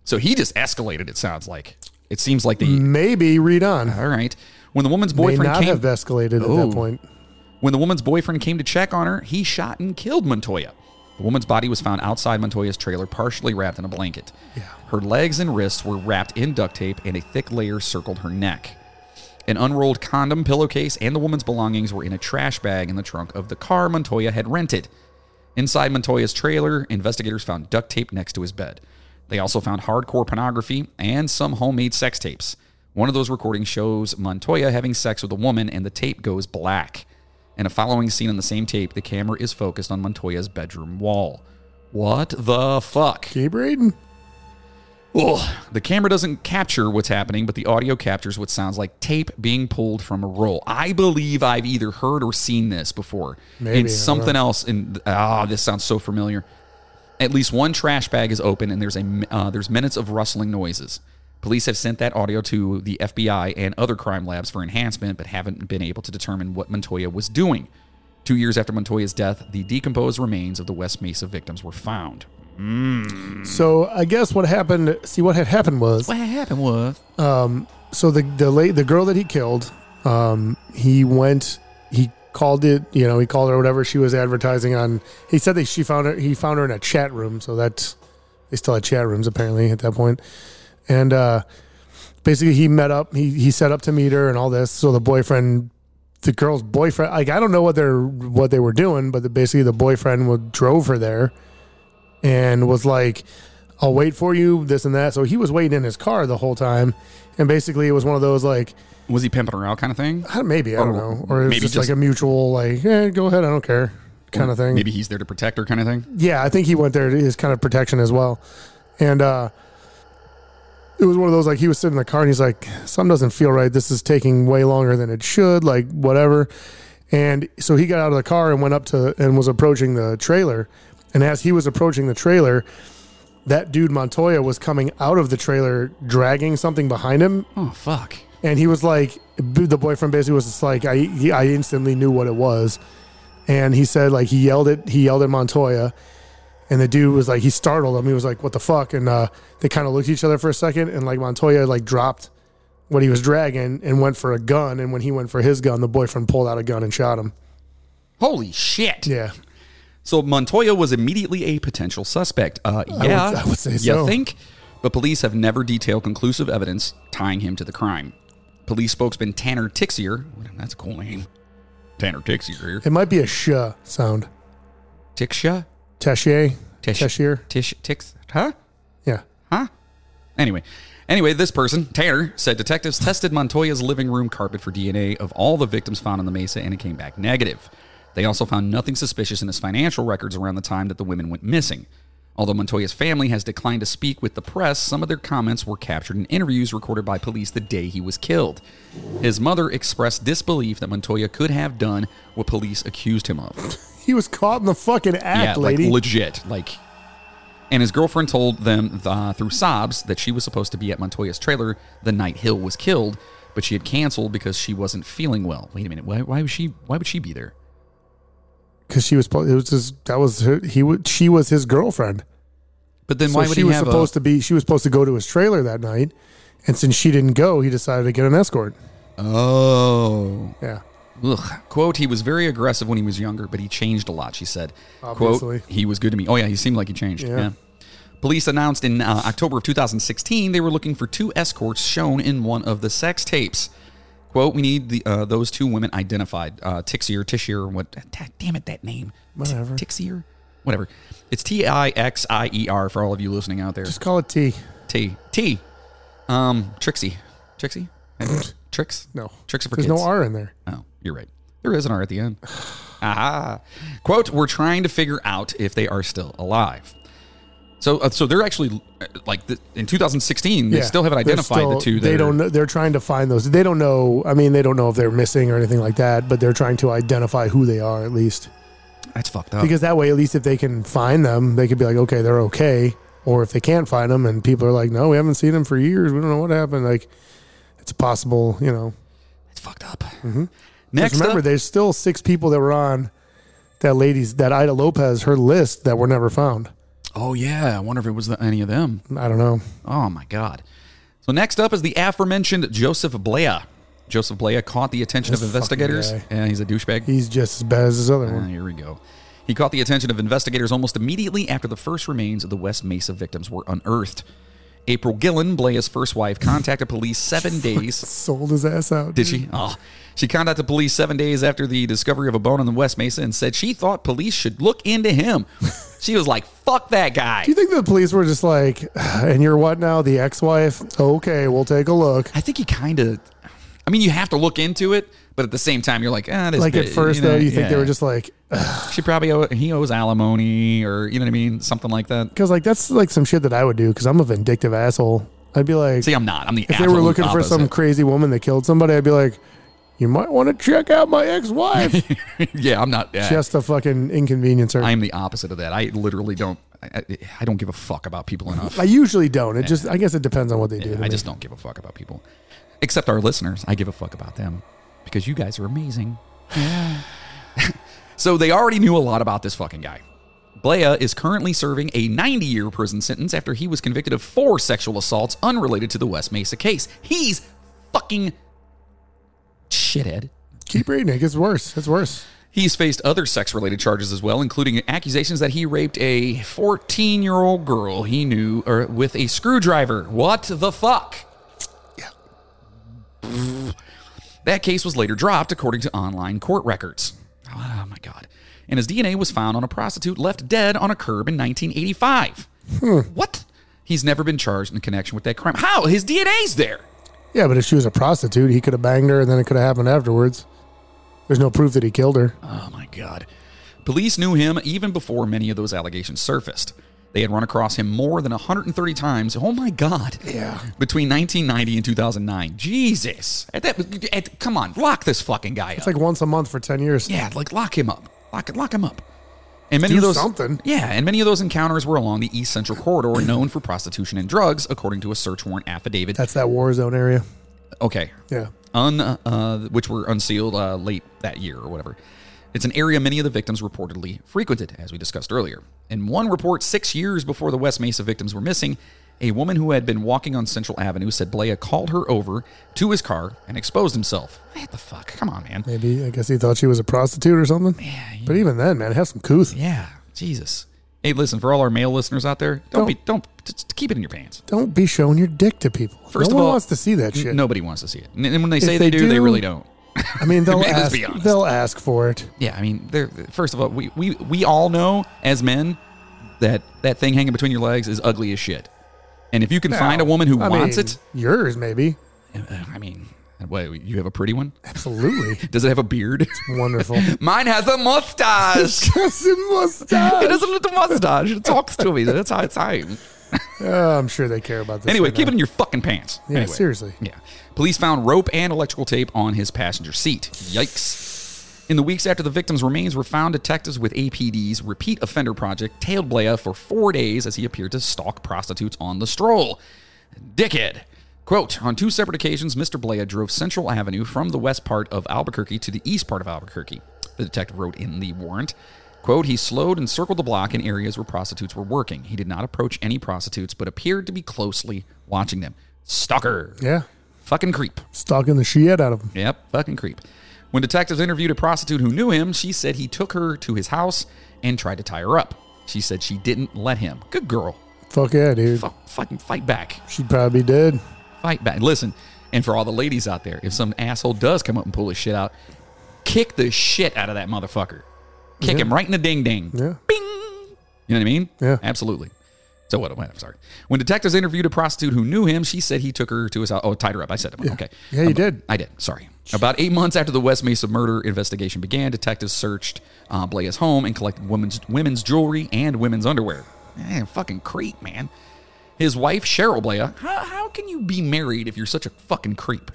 Speaker 3: So he just escalated, it sounds like. It seems like the.
Speaker 4: Maybe read on.
Speaker 3: All right. When the woman's
Speaker 4: Mm. May
Speaker 3: boyfriend
Speaker 4: not
Speaker 3: came.
Speaker 4: have escalated at
Speaker 3: Oh.
Speaker 4: that point.
Speaker 3: When the woman's boyfriend came to check on her, he shot and killed Montoya. The woman's body was found outside Montoya's trailer, partially wrapped in a blanket. Her legs and wrists were wrapped in duct tape, and a thick layer circled her neck. An unrolled condom, pillowcase, and the woman's belongings were in a trash bag in the trunk of the car Montoya had rented. Inside Montoya's trailer, investigators found duct tape next to his bed. They also found hardcore pornography and some homemade sex tapes. One of those recordings shows Montoya having sex with a woman, and the tape goes black. In a following scene on the same tape, the camera is focused on Montoya's bedroom wall. What the fuck?
Speaker 4: Keep reading.
Speaker 3: Ugh. The camera doesn't capture what's happening, but the audio captures what sounds like tape being pulled from a roll. I believe I've either heard or seen this before.
Speaker 4: Maybe, I
Speaker 3: in
Speaker 4: don't
Speaker 3: something else. In ah, this sounds so familiar. At least one trash bag is open, and there's a uh, there's minutes of rustling noises. Police have sent that audio to the FBI and other crime labs for enhancement, but haven't been able to determine what Montoya was doing. Two years after Montoya's death, the decomposed remains of the West Mesa victims were found.
Speaker 4: So I guess what happened. See what had happened was.
Speaker 3: What happened was
Speaker 4: so the the late the girl that he killed, um, he went he called it you know he called her whatever she was advertising on. He said that she found her he found her in a chat room, so that's they still had chat rooms apparently at that point. And uh, basically he met up he he set up to meet her and all this. So the boyfriend, the girl's boyfriend, like I don't know what they're what they were doing, but the, basically the boyfriend would, drove her there and was like, I'll wait for you, this and that. So he was waiting in his car the whole time. And basically, it was one of those like,
Speaker 3: was he pimping her out kind of thing?
Speaker 4: I don't- maybe, I
Speaker 3: Or
Speaker 4: don't know. Or it was
Speaker 3: Oh, maybe
Speaker 4: just,
Speaker 3: just-
Speaker 4: like a mutual, like, eh, go ahead, I don't care kind of thing.
Speaker 3: Maybe he's there to protect her, kind of thing.
Speaker 4: Yeah, I think he went there to his kind of protection as well. And uh, it was one of those like he was sitting in the car and he's like, something doesn't feel right. This is taking way longer than it should, like whatever. And so he got out of the car and went up to and was approaching the trailer. And as he was approaching the trailer, that dude Montoya was coming out of the trailer dragging something behind him.
Speaker 3: Oh fuck!
Speaker 4: And he was like, the boyfriend basically was just like, I, he, I instantly knew what it was. And he said, like, he yelled at, he yelled at Montoya. And the dude was like, he startled him. He was like, what the fuck? And uh, they kind of looked at each other for a second. And like, Montoya, like, dropped what he was dragging and went for a gun. And when he went for his gun, the boyfriend pulled out a gun and shot him.
Speaker 3: Holy shit!
Speaker 4: Yeah.
Speaker 3: So Montoya was immediately a potential suspect. Uh, yeah,
Speaker 4: I would say
Speaker 3: you
Speaker 4: so.
Speaker 3: think, but police have never detailed conclusive evidence tying him to the crime. Police spokesman Tanner Tixier, that's a cool name. Tanner Tixier here.
Speaker 4: It might be a sh uh, sound.
Speaker 3: Tixia?
Speaker 4: Teshier.
Speaker 3: Tish-
Speaker 4: Teshier.
Speaker 3: Tish Tix? Huh?
Speaker 4: Yeah.
Speaker 3: Huh? Anyway, anyway, this person, Tanner, said detectives tested Montoya's living room carpet for DNA of all the victims found in the mesa and it came back negative. They also found nothing suspicious in his financial records around the time that the women went missing. Although Montoya's family has declined to speak with the press, some of their comments were captured in interviews recorded by police the day he was killed. His mother expressed disbelief that Montoya could have done what police accused him of
Speaker 4: He was caught in the fucking act, lady.
Speaker 3: like legit, like. And his girlfriend told them uh, through sobs that she was supposed to be at Montoya's trailer the night Hill was killed, but she had canceled because she wasn't feeling well. Wait a minute, why, why was she? Why would she be there?
Speaker 4: Because she was, po- it was just, that was, her, he would, she was his girlfriend.
Speaker 3: But then
Speaker 4: So
Speaker 3: why would
Speaker 4: she
Speaker 3: he
Speaker 4: was
Speaker 3: have
Speaker 4: supposed to be she was supposed to go to his trailer that night, and since she didn't go, he decided to get an escort.
Speaker 3: a? Oh,
Speaker 4: Yeah,
Speaker 3: Ugh. Quote, he was very aggressive when he was younger, but he changed a lot, she said.
Speaker 4: Obviously.
Speaker 3: Quote, he was good to me. Oh, yeah, he seemed like he changed. Yeah.
Speaker 4: Yeah.
Speaker 3: Police announced in uh, October of 2016 they were looking for two escorts shown in one of the sex tapes. Quote, we need the, uh, those two women identified. Uh, Tixier, Tishier, what? God damn it, that name. Whatever. Tixier? whatever. It's T I X I E R for all of you listening out there.
Speaker 4: Just call it T.
Speaker 3: T T. Um, Trixie, Trixie, Trix.
Speaker 4: No.
Speaker 3: Trixie for
Speaker 4: There's
Speaker 3: kids.
Speaker 4: no R in there.
Speaker 3: Oh, you're right. There is an R at the end. [sighs] ah, quote: We're trying to figure out if they are still alive. So, uh, so they're actually uh, like the, in 2016. They
Speaker 4: Yeah.
Speaker 3: still haven't
Speaker 4: They're
Speaker 3: identified
Speaker 4: still-
Speaker 3: the two. That
Speaker 4: They
Speaker 3: are-
Speaker 4: don't. Know, they're trying to find those. They don't know. I mean, they don't know if they're missing or anything like that. But they're trying to identify who they are at least,
Speaker 3: That's fucked up.
Speaker 4: because that way, at least if they can find them, they could be like, okay, they're okay. Or if they can't find them, and people are like, no, we haven't seen them for years. We don't know what happened. Like, it's possible. You know.
Speaker 3: It's fucked up.
Speaker 4: Mm-hmm. Because
Speaker 3: Next
Speaker 4: remember,
Speaker 3: up,
Speaker 4: there's still six people that were on that lady's that Ida Lopez her list that were never found.
Speaker 3: oh yeah, I wonder if it was the, any of them.
Speaker 4: I don't know.
Speaker 3: Oh my god. So next up is the aforementioned Joseph Blea. Joseph Blea caught the attention of investigators,
Speaker 4: guy.
Speaker 3: and he's a douchebag.
Speaker 4: He's just as bad as his other
Speaker 3: Ah,
Speaker 4: one.
Speaker 3: here we go. He caught the attention of investigators almost immediately after the first remains of the West Mesa victims were unearthed. April Gillen, Blea's first wife, contacted police
Speaker 4: [laughs]
Speaker 3: seven days
Speaker 4: Sold his ass out.
Speaker 3: Did she? Oh. She contacted police seven days after the discovery of a bone in the West Mesa and said she thought police should look into
Speaker 4: [laughs]
Speaker 3: him. she was like, fuck that guy.
Speaker 4: Do you think the police were just like, [sighs] and you're what now? The ex-wife? Okay, we'll take a look.
Speaker 3: I think he kind of, I mean, you have to look into it, but at the same time, you're like, ah, this
Speaker 4: Like at
Speaker 3: bit-
Speaker 4: first
Speaker 3: know,
Speaker 4: though, you think they
Speaker 3: yeah.
Speaker 4: were just like,
Speaker 3: she probably, owe, he owes alimony or, you know what I mean? Something like that.
Speaker 4: because like that's like some shit that I would do because I'm a vindictive asshole. I'd be like,
Speaker 3: See, I'm not. I'm the
Speaker 4: if they were
Speaker 3: absolute
Speaker 4: looking for some
Speaker 3: opposite.
Speaker 4: crazy woman that killed somebody, I'd be like, you might want to check out my ex-wife.
Speaker 3: [laughs] yeah, I'm not. Yeah.
Speaker 4: just a fucking inconvenience her.
Speaker 3: I am the opposite of that. I literally don't, I, I- I don't give a fuck about people enough.
Speaker 4: I usually don't. It just I guess it depends on what they do. to
Speaker 3: I
Speaker 4: me.
Speaker 3: just don't give a fuck about people, except our listeners. I give a fuck about them because you guys are amazing. [laughs] so they already knew a lot about this fucking guy. Blea is currently serving a 90 year prison sentence after he was convicted of four sexual assaults unrelated to the West Mesa case. He's fucking shithead.
Speaker 4: keep reading it. It gets worse. It's worse.
Speaker 3: He's faced other sex related charges as well, including accusations that he raped a 14 year old girl he knew or with a screwdriver. What the fuck? That case was later dropped, according to online court records. Oh my God. And his DNA was found on a prostitute left dead on a curb in 1985. What? He's never been charged in connection with that crime. How? His DNA's there.
Speaker 4: Yeah, but if she was a prostitute, he could have banged her, and then it could have happened afterwards. There's no proof that he killed her.
Speaker 3: Oh my God. Police knew him even before many of those allegations surfaced. They had run across him more than 130 times. Oh my God. Yeah. Between 1990 and 2009. Jesus. At that, at, come on, lock this fucking guy
Speaker 4: It's
Speaker 3: up.
Speaker 4: like once a month for ten years.
Speaker 3: yeah, like lock him up. Lock, lock him up. And many
Speaker 4: Do
Speaker 3: of those
Speaker 4: something.
Speaker 3: Yeah, and many of those encounters were along the East Central Corridor, known for prostitution and drugs, according to a search warrant affidavit.
Speaker 4: That's that war zone area.
Speaker 3: okay,
Speaker 4: Yeah,
Speaker 3: un, uh, which were unsealed uh, late that year or whatever. It's an area many of the victims reportedly frequented, as we discussed earlier. In one report, six years before the West Mesa victims were missing, a woman who had been walking on Central Avenue said Blea called her over to his car and exposed himself. What the fuck? Come on, man.
Speaker 4: maybe I guess he thought she was a prostitute or something. Yeah, but even then, man, have some couth.
Speaker 3: Yeah, Jesus. Hey, listen, for all our male listeners out there, don't,
Speaker 4: Don't-
Speaker 3: be, don't, just keep it in your pants.
Speaker 4: Don't be showing your dick to people.
Speaker 3: First of
Speaker 4: no one
Speaker 3: all-
Speaker 4: wants to see that shit.
Speaker 3: Nobody wants to see it. And and when they say they,
Speaker 4: they
Speaker 3: do, they
Speaker 4: do-
Speaker 3: really don't. [laughs]
Speaker 4: I mean they'll
Speaker 3: Let's
Speaker 4: ask.
Speaker 3: be honest.
Speaker 4: They'll ask for it.
Speaker 3: Yeah, I mean, they're, first of all, we, we, we all know as men that that thing hanging between your legs is ugly as shit. And if you can find a woman who
Speaker 4: I
Speaker 3: wants
Speaker 4: mean,
Speaker 3: it,
Speaker 4: Yours, maybe.
Speaker 3: uh, I mean, what, you have a pretty one? [laughs]
Speaker 4: Absolutely
Speaker 3: Does it have a beard? [laughs]
Speaker 4: wonderful.
Speaker 3: Mine has a
Speaker 4: [laughs]
Speaker 3: mustache.
Speaker 4: Justin
Speaker 3: it
Speaker 4: mustache.
Speaker 3: doesn't have a mustache. It talks to me. That's how it's time.
Speaker 4: Oh, I'm sure they care about this.
Speaker 3: Anyway,
Speaker 4: right
Speaker 3: keep
Speaker 4: now.
Speaker 3: it in your fucking pants.
Speaker 4: Yeah,
Speaker 3: Anyway.
Speaker 4: seriously.
Speaker 3: Yeah. Police found rope and electrical tape on his passenger seat. Yikes. In the weeks after the victim's remains were found, detectives with APD's Repeat Offender Project tailed Blea for four days as he appeared to stalk prostitutes on the stroll. Dickhead. Quote On two separate occasions, Mr. Blea drove Central Avenue from the west part of Albuquerque to the east part of Albuquerque, the detective wrote in the warrant. Quote, he slowed and circled the block in areas where prostitutes were working. He did not approach any prostitutes, but appeared to be closely watching them. Stalker.
Speaker 4: Yeah,
Speaker 3: Fucking creep.
Speaker 4: stalking the shit out of them.
Speaker 3: Yep, fucking creep. When detectives interviewed a prostitute who knew him, she said he took her to his house and tried to tie her up. She said she didn't let him. Good girl.
Speaker 4: Fuck yeah, dude.
Speaker 3: Fu- fucking fight back.
Speaker 4: She'd probably be dead.
Speaker 3: Fight back. Listen, and for all the ladies out there, if some asshole does come up and pull his shit out, kick the shit out of that motherfucker. Kick him right in the ding ding.
Speaker 4: Yeah.
Speaker 3: Bing. You know what I mean?
Speaker 4: Yeah.
Speaker 3: Absolutely. So what? Wait, I'm sorry. When detectives interviewed a prostitute who knew him, she said he took her to his house. Oh, tied her up. I said it. Okay. Um,
Speaker 4: Yeah, you did.
Speaker 3: I did. Sorry. About eight months after the West Mesa murder investigation began, detectives searched uh, Blake's home and collected women's women's jewelry and women's underwear. Man, fucking creep, man. His wife, Cheryl Blaya. How, how can you be married if you're such a fucking creep?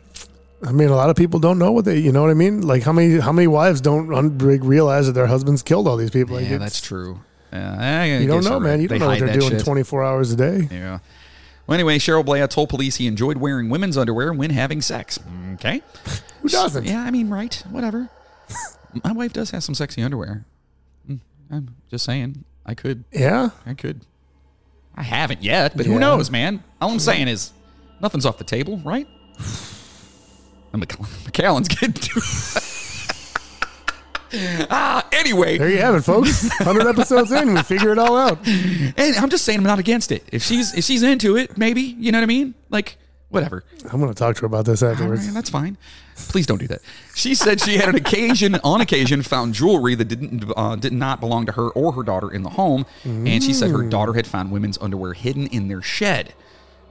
Speaker 4: I mean, a lot of people don't know what they, you know what I mean? Like how many how many wives don't un- realize that their husbands killed all these people? Like
Speaker 3: yeah,
Speaker 4: it's-
Speaker 3: that's true. Yeah, I
Speaker 4: You don't
Speaker 3: guess
Speaker 4: know,
Speaker 3: you're
Speaker 4: man.
Speaker 3: right.
Speaker 4: You
Speaker 3: They
Speaker 4: don't know what
Speaker 3: hide
Speaker 4: they're
Speaker 3: that
Speaker 4: doing
Speaker 3: shit.
Speaker 4: 24 hours a day.
Speaker 3: Yeah. Well, anyway, Cheryl Blaya told police he enjoyed wearing women's underwear when having sex. Okay.
Speaker 4: Who doesn't?
Speaker 3: Yeah, I mean, right. Whatever. My wife does have some sexy underwear. Mm, I'm just saying. I could.
Speaker 4: Yeah?
Speaker 3: I could. I haven't yet, but
Speaker 4: Yeah.
Speaker 3: who knows, man? All I'm saying is nothing's off the table, right? [sighs] And McC- McAllen's getting [laughs] ah, anyway.
Speaker 4: There you have
Speaker 3: [laughs]
Speaker 4: it, folks. 100 episodes in, we figure it all out.
Speaker 3: And I'm just saying I'm not against it. If she's if she's into it, maybe, you know what I mean? Like, whatever.
Speaker 4: I'm going to talk to her about this afterwards.
Speaker 3: Alright, that's fine. Please don't do that. She said she had an occasion, [laughs] on occasion, found jewelry that didn't uh, did not belong to her or her daughter in the home, and she said her daughter had found women's underwear hidden in their shed.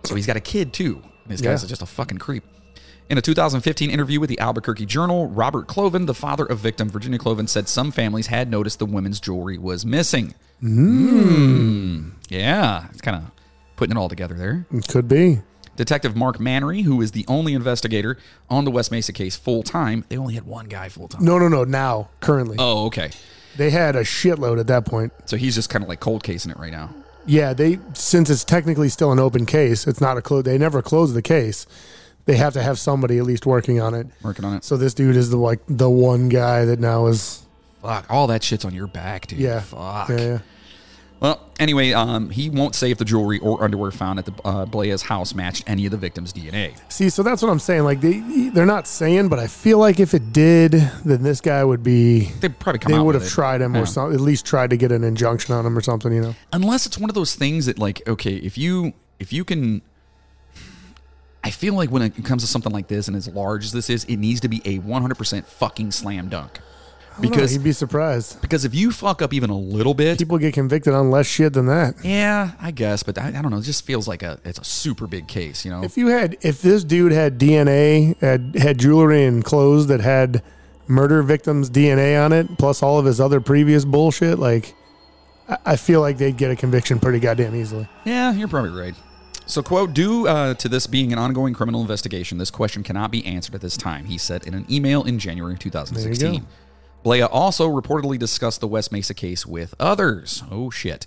Speaker 3: So he's got a kid too. And This guy's
Speaker 4: Yeah.
Speaker 3: just a fucking creep. In a 2015 interview with the Albuquerque Journal, Robert Cloven, the father of victim Virginia Cloven, said some families had noticed the women's jewelry was missing. Mm. Yeah, it's kind of putting it all together there.
Speaker 4: Could be.
Speaker 3: Detective Mark Mannery, who is the only investigator on the West Mesa case full time, they only had one guy full time.
Speaker 4: No, no, no. Now, currently.
Speaker 3: Oh, okay.
Speaker 4: They had a shitload at that point.
Speaker 3: So he's just kind of like cold casing it right now.
Speaker 4: Yeah, they since it's technically still an open case, it's not a close. They never close the case. They have to have somebody at least working on it.
Speaker 3: Working on it.
Speaker 4: So this dude is the like the one guy that now is
Speaker 3: Fuck, all that shit's on your back, dude.
Speaker 4: yeah.
Speaker 3: Fuck.
Speaker 4: Yeah, yeah.
Speaker 3: Well, anyway, um, he won't say if the jewelry or underwear found at the uh, Blaya's house matched any of the victim's DNA.
Speaker 4: See, so that's what I'm saying. Like they they're not saying, but I feel like if it did, then this guy would be
Speaker 3: They probably come
Speaker 4: they
Speaker 3: out
Speaker 4: would
Speaker 3: with
Speaker 4: have
Speaker 3: it.
Speaker 4: tried him
Speaker 3: Yeah.
Speaker 4: or something. At least tried to get an injunction on him or something. You know,
Speaker 3: unless it's one of those things that like okay if you if you can i feel like when it comes to something like this and as large as this is it needs to be a 100% fucking slam dunk
Speaker 4: I don't know,
Speaker 3: because
Speaker 4: he'd be surprised.
Speaker 3: because if you fuck up even a little bit
Speaker 4: People get convicted on less shit than that.
Speaker 3: yeah i guess but I, I don't know it just feels like a it's a super big case you know
Speaker 4: If you had, if this dude had DNA, had had jewelry and clothes that had murder victims' DNA on it, plus all of his other previous bullshit, like I, I feel like they'd get a conviction pretty goddamn easily.
Speaker 3: Yeah, you're probably right. So, quote, due uh, to this being an ongoing criminal investigation, this question cannot be answered at this time, he said in an email in January of 2016. Blaya also reportedly discussed the West Mesa case with others. Oh, shit.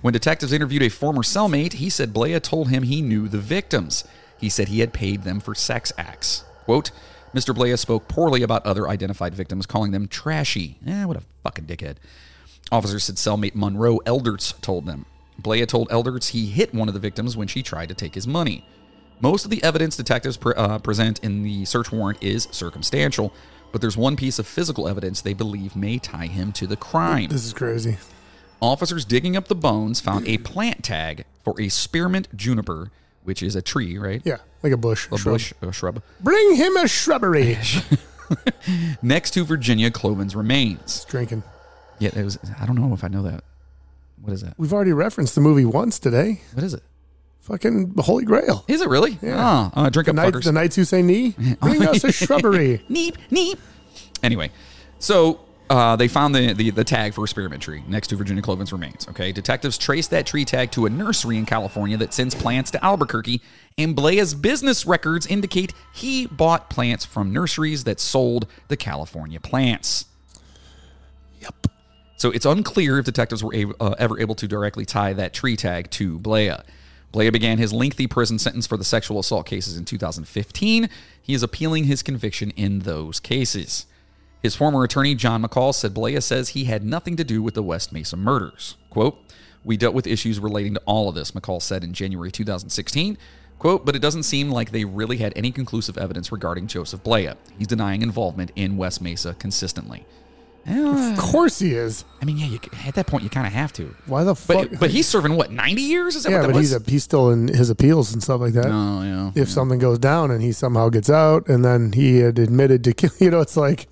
Speaker 3: When detectives interviewed a former cellmate, he said Blaya told him he knew the victims. He said he had paid them for sex acts. Quote, Mr. Blaya spoke poorly about other identified victims, calling them trashy. Eh, what a fucking dickhead. Officers said cellmate Monroe Elderts told them. Blaya told Elderts he hit one of the victims when she tried to take his money. Most of the evidence detectives pre- uh, present in the search warrant is circumstantial, but there's one piece of physical evidence they believe may tie him to the crime.
Speaker 4: This is crazy.
Speaker 3: Officers digging up the bones found a plant tag for a spearmint juniper, which is a tree, right?
Speaker 4: Yeah, like a bush.
Speaker 3: A
Speaker 4: shrub.
Speaker 3: bush, a shrub.
Speaker 4: Bring him a shrubbery.
Speaker 3: Next to Virginia Cloven's remains.
Speaker 4: Drinking.
Speaker 3: Yeah, it was. I don't know if I know that. What is that?
Speaker 4: We've already referenced the movie once today.
Speaker 3: What is it?
Speaker 4: Fucking the Holy Grail.
Speaker 3: Is it really?
Speaker 4: Yeah.
Speaker 3: Oh, uh, drink
Speaker 4: The,
Speaker 3: up,
Speaker 4: night,
Speaker 3: fuckers.
Speaker 4: the knights who say knee. Bring us
Speaker 3: [laughs]
Speaker 4: a shrubbery.
Speaker 3: Neep, neep. Anyway, so uh, they found the, the, the tag for a spearmint tree next to Virginia Cloven's remains. Okay, detectives traced that tree tag to a nursery in California that sends plants to Albuquerque, and Blaya's business records indicate he bought plants from nurseries that sold the California plants.
Speaker 4: Yep.
Speaker 3: So it's unclear if detectives were ab- uh, ever able to directly tie that tree tag to Blaya. Blaya began his lengthy prison sentence for the sexual assault cases in 2015. He is appealing his conviction in those cases. His former attorney, John McCall, said Blaya says he had nothing to do with the West Mesa murders. Quote, We dealt with issues relating to all of this, McCall said in January 2016. Quote, But it doesn't seem like they really had any conclusive evidence regarding Joseph Blaya. He's denying involvement in West Mesa consistently.
Speaker 4: Of course he is.
Speaker 3: I mean, yeah, you, at that point you kind of have to.
Speaker 4: Why the
Speaker 3: But
Speaker 4: fuck?
Speaker 3: but he's serving what ninety years? Is that
Speaker 4: yeah,
Speaker 3: what that
Speaker 4: but
Speaker 3: was?
Speaker 4: he's a, he's still in his appeals and stuff like that.
Speaker 3: oh yeah.
Speaker 4: [laughs] if something goes down and he somehow gets out and then he had admitted to kill you know it's like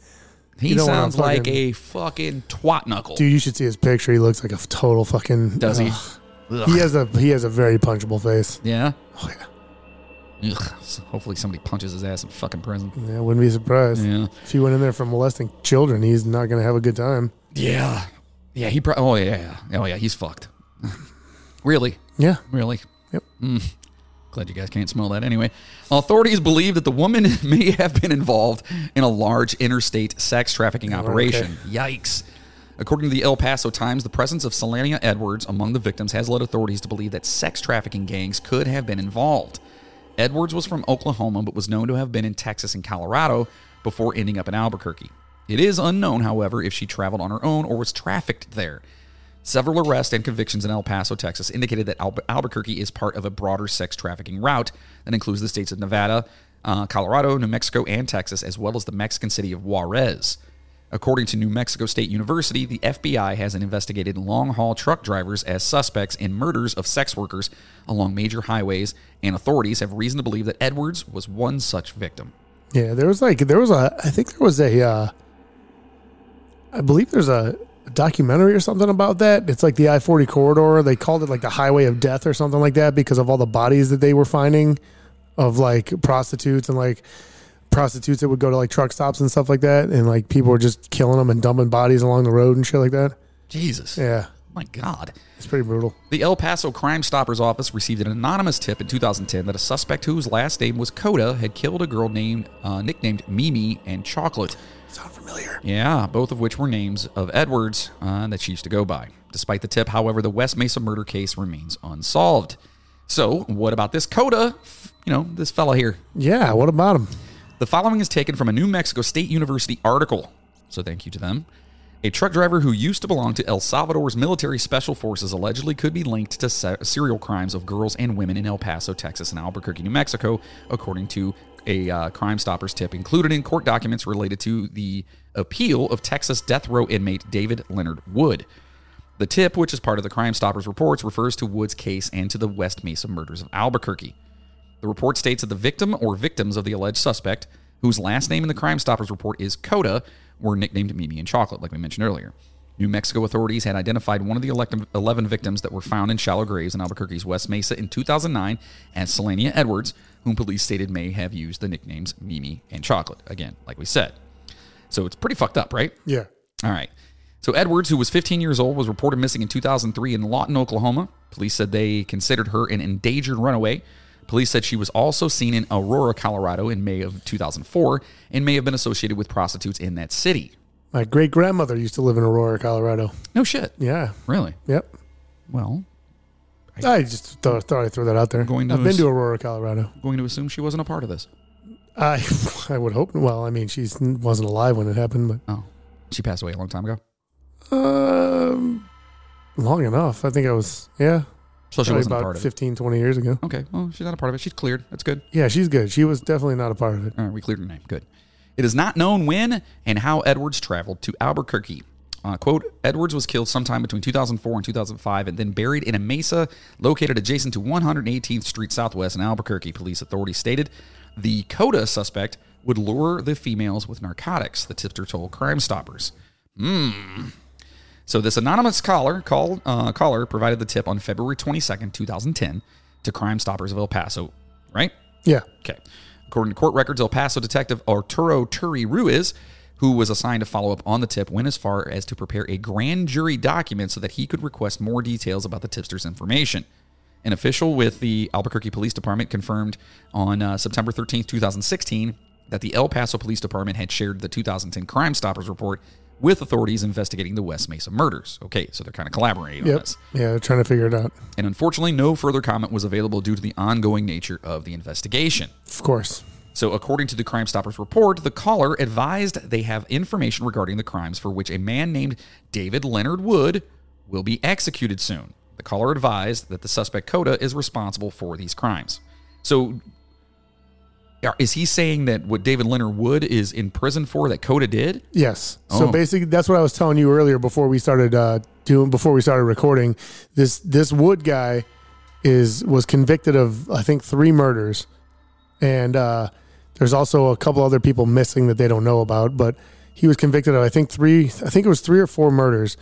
Speaker 3: He
Speaker 4: You know what I'm
Speaker 3: sounds like
Speaker 4: fucking-
Speaker 3: a fucking twat knuckle.
Speaker 4: Dude, you should see his picture. He looks like a f- total fucking.
Speaker 3: Does he?
Speaker 4: Ugh. He has a he has a very punchable face.
Speaker 3: Yeah.
Speaker 4: Oh,
Speaker 3: Ugh, so hopefully somebody punches his ass in fucking prison.
Speaker 4: Yeah, I wouldn't be surprised
Speaker 3: Yeah.
Speaker 4: if he went in there for molesting children. He's not gonna have a good time.
Speaker 3: Yeah. Yeah, he probably. Oh, yeah. yeah. Oh, yeah. He's fucked. [laughs] really?
Speaker 4: Yeah,
Speaker 3: Really?
Speaker 4: Yep.
Speaker 3: Mm. Glad you guys can't smell that anyway. Authorities believe that the woman [laughs] may have been involved in a large interstate sex trafficking operation. Yikes. According to the El Paso Times, the presence of Selenia Edwards among the victims has led authorities to believe that sex trafficking gangs could have been involved. Edwards was from Oklahoma but was known to have been in Texas and Colorado before ending up in Albuquerque. It is unknown, however, if she traveled on her own or was trafficked there. Several arrests and convictions in El Paso, Texas indicated that Albu- Albuquerque is part of a broader sex trafficking route that includes the states of Nevada, uh, Colorado, New Mexico, and Texas, as well as the Mexican city of Juarez. According to New Mexico State University, the FBI has investigated long haul truck drivers as suspects in murders of sex workers along major highways, and authorities have reason to believe that Edwards was one such victim.
Speaker 4: yeah. There was like there was a I think there was a uh, I believe there's a documentary or something about that. It's like the I forty corridor. They called it like the highway of death or something like that because of all the bodies that they were finding of like prostitutes and like prostitutes that would go to like truck stops and stuff like that, and like people were just killing them and dumping bodies along the road and shit like that.
Speaker 3: Jesus.
Speaker 4: Yeah,
Speaker 3: My God.
Speaker 4: it's pretty brutal.
Speaker 3: The El Paso Crime Stoppers office received an anonymous tip in 2010 that a suspect whose last name was Coda had killed a girl named uh, nicknamed Mimi and Chocolate.
Speaker 4: Sound familiar?
Speaker 3: Yeah, both of which were names of Edwards uh, that she used to go by. Despite the tip, however, the West Mesa murder case remains unsolved. So, what about this Coda? F- You know, this fella here.
Speaker 4: Yeah. What about him?
Speaker 3: The following is taken from a New Mexico State University article, so thank you to them. A truck driver who used to belong to El Salvador's military special forces allegedly could be linked to se- serial crimes of girls and women in El Paso, Texas, and Albuquerque, New Mexico, according to a uh, Crime Stoppers tip included in court documents related to the appeal of Texas death row inmate David Leonard Wood. The tip, which is part of the Crime Stoppers reports, refers to Wood's case and to the West Mesa murders of Albuquerque. The report states that the victim or victims of the alleged suspect, whose last name in the Crime Stoppers report is Coda, were nicknamed Mimi and Chocolate, like we mentioned earlier. New Mexico authorities had identified one of the elect- 11 victims that were found in shallow graves in Albuquerque's West Mesa in 2009 as Selenia Edwards, whom police stated may have used the nicknames Mimi and Chocolate. Again, like we said. So it's pretty fucked up, right?
Speaker 4: Yeah.
Speaker 3: All right. So Edwards, who was 15 years old, was reported missing in 2003 in Lawton, Oklahoma. Police said they considered her an endangered runaway. Police said she was also seen in Aurora, Colorado in May of 2004 and may have been associated with prostitutes in that city.
Speaker 4: My great grandmother used to live in Aurora, Colorado.
Speaker 3: No shit.
Speaker 4: Yeah.
Speaker 3: Really?
Speaker 4: Yep.
Speaker 3: Well,
Speaker 4: I just th- thought I'd throw that out there.
Speaker 3: Going to
Speaker 4: I've been
Speaker 3: his-
Speaker 4: to Aurora, Colorado.
Speaker 3: I'm going to assume she wasn't a part of this.
Speaker 4: I [laughs] I would hope. Well, I mean, she wasn't alive when it happened,
Speaker 3: Oh. She passed away a long time ago.
Speaker 4: but um, long enough. I think I was yeah,
Speaker 3: So she
Speaker 4: probably
Speaker 3: wasn't a
Speaker 4: about
Speaker 3: part of it.
Speaker 4: 15, 20 years ago.
Speaker 3: Okay. Well, she's not a part of it. She's cleared. That's good.
Speaker 4: Yeah, she's good. She was definitely not a part of it.
Speaker 3: All right, we cleared her name. Good. It is not known when and how Edwards traveled to Albuquerque. Uh, quote, Edwards was killed sometime between 2004 and 2005 and then buried in a mesa located adjacent to 118th Street Southwest in Albuquerque, police authorities stated. The CODA suspect would lure the females with narcotics, the tipster told Crime Stoppers. Hmm. So this anonymous caller call, uh, caller provided the tip on February 22nd, 2010 to Crime Stoppers of El Paso, right?
Speaker 4: Yeah.
Speaker 3: Okay. According to court records, El Paso detective Arturo Turi Ruiz, who was assigned to follow up on the tip, went as far as to prepare a grand jury document so that he could request more details about the tipster's information. An official with the Albuquerque Police Department confirmed on uh, September 13th, 2016, that the El Paso Police Department had shared the 2010 Crime Stoppers report with authorities investigating the West Mesa murders. Okay, so they're kind of collaborating on
Speaker 4: Yep.
Speaker 3: this
Speaker 4: Yeah, they're trying to figure it out.
Speaker 3: and unfortunately, no further comment was available due to the ongoing nature of the investigation.
Speaker 4: Of course.
Speaker 3: So, according to the Crime Stoppers report, the caller advised they have information regarding the crimes for which a man named David Leonard Wood will be executed soon. The caller advised that the suspect Coda is responsible for these crimes. So, are- is he saying that what David Leonard Wood is in prison for that Coda did?
Speaker 4: Yes. So
Speaker 3: Oh.
Speaker 4: basically, that's what I was telling you earlier before we started uh, doing before we started recording. This this Wood guy is was convicted of I think three murders, and uh, there's also a couple other people missing that they don't know about. But he was convicted of I think three I think it was three or four murders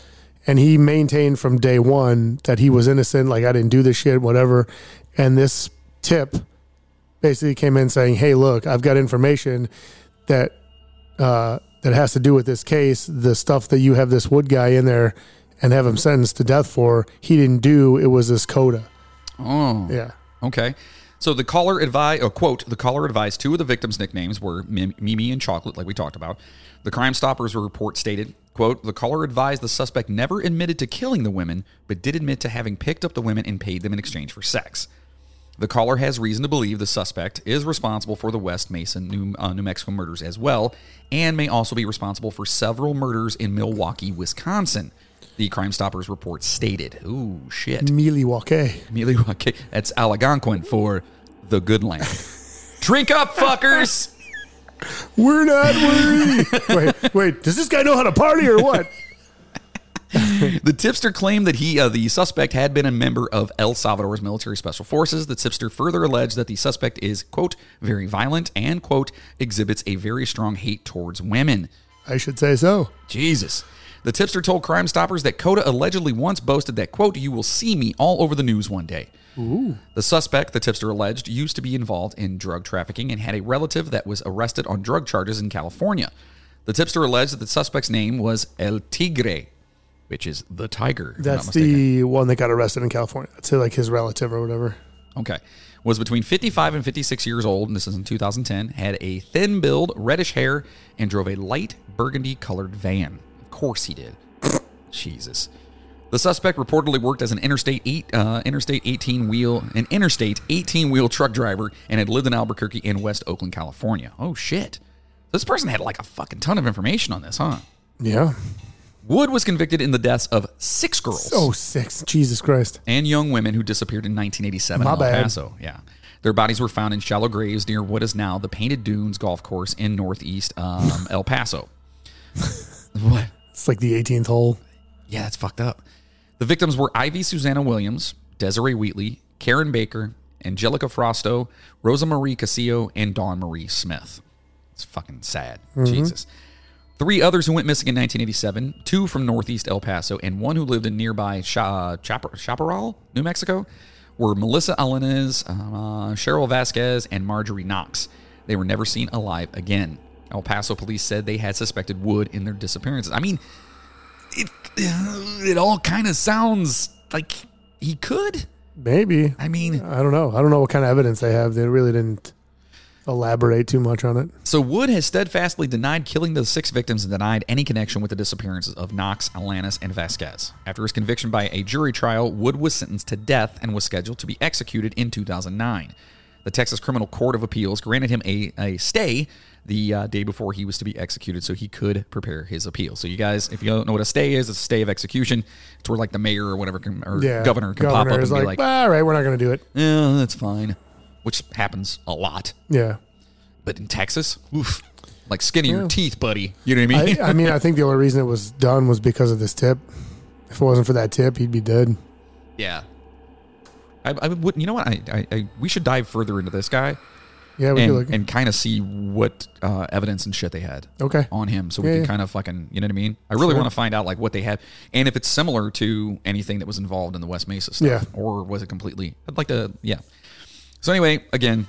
Speaker 4: and he maintained from day one that he was innocent like I didn't do this shit whatever and this tip basically came in saying hey look I've got information that uh, that has to do with this case the stuff that you have this wood guy in there and have him sentenced to death for he didn't do it was this coda
Speaker 3: Oh,
Speaker 4: yeah
Speaker 3: okay. So the caller advised, oh, quote, the caller advised two of the victims' nicknames were Mim- Mimi and Chocolate, like we talked about. The Crime Stoppers report stated, quote, the caller advised the suspect never admitted to killing the women, but did admit to having picked up the women and paid them in exchange for sex. The caller has reason to believe the suspect is responsible for the West Mason, New, uh, New Mexico murders as well, and may also be responsible for several murders in Milwaukee, Wisconsin. The Crime Stoppers report stated, ooh, shit.
Speaker 4: Milwaukee
Speaker 3: Milwaukee. That's Algonquin for the good land. Drink up, fuckers.
Speaker 4: We're not
Speaker 3: [laughs]
Speaker 4: worried. wait, wait. Does this guy know how to party or what?
Speaker 3: the tipster claimed that he, uh, the suspect, had been a member of El Salvador's military special forces. The tipster further alleged that the suspect is, quote, very violent and, quote, exhibits a very strong hate towards women.
Speaker 4: I should say so.
Speaker 3: Jesus. The tipster told Crime Stoppers that Coda allegedly once boasted that, quote, you will see me all over the news one day. The suspect, the tipster alleged, used to be involved in drug trafficking and had a relative that was arrested on drug charges in California. The tipster alleged that the suspect's name was El Tigre, which is the tiger. if I'm not
Speaker 4: That's
Speaker 3: mistaken.
Speaker 4: the one that got arrested in California. I'd say like his relative or whatever.
Speaker 3: Okay. Was between 55 and 56 years old, and this is in 2010, had a thin build, reddish hair, and drove a light burgundy colored van. Of course he did. [laughs] Jesus. The suspect reportedly worked as an interstate eight, uh, interstate 18 wheel, an interstate 18 wheel truck driver, and had lived in Albuquerque and West Oakland, California. Oh shit! This person had like a fucking ton of information on this, huh?
Speaker 4: Yeah.
Speaker 3: Wood was convicted in the deaths of six girls
Speaker 4: Oh, six. Jesus Christ.
Speaker 3: and young women who disappeared in 1987 in
Speaker 4: My
Speaker 3: El
Speaker 4: bad.
Speaker 3: Paso. Yeah. Their bodies were found in shallow graves near what is now the Painted Dunes golf course in northeast um, El Paso. what?
Speaker 4: It's like the 18th hole.
Speaker 3: Yeah, that's fucked up. The victims were Ivy Susanna Williams, Desiree Wheatley, Karen Baker, Angelica Frosto, Rosa Marie Casillo, and Dawn Marie Smith. It's fucking sad. Jesus. Three others who went missing in 1987, two from northeast El Paso, and one who lived in nearby Cha- Chapar- Chaparral, New Mexico, were Melissa Alenez, uh, Cheryl Vasquez, and Marjorie Knox. They were never seen alive again. El Paso police said they had suspected Wood in their disappearances. I mean, it it all kind of sounds like he could.
Speaker 4: Maybe.
Speaker 3: I mean,
Speaker 4: I don't know. I don't know what kind of evidence they have. They really didn't elaborate too much on it.
Speaker 3: so Wood has steadfastly denied killing the six victims and denied any connection with the disappearances of Knox, Alanis, and Vasquez. After his conviction by a jury trial, Wood was sentenced to death and was scheduled to be executed in 2009. The Texas Criminal Court of Appeals granted him a, a stay the uh, day before he was to be executed so he could prepare his appeal. So, you guys, if you don't know what a stay is, it's a stay of execution. It's where, like, the mayor or whatever can, or
Speaker 4: Yeah.
Speaker 3: governor can pop up and
Speaker 4: is
Speaker 3: be
Speaker 4: like,
Speaker 3: like,
Speaker 4: all right, we're not going to do it.
Speaker 3: yeah, that's fine, which happens a lot. [laughs]
Speaker 4: Yeah.
Speaker 3: But in Texas, oof, like skinny your teeth, buddy. You know what I
Speaker 4: I,
Speaker 3: mean?
Speaker 4: I mean, I think the only reason it was done was because of this tip. If it wasn't for that tip, he'd be dead.
Speaker 3: [laughs] yeah. I, I would. You know what? I, I, I we should dive further into this guy
Speaker 4: Yeah, we could
Speaker 3: and,
Speaker 4: look.
Speaker 3: and kind of see what uh, evidence and shit they had
Speaker 4: Okay.
Speaker 3: on him, so we
Speaker 4: Yeah,
Speaker 3: can
Speaker 4: yeah.
Speaker 3: kind of fucking. You know what I mean? I really
Speaker 4: Sure.
Speaker 3: want to find out like what they had and if it's similar to anything that was involved in the West Mesa stuff,
Speaker 4: Yeah.
Speaker 3: or was it completely? I'd like to. Yeah. So anyway, again,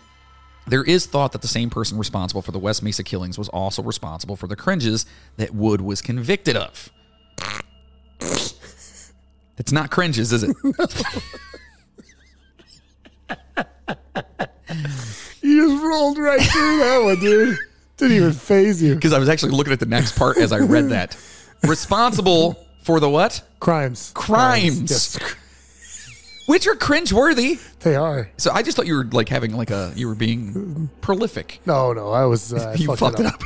Speaker 3: There is thought that the same person responsible for the West Mesa killings was also responsible for the cringes that Wood was convicted of. It's not cringes,
Speaker 4: [laughs]
Speaker 3: is it?
Speaker 4: You just rolled right through that one, dude. Didn't even phase
Speaker 3: [laughs]
Speaker 4: you.
Speaker 3: Because I was actually looking at the next part as I read that. Responsible for the what?
Speaker 4: Crimes.
Speaker 3: Crimes. [laughs] Which are cringeworthy.
Speaker 4: They are.
Speaker 3: So I just thought you were like having like a you were
Speaker 4: [laughs]
Speaker 3: being prolific.
Speaker 4: No, no, I was. Uh, I
Speaker 3: [laughs] you fucked, it up.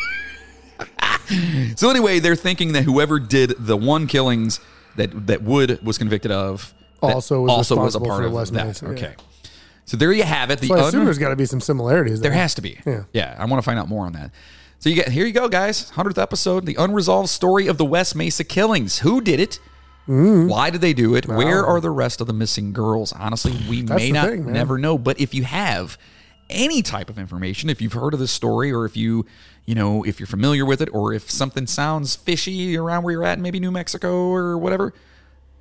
Speaker 3: [laughs] so anyway, they're thinking that whoever did the one killings that that Wood was convicted of that
Speaker 4: Also was responsible for West
Speaker 3: that.
Speaker 4: Mesa, yeah.
Speaker 3: Okay, so there you have it. The
Speaker 4: But I assume
Speaker 3: un-
Speaker 4: there's got to be some similarities.
Speaker 3: there has to be.
Speaker 4: Yeah.
Speaker 3: I want to find out more on that. So you get here you go, guys. Hundredth episode, the unresolved story of the West Mesa killings. Who did it?
Speaker 4: Mm.
Speaker 3: Why did they do it? Where are the rest of the missing girls? Honestly, we may
Speaker 4: the
Speaker 3: not
Speaker 4: thing, man.
Speaker 3: never know. But if you have any type of information, if you've heard of this story or if you, you know, if you're familiar with it or if something sounds fishy around where you're at, maybe New Mexico or whatever,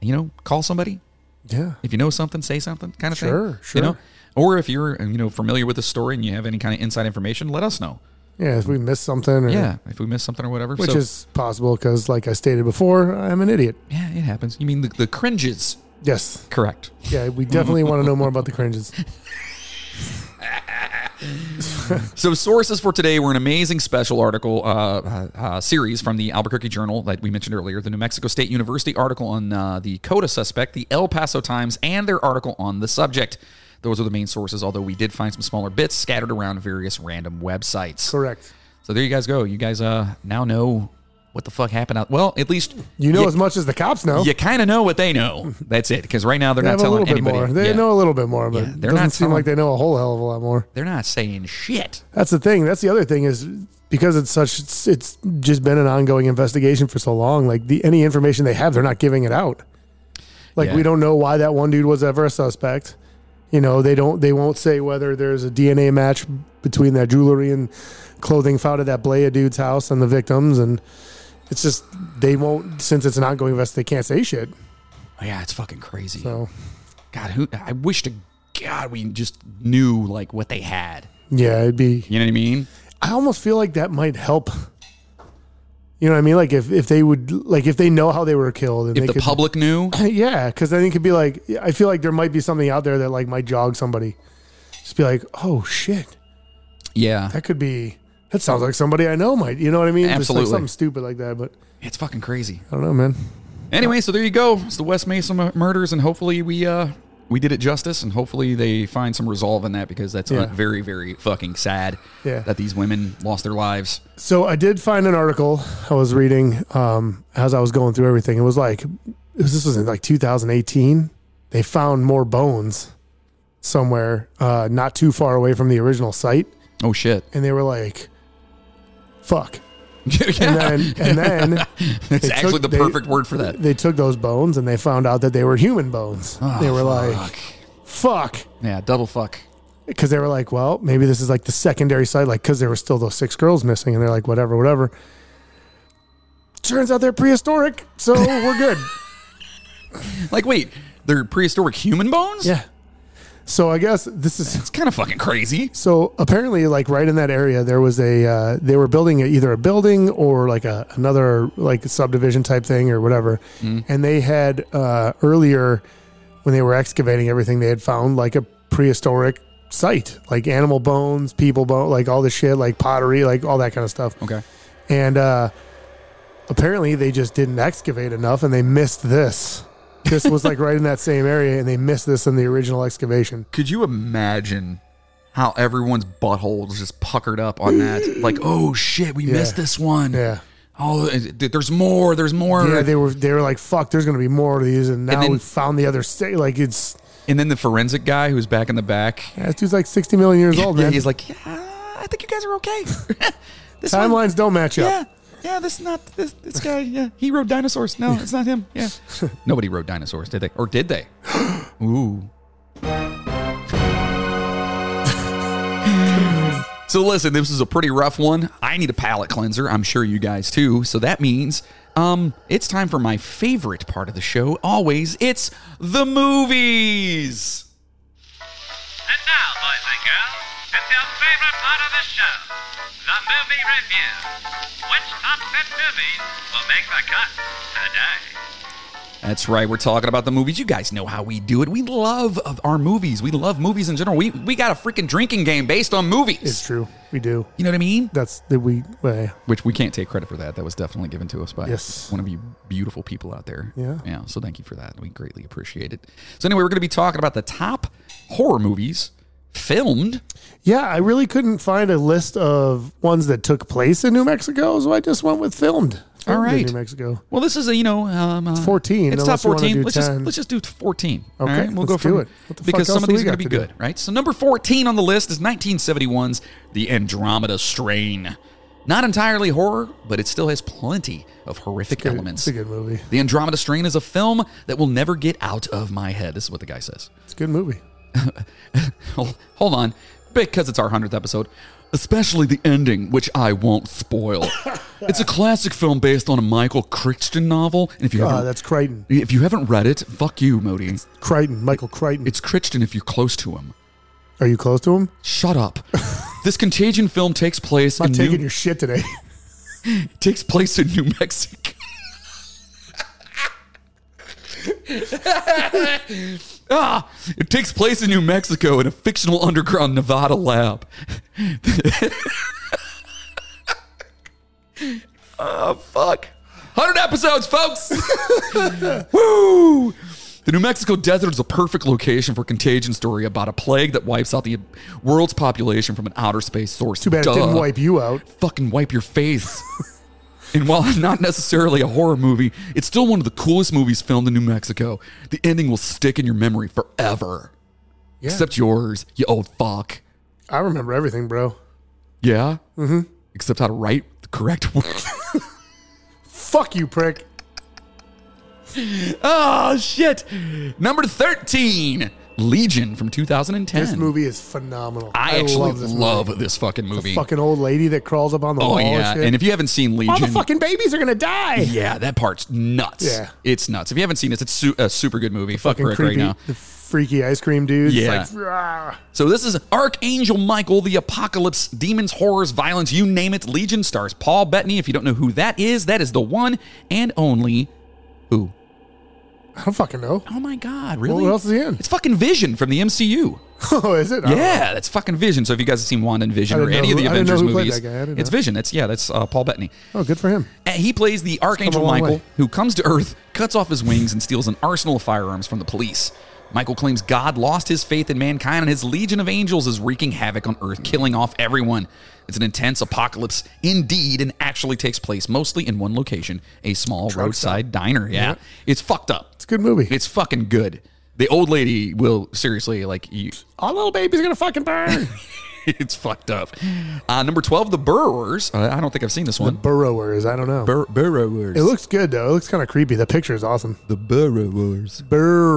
Speaker 3: you know, call somebody.
Speaker 4: Yeah.
Speaker 3: If you know something, say something kind of
Speaker 4: Sure,
Speaker 3: thing. You know,
Speaker 4: sure.
Speaker 3: or if you're, you know, familiar with the story and you have any kind of inside information, let us know.
Speaker 4: Yeah. If we miss something or,
Speaker 3: Yeah. If we missed something or whatever.
Speaker 4: which
Speaker 3: So-
Speaker 4: is possible because, like I stated before, I'm an idiot.
Speaker 3: yeah, it happens. You mean the, the cringes.
Speaker 4: Yes.
Speaker 3: Correct.
Speaker 4: Yeah. We definitely want to know more about
Speaker 3: [laughs]
Speaker 4: the cringes.
Speaker 3: So, sources for today were an amazing special article uh, uh, uh, series from the Albuquerque Journal that we mentioned earlier, the New Mexico State University article on uh, the Coda suspect, the El Paso Times, and their article on the subject. Those are the main sources, although we did find some smaller bits scattered around various random websites.
Speaker 4: Correct.
Speaker 3: So, there you guys go. You guys uh, now know what the fuck happened out. Well, at least
Speaker 4: You know
Speaker 3: you,
Speaker 4: as much as the cops know.
Speaker 3: you kind of know what they know. That's it. Because right now they're
Speaker 4: They
Speaker 3: not
Speaker 4: have a
Speaker 3: telling
Speaker 4: little bit
Speaker 3: anybody.
Speaker 4: more. They
Speaker 3: Yeah.
Speaker 4: know a little bit more, but
Speaker 3: Yeah,
Speaker 4: it
Speaker 3: they're
Speaker 4: doesn't
Speaker 3: not
Speaker 4: seem like
Speaker 3: telling-
Speaker 4: they know a whole hell of a lot more.
Speaker 3: They're not saying shit.
Speaker 4: That's the thing. That's the other thing is because it's such it's, it's just been an ongoing investigation for so long. Like the any information they have, they're not giving it out. Like
Speaker 3: Yeah.
Speaker 4: we don't know why that one dude was ever a suspect. You know they don't they won't say whether there's a DNA match between that jewelry and clothing found at that Blaya dude's house and the victims, and it's just they won't since it's an ongoing investigation. They can't say shit.
Speaker 3: Yeah, it's fucking crazy.
Speaker 4: So
Speaker 3: God, who I wish to God we just knew like what they had.
Speaker 4: yeah, it'd be
Speaker 3: You know what I mean?
Speaker 4: I almost feel like that might help. You know what I mean? Like if, if they would like if they know how they were killed, and
Speaker 3: If
Speaker 4: they
Speaker 3: the
Speaker 4: could,
Speaker 3: public knew,
Speaker 4: [laughs] yeah, because then it could be like I feel like there might be something out there that like might jog somebody. Just be like, oh shit,
Speaker 3: yeah,
Speaker 4: that could be. That sounds like somebody I know might. You know what I mean?
Speaker 3: Absolutely.
Speaker 4: Just like something stupid like that. But
Speaker 3: it's fucking crazy.
Speaker 4: I don't know, man.
Speaker 3: Anyway, so there you go. It's the West Mason mur- murders, and hopefully we uh we did it justice, and hopefully they find some resolve in that because that's uh,
Speaker 4: Yeah.
Speaker 3: very very fucking sad
Speaker 4: Yeah.
Speaker 3: that these women lost their lives.
Speaker 4: So I did find an article I was reading um, as I was going through everything. It was like it was, this was in like 2018. They found more bones somewhere uh, not too far away from the original site.
Speaker 3: Oh shit!
Speaker 4: and they were like, "Fuck!" [laughs] And
Speaker 3: yeah,
Speaker 4: then,
Speaker 3: [laughs]
Speaker 4: and then
Speaker 3: it's
Speaker 4: they
Speaker 3: actually
Speaker 4: took-
Speaker 3: the
Speaker 4: they-
Speaker 3: perfect word for that. Ah,
Speaker 4: they took those bones and they found out that they were human bones. they were like,
Speaker 3: Fuck.
Speaker 4: "Fuck!"
Speaker 3: yeah, double fuck.
Speaker 4: Because they were like, "Well, maybe this is like the secondary side, like because there were still those six girls missing," and they're like, "Whatever, whatever." Turns out they're prehistoric, so we're good.
Speaker 3: Like, wait, they're prehistoric human bones?
Speaker 4: yeah. So I guess this is
Speaker 3: it's kind of fucking crazy.
Speaker 4: So apparently, like right in that area, there was a uh, they were building a, either a building or like a another like subdivision type thing or whatever, and they had uh, earlier when they were excavating everything, they had found like a prehistoric site, like animal bones, people bone, like all this shit, like pottery, like all that kind of stuff,
Speaker 3: Okay.
Speaker 4: and uh, apparently they just didn't excavate enough and they missed this. This was like right in that same area, and they missed this in the original excavation.
Speaker 3: Could you imagine how everyone's butthole is just puckered up on
Speaker 4: [gasps]
Speaker 3: that? Like, oh shit, we missed this one.
Speaker 4: Yeah.
Speaker 3: Oh, th- there's more. There's more.
Speaker 4: Yeah, they were they were like, "Fuck, there's gonna be more of these," and now
Speaker 3: then-
Speaker 4: we found the other state. Like it's
Speaker 3: and then the forensic guy who's back in the back.
Speaker 4: yeah, this dude's like sixty million years
Speaker 3: [laughs]
Speaker 4: old,
Speaker 3: yeah,
Speaker 4: man.
Speaker 3: he's like, yeah, I think you guys are okay. [laughs] this one-
Speaker 4: Timelines don't match up.
Speaker 3: yeah. Yeah, this is not this this guy. Yeah, he rode dinosaurs. No, it's not him. Yeah, [laughs] nobody rode dinosaurs, did they? Or did [gasps] they? Ooh. [laughs] so listen, this is a pretty rough one. I need a palate cleanser. I'm sure you guys too. So that means, um, it's time for my favorite part of the show. Always, it's the movies.
Speaker 7: And now, boys and girls, it's your favorite part of the show, the movie review. Which top 10 movies will make the cut today?
Speaker 3: That's right. We're talking about the movies. You guys know how we do it. We love of our movies. We love movies in general. We we got a freaking drinking game based on movies.
Speaker 4: It's true. We do.
Speaker 3: You know what I mean?
Speaker 4: That's that we. Uh,
Speaker 3: Which we can't take credit for that. That was definitely given to us by
Speaker 4: Yes.
Speaker 3: one of you beautiful people out there.
Speaker 4: Yeah.
Speaker 3: Yeah. So thank you for that. We greatly appreciate it. So anyway, we're going to be talking about the top horror movies filmed.
Speaker 4: yeah, I really couldn't find a list of ones that took place in New Mexico, so I just went with filmed.
Speaker 3: All
Speaker 4: Filmed in
Speaker 3: right.
Speaker 4: New Mexico.
Speaker 3: Well, this is a you know um, uh,
Speaker 4: 14,
Speaker 3: It's top
Speaker 4: unless you wanna
Speaker 3: fourteen.
Speaker 4: do
Speaker 3: Let's just
Speaker 4: 10.
Speaker 3: let's just do fourteen.
Speaker 4: Okay,
Speaker 3: all right? we'll
Speaker 4: let's
Speaker 3: go
Speaker 4: do
Speaker 3: from,
Speaker 4: it. What the fuck
Speaker 3: because some
Speaker 4: else
Speaker 3: of
Speaker 4: do we
Speaker 3: these are going
Speaker 4: got
Speaker 3: to be
Speaker 4: to do?
Speaker 3: good, right? So number fourteen on the list is 1971's The Andromeda Strain. Not entirely horror, but it still has plenty of horrific
Speaker 4: Good-
Speaker 3: elements.
Speaker 4: It's a good movie.
Speaker 3: The Andromeda Strain is a film that will never get out of my head. This is what the guy says.
Speaker 4: It's a good movie.
Speaker 3: [laughs] Hold hold on. because it's our 100th episode, especially the ending, which I won't
Speaker 4: [coughs]
Speaker 3: spoil. it's a classic film based on a Michael Crichton novel. And if you,
Speaker 4: Uh,
Speaker 3: haven't,
Speaker 4: that's Crichton.
Speaker 3: if you haven't read it, fuck you, Modi.
Speaker 4: Crichton. Michael Crichton.
Speaker 3: It's Crichton if you're close to him.
Speaker 4: Are you close to him?
Speaker 3: Shut
Speaker 4: [laughs]
Speaker 3: up. this contagion film takes place
Speaker 4: I'm
Speaker 3: in
Speaker 4: not taking
Speaker 3: New,
Speaker 4: your shit today. [laughs]
Speaker 3: takes place in New Mexico. [laughs] ah, it takes place in New Mexico in a fictional underground Nevada lab. [laughs] oh fuck. 100 episodes, folks. [laughs] Woo! The New Mexico desert is a perfect location for a contagion story about a plague that wipes out the world's population from an outer space source.
Speaker 4: Too bad it didn't wipe you out.
Speaker 3: fucking wipe your face. [laughs] and while not necessarily a horror movie, it's still one of the coolest movies filmed in New Mexico. The ending will stick in your memory forever.
Speaker 4: Yeah.
Speaker 3: Except yours, you old fuck.
Speaker 4: I remember everything, bro.
Speaker 3: Yeah? Mm-hmm. Except how to write the correct word. [laughs]
Speaker 4: Fuck you, prick.
Speaker 3: oh, shit. Number 13, Legion from 2010.
Speaker 4: This movie is phenomenal.
Speaker 3: I, actually love
Speaker 4: love
Speaker 3: this,
Speaker 4: this movie.
Speaker 3: fucking movie.
Speaker 4: fucking old lady that crawls up on the
Speaker 3: oh,
Speaker 4: wall.
Speaker 3: yeah.
Speaker 4: and, shit.
Speaker 3: And if you haven't seen
Speaker 4: all
Speaker 3: Legion,
Speaker 4: the fucking babies are gonna die.
Speaker 3: yeah, that part's nuts.
Speaker 4: Yeah.
Speaker 3: It's nuts. If you haven't seen this, it's su- a super good movie. Fuck
Speaker 4: Fucking
Speaker 3: Rick right
Speaker 4: creepy.
Speaker 3: now.
Speaker 4: The freaky ice cream dude.
Speaker 3: Yeah.
Speaker 4: It's like, "Rah."
Speaker 3: So this is Archangel Michael, the apocalypse, demons, horrors, violence, you name it. Legion stars Paul Bettany. If you don't know who that is, that is the one and only who.
Speaker 4: I don't fucking know. [laughs]
Speaker 3: Oh my God! Really?
Speaker 4: what else is he in?
Speaker 3: It's fucking Vision from the MCU.
Speaker 4: Oh, is it? I don't know.
Speaker 3: Yeah, that's fucking Vision. So if you guys have seen Wanda and Vision
Speaker 4: I
Speaker 3: or
Speaker 4: didn't
Speaker 3: any
Speaker 4: know
Speaker 3: of the
Speaker 4: who- I didn't know
Speaker 3: Avengers
Speaker 4: who played
Speaker 3: movies,
Speaker 4: that guy. I didn't
Speaker 3: it's
Speaker 4: know.
Speaker 3: Vision. That's yeah, that's uh, Paul Bettany.
Speaker 4: Oh, good for him.
Speaker 3: And he plays the Archangel
Speaker 4: come a long
Speaker 3: Michael,
Speaker 4: way.
Speaker 3: who comes to Earth, cuts off his wings, and steals an arsenal of firearms from the police. Michael claims God lost his faith in mankind, and his legion of angels is wreaking havoc on Earth, killing off everyone. It's an intense apocalypse indeed, and actually takes place mostly in one location a small roadside diner. Yeah. It's fucked up.
Speaker 4: It's a good movie.
Speaker 3: It's fucking good. The old lady will seriously, like, you, [laughs]
Speaker 4: All little babies are gonna fucking burn.
Speaker 3: it's fucked up. Uh, number 12, The Burrowers. Uh, I don't think I've seen this one.
Speaker 4: Burrowers. I don't know.
Speaker 3: Bur- burrowers.
Speaker 4: it looks good though. It looks kind of creepy. The picture is awesome.
Speaker 3: the Burrowers.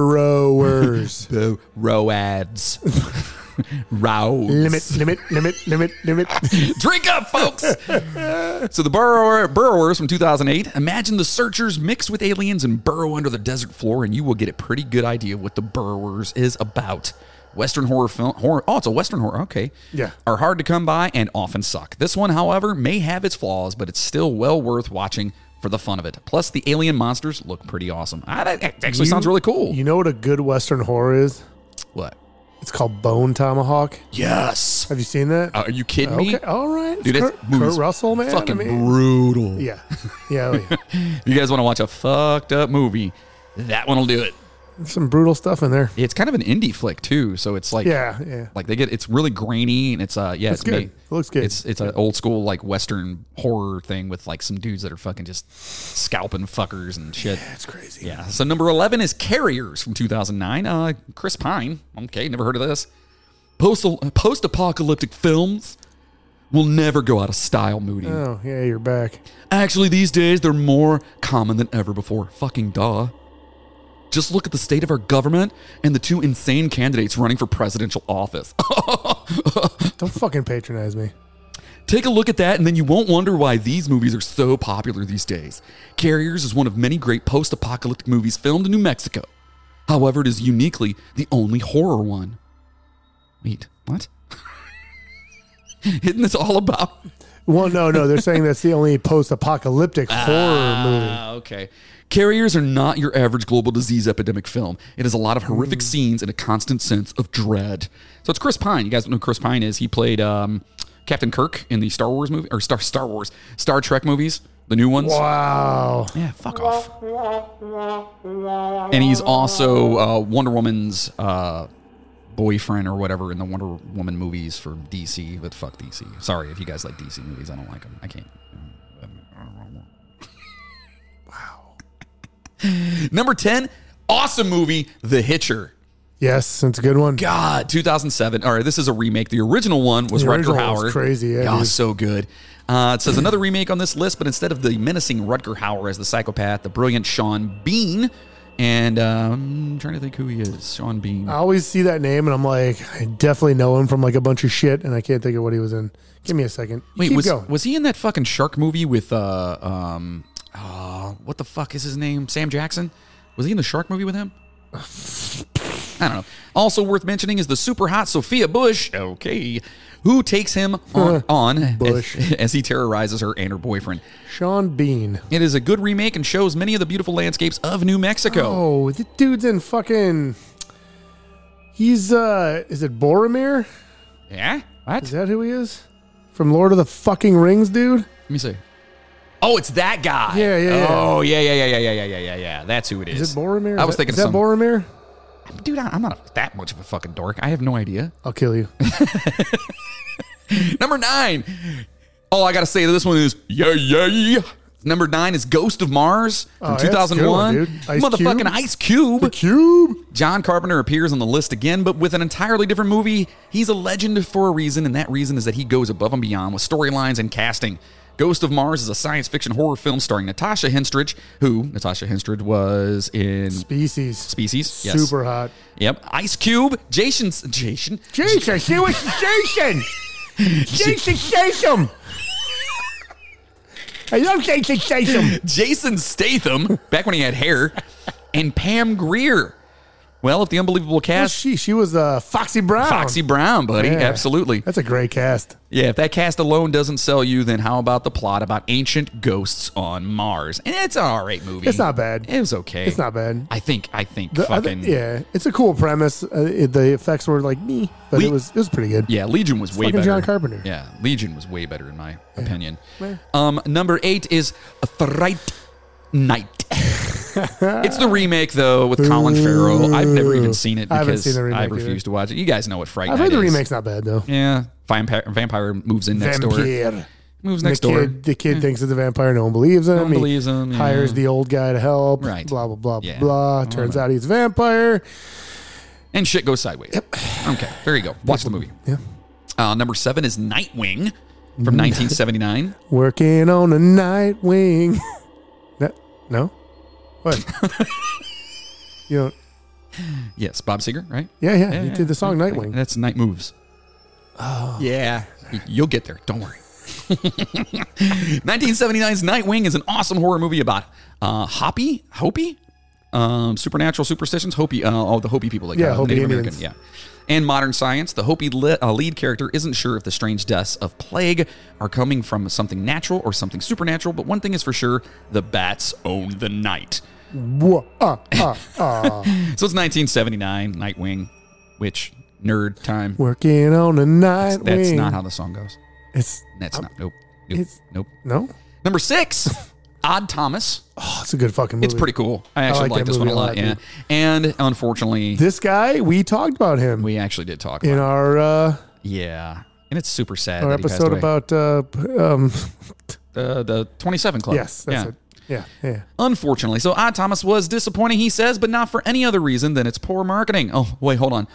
Speaker 3: [laughs]
Speaker 4: Burrowers.
Speaker 3: the [laughs] roads. roads.
Speaker 4: limit, limit, limit, limit,
Speaker 3: [laughs]
Speaker 4: limit.
Speaker 3: Drink up,
Speaker 4: [laughs]
Speaker 3: folks. so the burrower, burrowers from 2008. Imagine the searchers mixed with aliens and burrow under the desert floor, and you will get a pretty good idea of what the burrowers is about. Western horror film. Horror, oh, it's a Western horror. Okay.
Speaker 4: Yeah.
Speaker 3: Are hard to come by and often suck. This one, however, may have its flaws, but it's still well worth watching for the fun of it. Plus, the alien monsters look pretty awesome. Ah, that actually
Speaker 4: You-
Speaker 3: sounds really cool.
Speaker 4: You know what a good Western horror is?
Speaker 3: what?
Speaker 4: It's called Bone Tomahawk. [laughs]
Speaker 3: Yes.
Speaker 4: Have you seen that?
Speaker 3: Are you kidding me?
Speaker 4: okay, all right.
Speaker 3: Dude,
Speaker 4: It's
Speaker 3: that's
Speaker 4: Kurt, Kurt Russell, man. I
Speaker 3: Fucking
Speaker 4: mean-
Speaker 3: brutal.
Speaker 4: yeah, [laughs] yeah, oh, yeah.
Speaker 3: If you guys want to watch a fucked up movie, that one will do it.
Speaker 4: Some brutal stuff
Speaker 3: [laughs]
Speaker 4: in there.
Speaker 3: It's kind of an indie flick too, so it's like
Speaker 4: Yeah, yeah.
Speaker 3: like they get it's really grainy and it's uh yeah
Speaker 4: It's good. It looks good.
Speaker 3: It's it's an old school like western horror thing with like some dudes that are fucking just scalping fuckers and shit.
Speaker 4: That's crazy.
Speaker 3: Yeah. So number 11 is Carriers from 2009. Uh, Chris Pine. Okay, never heard of this. Postal, post-apocalyptic films will never go out of style, Moody.
Speaker 4: Oh yeah, you're back.
Speaker 3: Actually, these days, they're more common than ever before. Fucking duh. Just look at the state of our government and the two insane candidates running for presidential office. [laughs]
Speaker 4: Don't fucking patronize me.
Speaker 3: Take a look at that, and then you won't wonder why these movies are so popular these days. Carriers is one of many great post apocalyptic movies filmed in New Mexico. However, it is uniquely the only horror one. Wait, what? [laughs] Isn't this all about
Speaker 4: Well, no, no, they're saying that's the only post-apocalyptic horror movie.
Speaker 3: Ah, okay. Carriers are not your average global disease epidemic film. It has a lot of horrific scenes and a constant sense of dread. So it's Chris Pine. You guys don't know who Chris Pine is. He played um, Captain Kirk in the Star Wars movie or Star Star Wars Star Trek movies, the new ones.
Speaker 4: Wow.
Speaker 3: Yeah, fuck off. And he's also uh, Wonder Woman's uh, boyfriend or whatever in the Wonder Woman movies for DC. But fuck DC. Sorry if you guys like DC movies. I don't like them. I can't. wow. [laughs] Number 10, awesome movie, The Hitcher.
Speaker 4: Yes, it's a good one.
Speaker 3: God, 2007. All right, this is a remake. The original one was
Speaker 4: The
Speaker 3: Rutger
Speaker 4: original was
Speaker 3: Hauer.
Speaker 4: crazy, yeah,
Speaker 3: Oh,
Speaker 4: dude.
Speaker 3: so good. Uh, it says another remake on this list, but instead of the menacing Rutger Hauer as the psychopath, the brilliant Sean Bean And um, I'm trying to think who he is. Sean Bean.
Speaker 4: I always see that name and I'm like, I definitely know him from like a bunch of shit, and I can't think of what he was in. Give me a second.
Speaker 3: Wait,
Speaker 4: Keep
Speaker 3: was
Speaker 4: going.
Speaker 3: was he in that fucking shark movie with uh um uh, what the fuck is his name? Sam Jackson? Was he in the shark movie with
Speaker 4: [laughs]
Speaker 3: him? I don't know. Also worth mentioning is the super hot Sophia Bush, okay, who takes him
Speaker 4: [laughs]
Speaker 3: on, on as-
Speaker 4: Bush.
Speaker 3: [laughs] as he terrorizes her and her boyfriend.
Speaker 4: Sean Bean.
Speaker 3: It is a good remake and shows many of the beautiful landscapes of New Mexico.
Speaker 4: Oh, the dude's in fucking. He's uh, is it Boromir?
Speaker 3: Yeah?
Speaker 4: Is
Speaker 3: What?
Speaker 4: that who he is? From Lord of the fucking Rings, dude.
Speaker 3: Let me see. Oh, it's that guy.
Speaker 4: Yeah, yeah, yeah.
Speaker 3: Oh, yeah, yeah, yeah, yeah, yeah, yeah, yeah, yeah, yeah. That's who it is.
Speaker 4: Is it Boromir?
Speaker 3: I
Speaker 4: Is
Speaker 3: was
Speaker 4: that-
Speaker 3: thinking
Speaker 4: is that
Speaker 3: some-
Speaker 4: Boromir?
Speaker 3: Dude, I- I'm not that much of a fucking dork. I have no idea.
Speaker 4: I'll kill you.
Speaker 3: Number nine. All I gotta say to this one is yeah, yeah, yeah. Number nine is Ghost of Mars
Speaker 4: Oh,
Speaker 3: from
Speaker 4: that's a good
Speaker 3: 2001.
Speaker 4: one, dude. Ice
Speaker 3: Motherfucking
Speaker 4: Cube?
Speaker 3: Ice
Speaker 4: [laughs]
Speaker 3: Cube.
Speaker 4: Cube.
Speaker 3: John Carpenter appears on the list again, but with an entirely different movie. He's a legend for a reason, and that reason is that he goes above and beyond with storylines and casting. Ghost of Mars is a science fiction horror film starring Natasha Henstridge, who Natasha Henstridge was in
Speaker 4: Species.
Speaker 3: Species. Yes.
Speaker 4: Super hot.
Speaker 3: Yep. Ice Cube. Jason. Jason.
Speaker 4: Jason, see what's
Speaker 3: [laughs]
Speaker 4: Jason. [laughs] Jason Statham. I love Jason Statham.
Speaker 3: Jason Statham, back when he had hair, and Pam Greer. Well, if the unbelievable
Speaker 4: Oh,
Speaker 3: cast,
Speaker 4: she, she was uh, Foxy Brown.
Speaker 3: Foxy Brown, buddy,
Speaker 4: Yeah.
Speaker 3: absolutely.
Speaker 4: That's a great cast.
Speaker 3: Yeah, if that cast alone doesn't sell you, then how about the plot about ancient ghosts on Mars? And it's an all right movie.
Speaker 4: It's not bad.
Speaker 3: It was okay.
Speaker 4: It's not bad.
Speaker 3: I think. I think.
Speaker 4: The other-
Speaker 3: fucking
Speaker 4: yeah, it's a cool premise. Uh, it- the effects were like me, but
Speaker 3: We-
Speaker 4: it was it was pretty good.
Speaker 3: Yeah, Legion was way
Speaker 4: fucking
Speaker 3: better.
Speaker 4: John Carpenter.
Speaker 3: Yeah, Legion was way better in my opinion. Um, number eight is Fright
Speaker 4: [laughs]
Speaker 3: Night. it's the remake though with Colin Farrell. I've never even seen it
Speaker 4: I haven't
Speaker 3: because
Speaker 4: seen the remake
Speaker 3: I
Speaker 4: either.
Speaker 3: refuse to watch it. You guys know what Fright
Speaker 4: I've
Speaker 3: Night
Speaker 4: heard the
Speaker 3: is.
Speaker 4: remake's not bad though.
Speaker 3: Yeah, vampire, vampire moves in next door. Moves next
Speaker 4: the
Speaker 3: door. Hmm.
Speaker 4: kid, the kid thinks it's a vampire. No one believes him.
Speaker 3: one
Speaker 4: He
Speaker 3: believes him, yeah.
Speaker 4: Hires the old guy to help.
Speaker 3: Right.
Speaker 4: Blah blah blah
Speaker 3: Yeah.
Speaker 4: blah. Turns out he's a vampire.
Speaker 3: and shit goes sideways. Okay, there you go. Watch the movie.
Speaker 4: Yeah. Mm.
Speaker 3: Uh, number seven is Nightwing from 1979.
Speaker 4: Working on a night [laughs] wing. no, no?
Speaker 3: [laughs]
Speaker 4: What? you don't.
Speaker 3: yes, Bob Seger, right?
Speaker 4: Yeah, yeah. you
Speaker 3: yeah,
Speaker 4: did the song Nightwing.
Speaker 3: That's Night Moves. Oh. Yeah. You'll get there. Don't worry. [laughs] 1979's Nightwing is an awesome horror movie about uh, Hopi, Hopi, um, supernatural superstitions, Hopi, uh, oh, the Hopi people, like
Speaker 4: Yeah,
Speaker 3: uh,
Speaker 4: Hopi
Speaker 3: Native
Speaker 4: Indians.
Speaker 3: American, yeah, and modern science. The Hopi le- uh, lead character isn't sure if the strange deaths of plague are coming from something natural or something supernatural, but one thing is for sure: the bats own the night.
Speaker 4: Whoa, uh, uh, uh.
Speaker 3: So it's 1979, Nightwing, which nerd time.
Speaker 4: Working on a night wing.
Speaker 3: That's not how the song goes.
Speaker 4: It's
Speaker 3: That's not. Nope. Nope.
Speaker 4: it's-
Speaker 3: Nope.
Speaker 4: no.
Speaker 3: Number
Speaker 4: [laughs]
Speaker 3: six, Odd Thomas.
Speaker 4: Oh, it's a good fucking movie.
Speaker 3: It's pretty cool. I actually
Speaker 4: like
Speaker 3: like
Speaker 4: that
Speaker 3: this one a
Speaker 4: movie
Speaker 3: lot. yeah.
Speaker 4: dude.
Speaker 3: And unfortunately,
Speaker 4: This guy, we talked about him
Speaker 3: we actually did talk about
Speaker 4: in
Speaker 3: it.
Speaker 4: our uh,
Speaker 3: Yeah. And it's super sad.
Speaker 4: our
Speaker 3: that he passed
Speaker 4: episode
Speaker 3: away.
Speaker 4: about uh, p- um,
Speaker 3: uh, the 27 Club.
Speaker 4: yes, that's
Speaker 3: yeah.
Speaker 4: it. Yeah, yeah.
Speaker 3: Unfortunately. So Odd Thomas was disappointing, he says, but not for any other reason than its poor marketing. Oh, wait, hold on.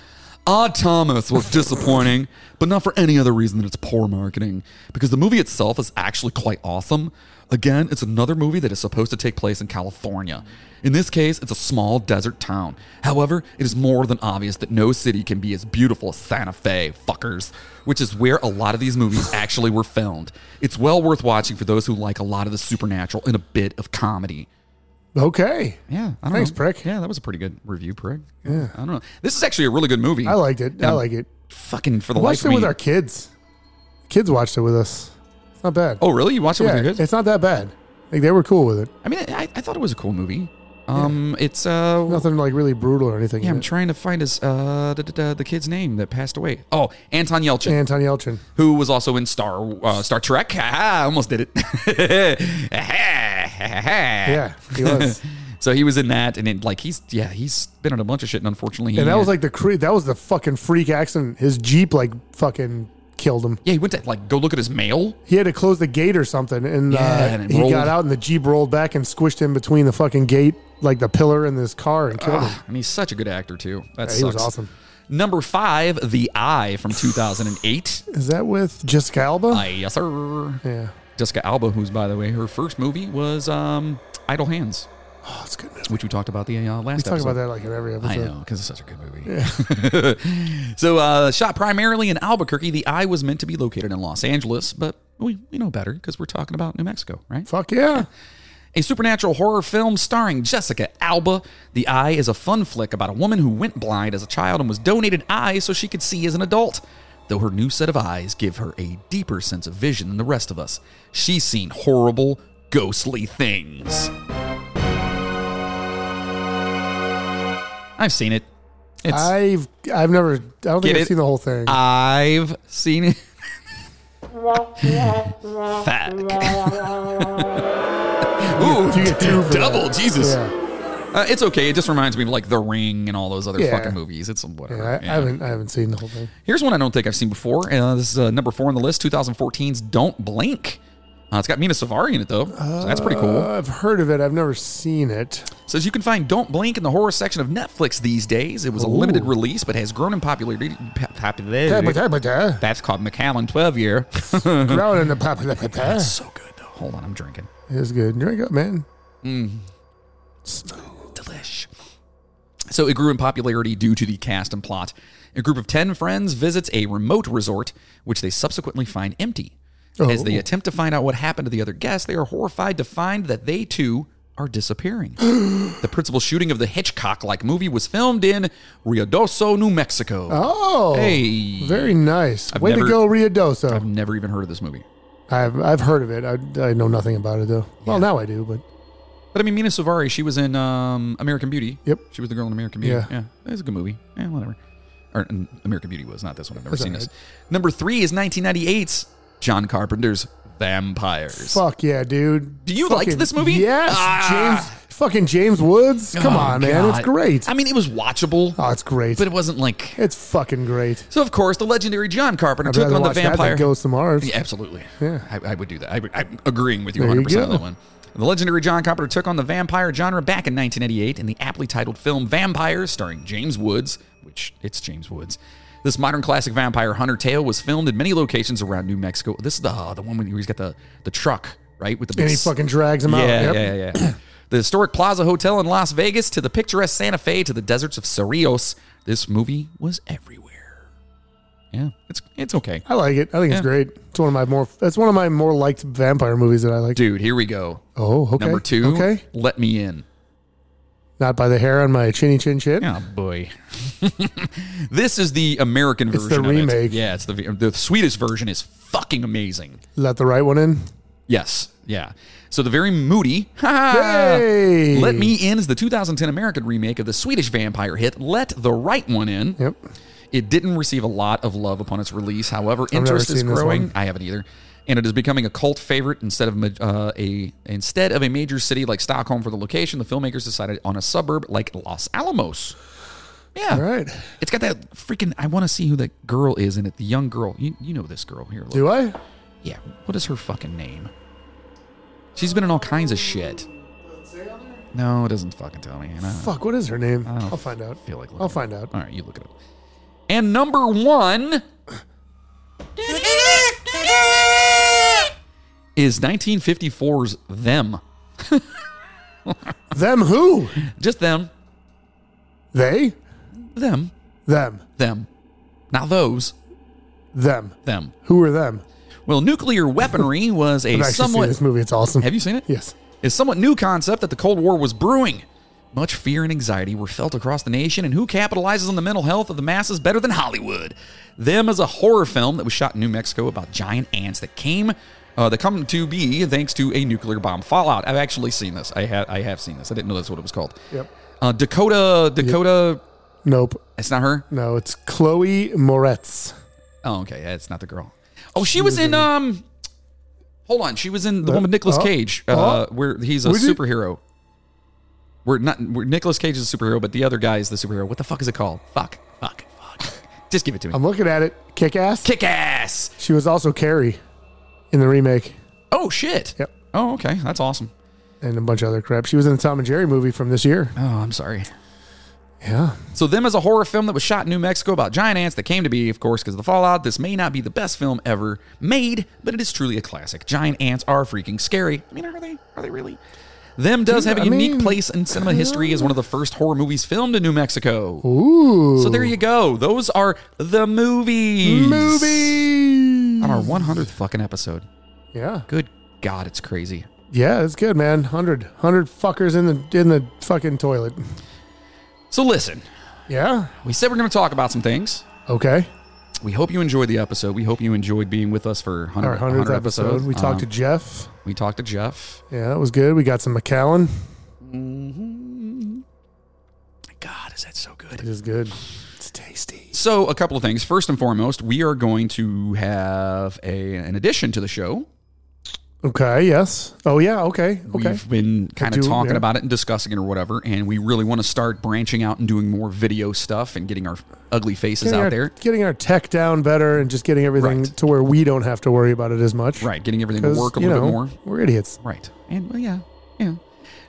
Speaker 3: Odd Thomas was disappointing, but not for any other reason than its poor marketing. Because the movie itself is actually quite awesome. Again, it's another movie that is supposed to take place in California. In this case, it's a small desert town. However, it is more than obvious that no city can be as beautiful as Santa Fe, fuckers, which is where a lot of these movies actually were filmed. It's well worth watching for those who like a lot of the supernatural and a bit of comedy.
Speaker 4: Okay,
Speaker 3: Yeah, I don't
Speaker 4: Thanks,
Speaker 3: know.
Speaker 4: prick.
Speaker 3: Yeah, that was a pretty good review, prick. Yeah, I don't know. This is actually a really good movie.
Speaker 4: I liked it. I
Speaker 3: Um,
Speaker 4: like it.
Speaker 3: Fucking for the
Speaker 4: We
Speaker 3: life
Speaker 4: watched
Speaker 3: of
Speaker 4: it
Speaker 3: me.
Speaker 4: with our kids. Kids watched it with us. It's not bad.
Speaker 3: oh, really? You watched it
Speaker 4: yeah,
Speaker 3: with your kids?
Speaker 4: it's not that bad. Like they were cool with it.
Speaker 3: I mean, I, I thought it was a cool movie. Um, it's uh,
Speaker 4: Nothing like really brutal or anything.
Speaker 3: yeah.
Speaker 4: in
Speaker 3: I'm
Speaker 4: it.
Speaker 3: trying to find his uh, da, da, da, the kid's name that passed away. Oh, Anton Yelchin,
Speaker 4: Anton Yelchin.
Speaker 3: who was also in Star uh, Star Trek. Ah, I almost did it. [laughs] yeah, Ah.
Speaker 4: Yeah, he was.
Speaker 3: [laughs] So he was in that, and it, like he's yeah, he's been in a bunch of shit, and unfortunately, he,
Speaker 4: And that was
Speaker 3: uh,
Speaker 4: like the cre- that was the fucking freak accident. His jeep like fucking killed him.
Speaker 3: yeah, he went to like go look at his mail.
Speaker 4: He had to close the gate or something, and, uh,
Speaker 3: Yeah, and it
Speaker 4: he
Speaker 3: rolled.
Speaker 4: got out, and the jeep rolled back and squished in between the fucking gate, like the pillar in this car, and killed him.
Speaker 3: Ah, and he's such a good actor too. That
Speaker 4: Yeah,
Speaker 3: sucks.
Speaker 4: he was awesome.
Speaker 3: Number five, The Eye from
Speaker 4: [laughs]
Speaker 3: 2008.
Speaker 4: Is that with Jessica Alba?
Speaker 3: Aye, yes, sir.
Speaker 4: yeah.
Speaker 3: Jessica Alba, who's by the way, her first movie was um, Idle Hands.
Speaker 4: Oh, it's a good. Movie.
Speaker 3: which we talked about the uh, last
Speaker 4: We talk
Speaker 3: episode.
Speaker 4: about that like in every episode.
Speaker 3: I know because it's such a good movie. [laughs] so, uh, shot primarily in Albuquerque, the eye was meant to be located in Los Angeles, but we, we know better because we're talking about New Mexico, right?
Speaker 4: Fuck yeah.
Speaker 3: A supernatural horror film starring Jessica Alba. The Eye is a fun flick about a woman who went blind as a child and was donated eyes so she could see as an adult. Though her new set of eyes give her a deeper sense of vision than the rest of us, she's seen horrible, ghostly things. I've seen it. It's
Speaker 4: I've I've never. I don't
Speaker 3: Get
Speaker 4: think I've
Speaker 3: it?
Speaker 4: seen the whole thing.
Speaker 3: I've seen it. Fuck. Ooh,
Speaker 4: you get two for
Speaker 3: double,
Speaker 4: that.
Speaker 3: Jesus.
Speaker 4: yeah,
Speaker 3: Uh, it's okay. It just reminds me of like The Ring and all those other
Speaker 4: Yeah.
Speaker 3: fucking movies. It's whatever.
Speaker 4: yeah, I,
Speaker 3: Yeah.
Speaker 4: I haven't I haven't seen the whole thing.
Speaker 3: Here's one I don't think I've seen before. Uh, this is uh, number four on the list 2014's Don't Blink. Uh, it's got Mina Savari in it, though. So that's pretty cool.
Speaker 4: Uh, I've heard of it. I've never seen it.
Speaker 3: Says you can find Don't Blink in the horror section of Netflix these days. It was a limited release, but has grown in popularity. pa- popularity.
Speaker 4: Brown
Speaker 3: That's called McAllen 12 year. Uh-huh.
Speaker 4: in the pop- pop- pop- pop.
Speaker 3: so good, though. Hold on, I'm drinking.
Speaker 4: It was good. Drink up, man.
Speaker 3: Delish. So it grew in popularity due to the cast and plot. A group of 10 friends visits a remote resort, which they subsequently find empty. As
Speaker 4: Oh.
Speaker 3: they attempt to find out what happened to the other guests, they are horrified to find that they too are
Speaker 4: [gasps]
Speaker 3: disappearing. the principal shooting of the Hitchcock like movie was filmed in Riadoso, New Mexico.
Speaker 4: Oh,
Speaker 3: Hey.
Speaker 4: very nice. Way
Speaker 3: never-
Speaker 4: to go,
Speaker 3: I've
Speaker 4: Riadoso.
Speaker 3: never even heard of this movie.
Speaker 4: I've I've heard of it. I, I know nothing about it though. Well, now I do, but
Speaker 3: But I mean, Mina Savari, she was in um, American Beauty.
Speaker 4: Yep.
Speaker 3: She was the girl in American Beauty. Yeah.
Speaker 4: Yeah.
Speaker 3: It was a good movie. Yeah, whatever. Or mm, American Beauty was not this one. I've never
Speaker 4: That's
Speaker 3: seen this.
Speaker 4: alright.
Speaker 3: Number three is 1998's John Carpenter's Vampires.
Speaker 4: fuck yeah, dude.
Speaker 3: Do you like this movie?
Speaker 4: Yes,
Speaker 3: Ah.
Speaker 4: James. Fucking James Woods. Come
Speaker 3: Oh,
Speaker 4: on, man.
Speaker 3: God.
Speaker 4: It's great.
Speaker 3: I mean, it was watchable,
Speaker 4: oh, it's great.
Speaker 3: but it wasn't like.
Speaker 4: it's fucking great.
Speaker 3: So, of course, the legendary John Carpenter
Speaker 4: I'd
Speaker 3: took
Speaker 4: rather
Speaker 3: on the
Speaker 4: watch that
Speaker 3: vampire.
Speaker 4: than Ghosts and Mars.
Speaker 3: Yeah, absolutely.
Speaker 4: Yeah.
Speaker 3: I, I would do that. I, would- I'm agreeing with you
Speaker 4: There you
Speaker 3: 100% on
Speaker 4: go.
Speaker 3: that one. The legendary John Carpenter took on the vampire genre back in 1988 in the aptly titled film Vampires, starring James Woods, which it's James Woods. This modern classic vampire hunter tale was filmed in many locations around New Mexico. This is the uh, the one where he's got the, the truck, right? With the big
Speaker 4: And he
Speaker 3: s-
Speaker 4: fucking drags him out.
Speaker 3: yeah,
Speaker 4: Yep.
Speaker 3: yeah, yeah. the historic Plaza Hotel in Las Vegas to the picturesque Santa Fe to the deserts of Cerrillos. This movie was everywhere. Yeah, it's it's okay.
Speaker 4: I like it. I think
Speaker 3: Yeah.
Speaker 4: it's great. It's one of my more. It's one of my more liked vampire movies that I like.
Speaker 3: Dude, here we go.
Speaker 4: Oh, okay.
Speaker 3: Number two,
Speaker 4: Okay.
Speaker 3: let me in.
Speaker 4: Not by the hair on my chinny chin chin.
Speaker 3: Oh boy, [laughs] this is the American
Speaker 4: It's
Speaker 3: version.
Speaker 4: the
Speaker 3: of it.
Speaker 4: remake.
Speaker 3: Yeah, it's the the Swedish version is fucking amazing.
Speaker 4: Let the right one in.
Speaker 3: Yes, yeah. So the very moody. [laughs] Ha!
Speaker 4: Hey!
Speaker 3: Let me in is the 2010 American remake of the Swedish vampire hit Let the Right One In.
Speaker 4: Yep.
Speaker 3: It didn't receive a lot of love upon its release. However,
Speaker 4: never
Speaker 3: interest is
Speaker 4: seen this
Speaker 3: growing.
Speaker 4: one.
Speaker 3: I haven't either, and it is becoming a cult favorite instead of ma- uh, a instead of a major city like Stockholm for the location. The filmmakers decided on a suburb like Los Alamos. Yeah,
Speaker 4: All right.
Speaker 3: it's got that freaking. I want to see who that girl is in it. The young girl. You, you know this girl here. Look.
Speaker 4: Do I?
Speaker 3: Yeah. What is her fucking name? She's been in all kinds of shit. No, it doesn't fucking tell me. and I-
Speaker 4: Fuck. What is her name?
Speaker 3: don't
Speaker 4: I'll find out.
Speaker 3: feel like looking
Speaker 4: I'll
Speaker 3: it
Speaker 4: find out.
Speaker 3: All right, you look it up. And number one is 1954's Them.
Speaker 4: Them who?
Speaker 3: Just them.
Speaker 4: They?
Speaker 3: Them.
Speaker 4: Them.
Speaker 3: Them. Not those.
Speaker 4: Them.
Speaker 3: Them.
Speaker 4: Who are them?
Speaker 3: Well, nuclear weaponry was
Speaker 4: I've
Speaker 3: a
Speaker 4: actually seen
Speaker 3: somewhat
Speaker 4: this movie. It's awesome.
Speaker 3: Have you seen it?
Speaker 4: Yes.
Speaker 3: Is somewhat new concept that the Cold War was brewing. Much fear and anxiety were felt across the nation, and who capitalizes on the mental health of the masses better than Hollywood? Them is a horror film that was shot in New Mexico about giant ants that came, uh, that come to be thanks to a nuclear bomb fallout. I've actually seen this. I have, I have seen this. I didn't know that's what it was called.
Speaker 4: Yep.
Speaker 3: Uh, Dakota, Dakota.
Speaker 4: Nope.
Speaker 3: It's not her.
Speaker 4: No. It's Chloe Moretz.
Speaker 3: Oh, okay. Yeah, it's not the girl. Oh, she, was, in um. Hold on, she was in the one with Nicolas
Speaker 4: oh,
Speaker 3: Cage, uh,
Speaker 4: oh.
Speaker 3: where he's a
Speaker 4: Was he?
Speaker 3: superhero. We're not. We're Nicolas Cage is a superhero, but the other guy is the superhero. What the fuck is it called? Fuck, fuck, fuck. Just give it to me.
Speaker 4: I'm looking at it. Kick ass.
Speaker 3: Kick ass.
Speaker 4: She was also Carrie in the remake
Speaker 3: Oh shit.
Speaker 4: Yep.
Speaker 3: Oh okay, that's awesome.
Speaker 4: and a bunch of other crap. She was in the Tom and Jerry movie from this year.
Speaker 3: Oh, I'm sorry.
Speaker 4: Yeah.
Speaker 3: So them is a horror film that was shot in New Mexico about giant ants that came to be, of course, because of the fallout. This may not be the best film ever made, but it is truly a classic. Giant ants are freaking scary. I mean, are they? Are they really? Them does have a
Speaker 4: I
Speaker 3: unique
Speaker 4: mean-
Speaker 3: place in cinema history as one of the first horror movies filmed in New Mexico. So there you go. Those are the movies.
Speaker 4: Movies.
Speaker 3: On our 100th fucking episode.
Speaker 4: Yeah.
Speaker 3: Good God, it's crazy.
Speaker 4: Yeah, it's good, man. 100 100 fuckers in the in the fucking toilet.
Speaker 3: So listen,
Speaker 4: Yeah.
Speaker 3: we said we're going to talk about some things.
Speaker 4: Okay.
Speaker 3: We hope you enjoyed the episode. We hope you enjoyed being with us for 100,
Speaker 4: Our 100th
Speaker 3: 100
Speaker 4: episode.
Speaker 3: episode.
Speaker 4: We talked to
Speaker 3: Um,
Speaker 4: Jeff.
Speaker 3: we talked to Jeff.
Speaker 4: Yeah, that was good. We got some McAllen.
Speaker 3: God, is that so good?
Speaker 4: It is good. It's tasty.
Speaker 3: So, a couple of things. First and foremost, we are going to have a an addition to the show.
Speaker 4: Okay, yes. Oh yeah, okay. Okay.
Speaker 3: We've been kind of
Speaker 4: do,
Speaker 3: talking
Speaker 4: yeah.
Speaker 3: about it and discussing it or whatever, and we really want to start branching out and doing more video stuff and getting our ugly faces
Speaker 4: Getting
Speaker 3: out
Speaker 4: our,
Speaker 3: there.
Speaker 4: Getting our tech down better and just getting everything
Speaker 3: Right.
Speaker 4: to where we don't have to worry about it as much.
Speaker 3: Right, getting everything to
Speaker 4: 'Cause,
Speaker 3: work a
Speaker 4: you
Speaker 3: little bit
Speaker 4: know,
Speaker 3: more.
Speaker 4: We're idiots.
Speaker 3: Right. And well, yeah, yeah.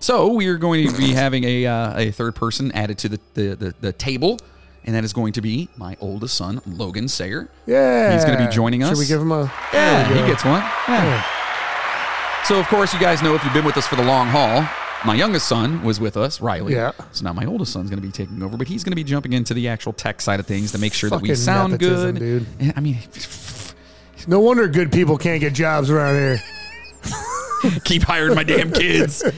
Speaker 3: So we are going to be having a uh, a third person added to the, the the the table, and that is going to be my oldest son, Logan Sayer.
Speaker 4: Yeah.
Speaker 3: He's gonna be joining us.
Speaker 4: Should we give him a
Speaker 3: Yeah,
Speaker 4: there we
Speaker 3: he
Speaker 4: go.
Speaker 3: gets one.
Speaker 4: Yeah.
Speaker 3: So of course, you guys know if you've been with us for the long haul. My youngest son was with us, Riley.
Speaker 4: Yeah.
Speaker 3: So now my oldest son's going to be taking over, but he's going to be jumping into the actual tech side of things to make sure that we
Speaker 4: Fucking
Speaker 3: sound
Speaker 4: nepotism,
Speaker 3: good.
Speaker 4: dude.
Speaker 3: Yeah, I mean,
Speaker 4: No wonder good people can't get jobs around here.
Speaker 3: keep hiring my damn kids. [laughs]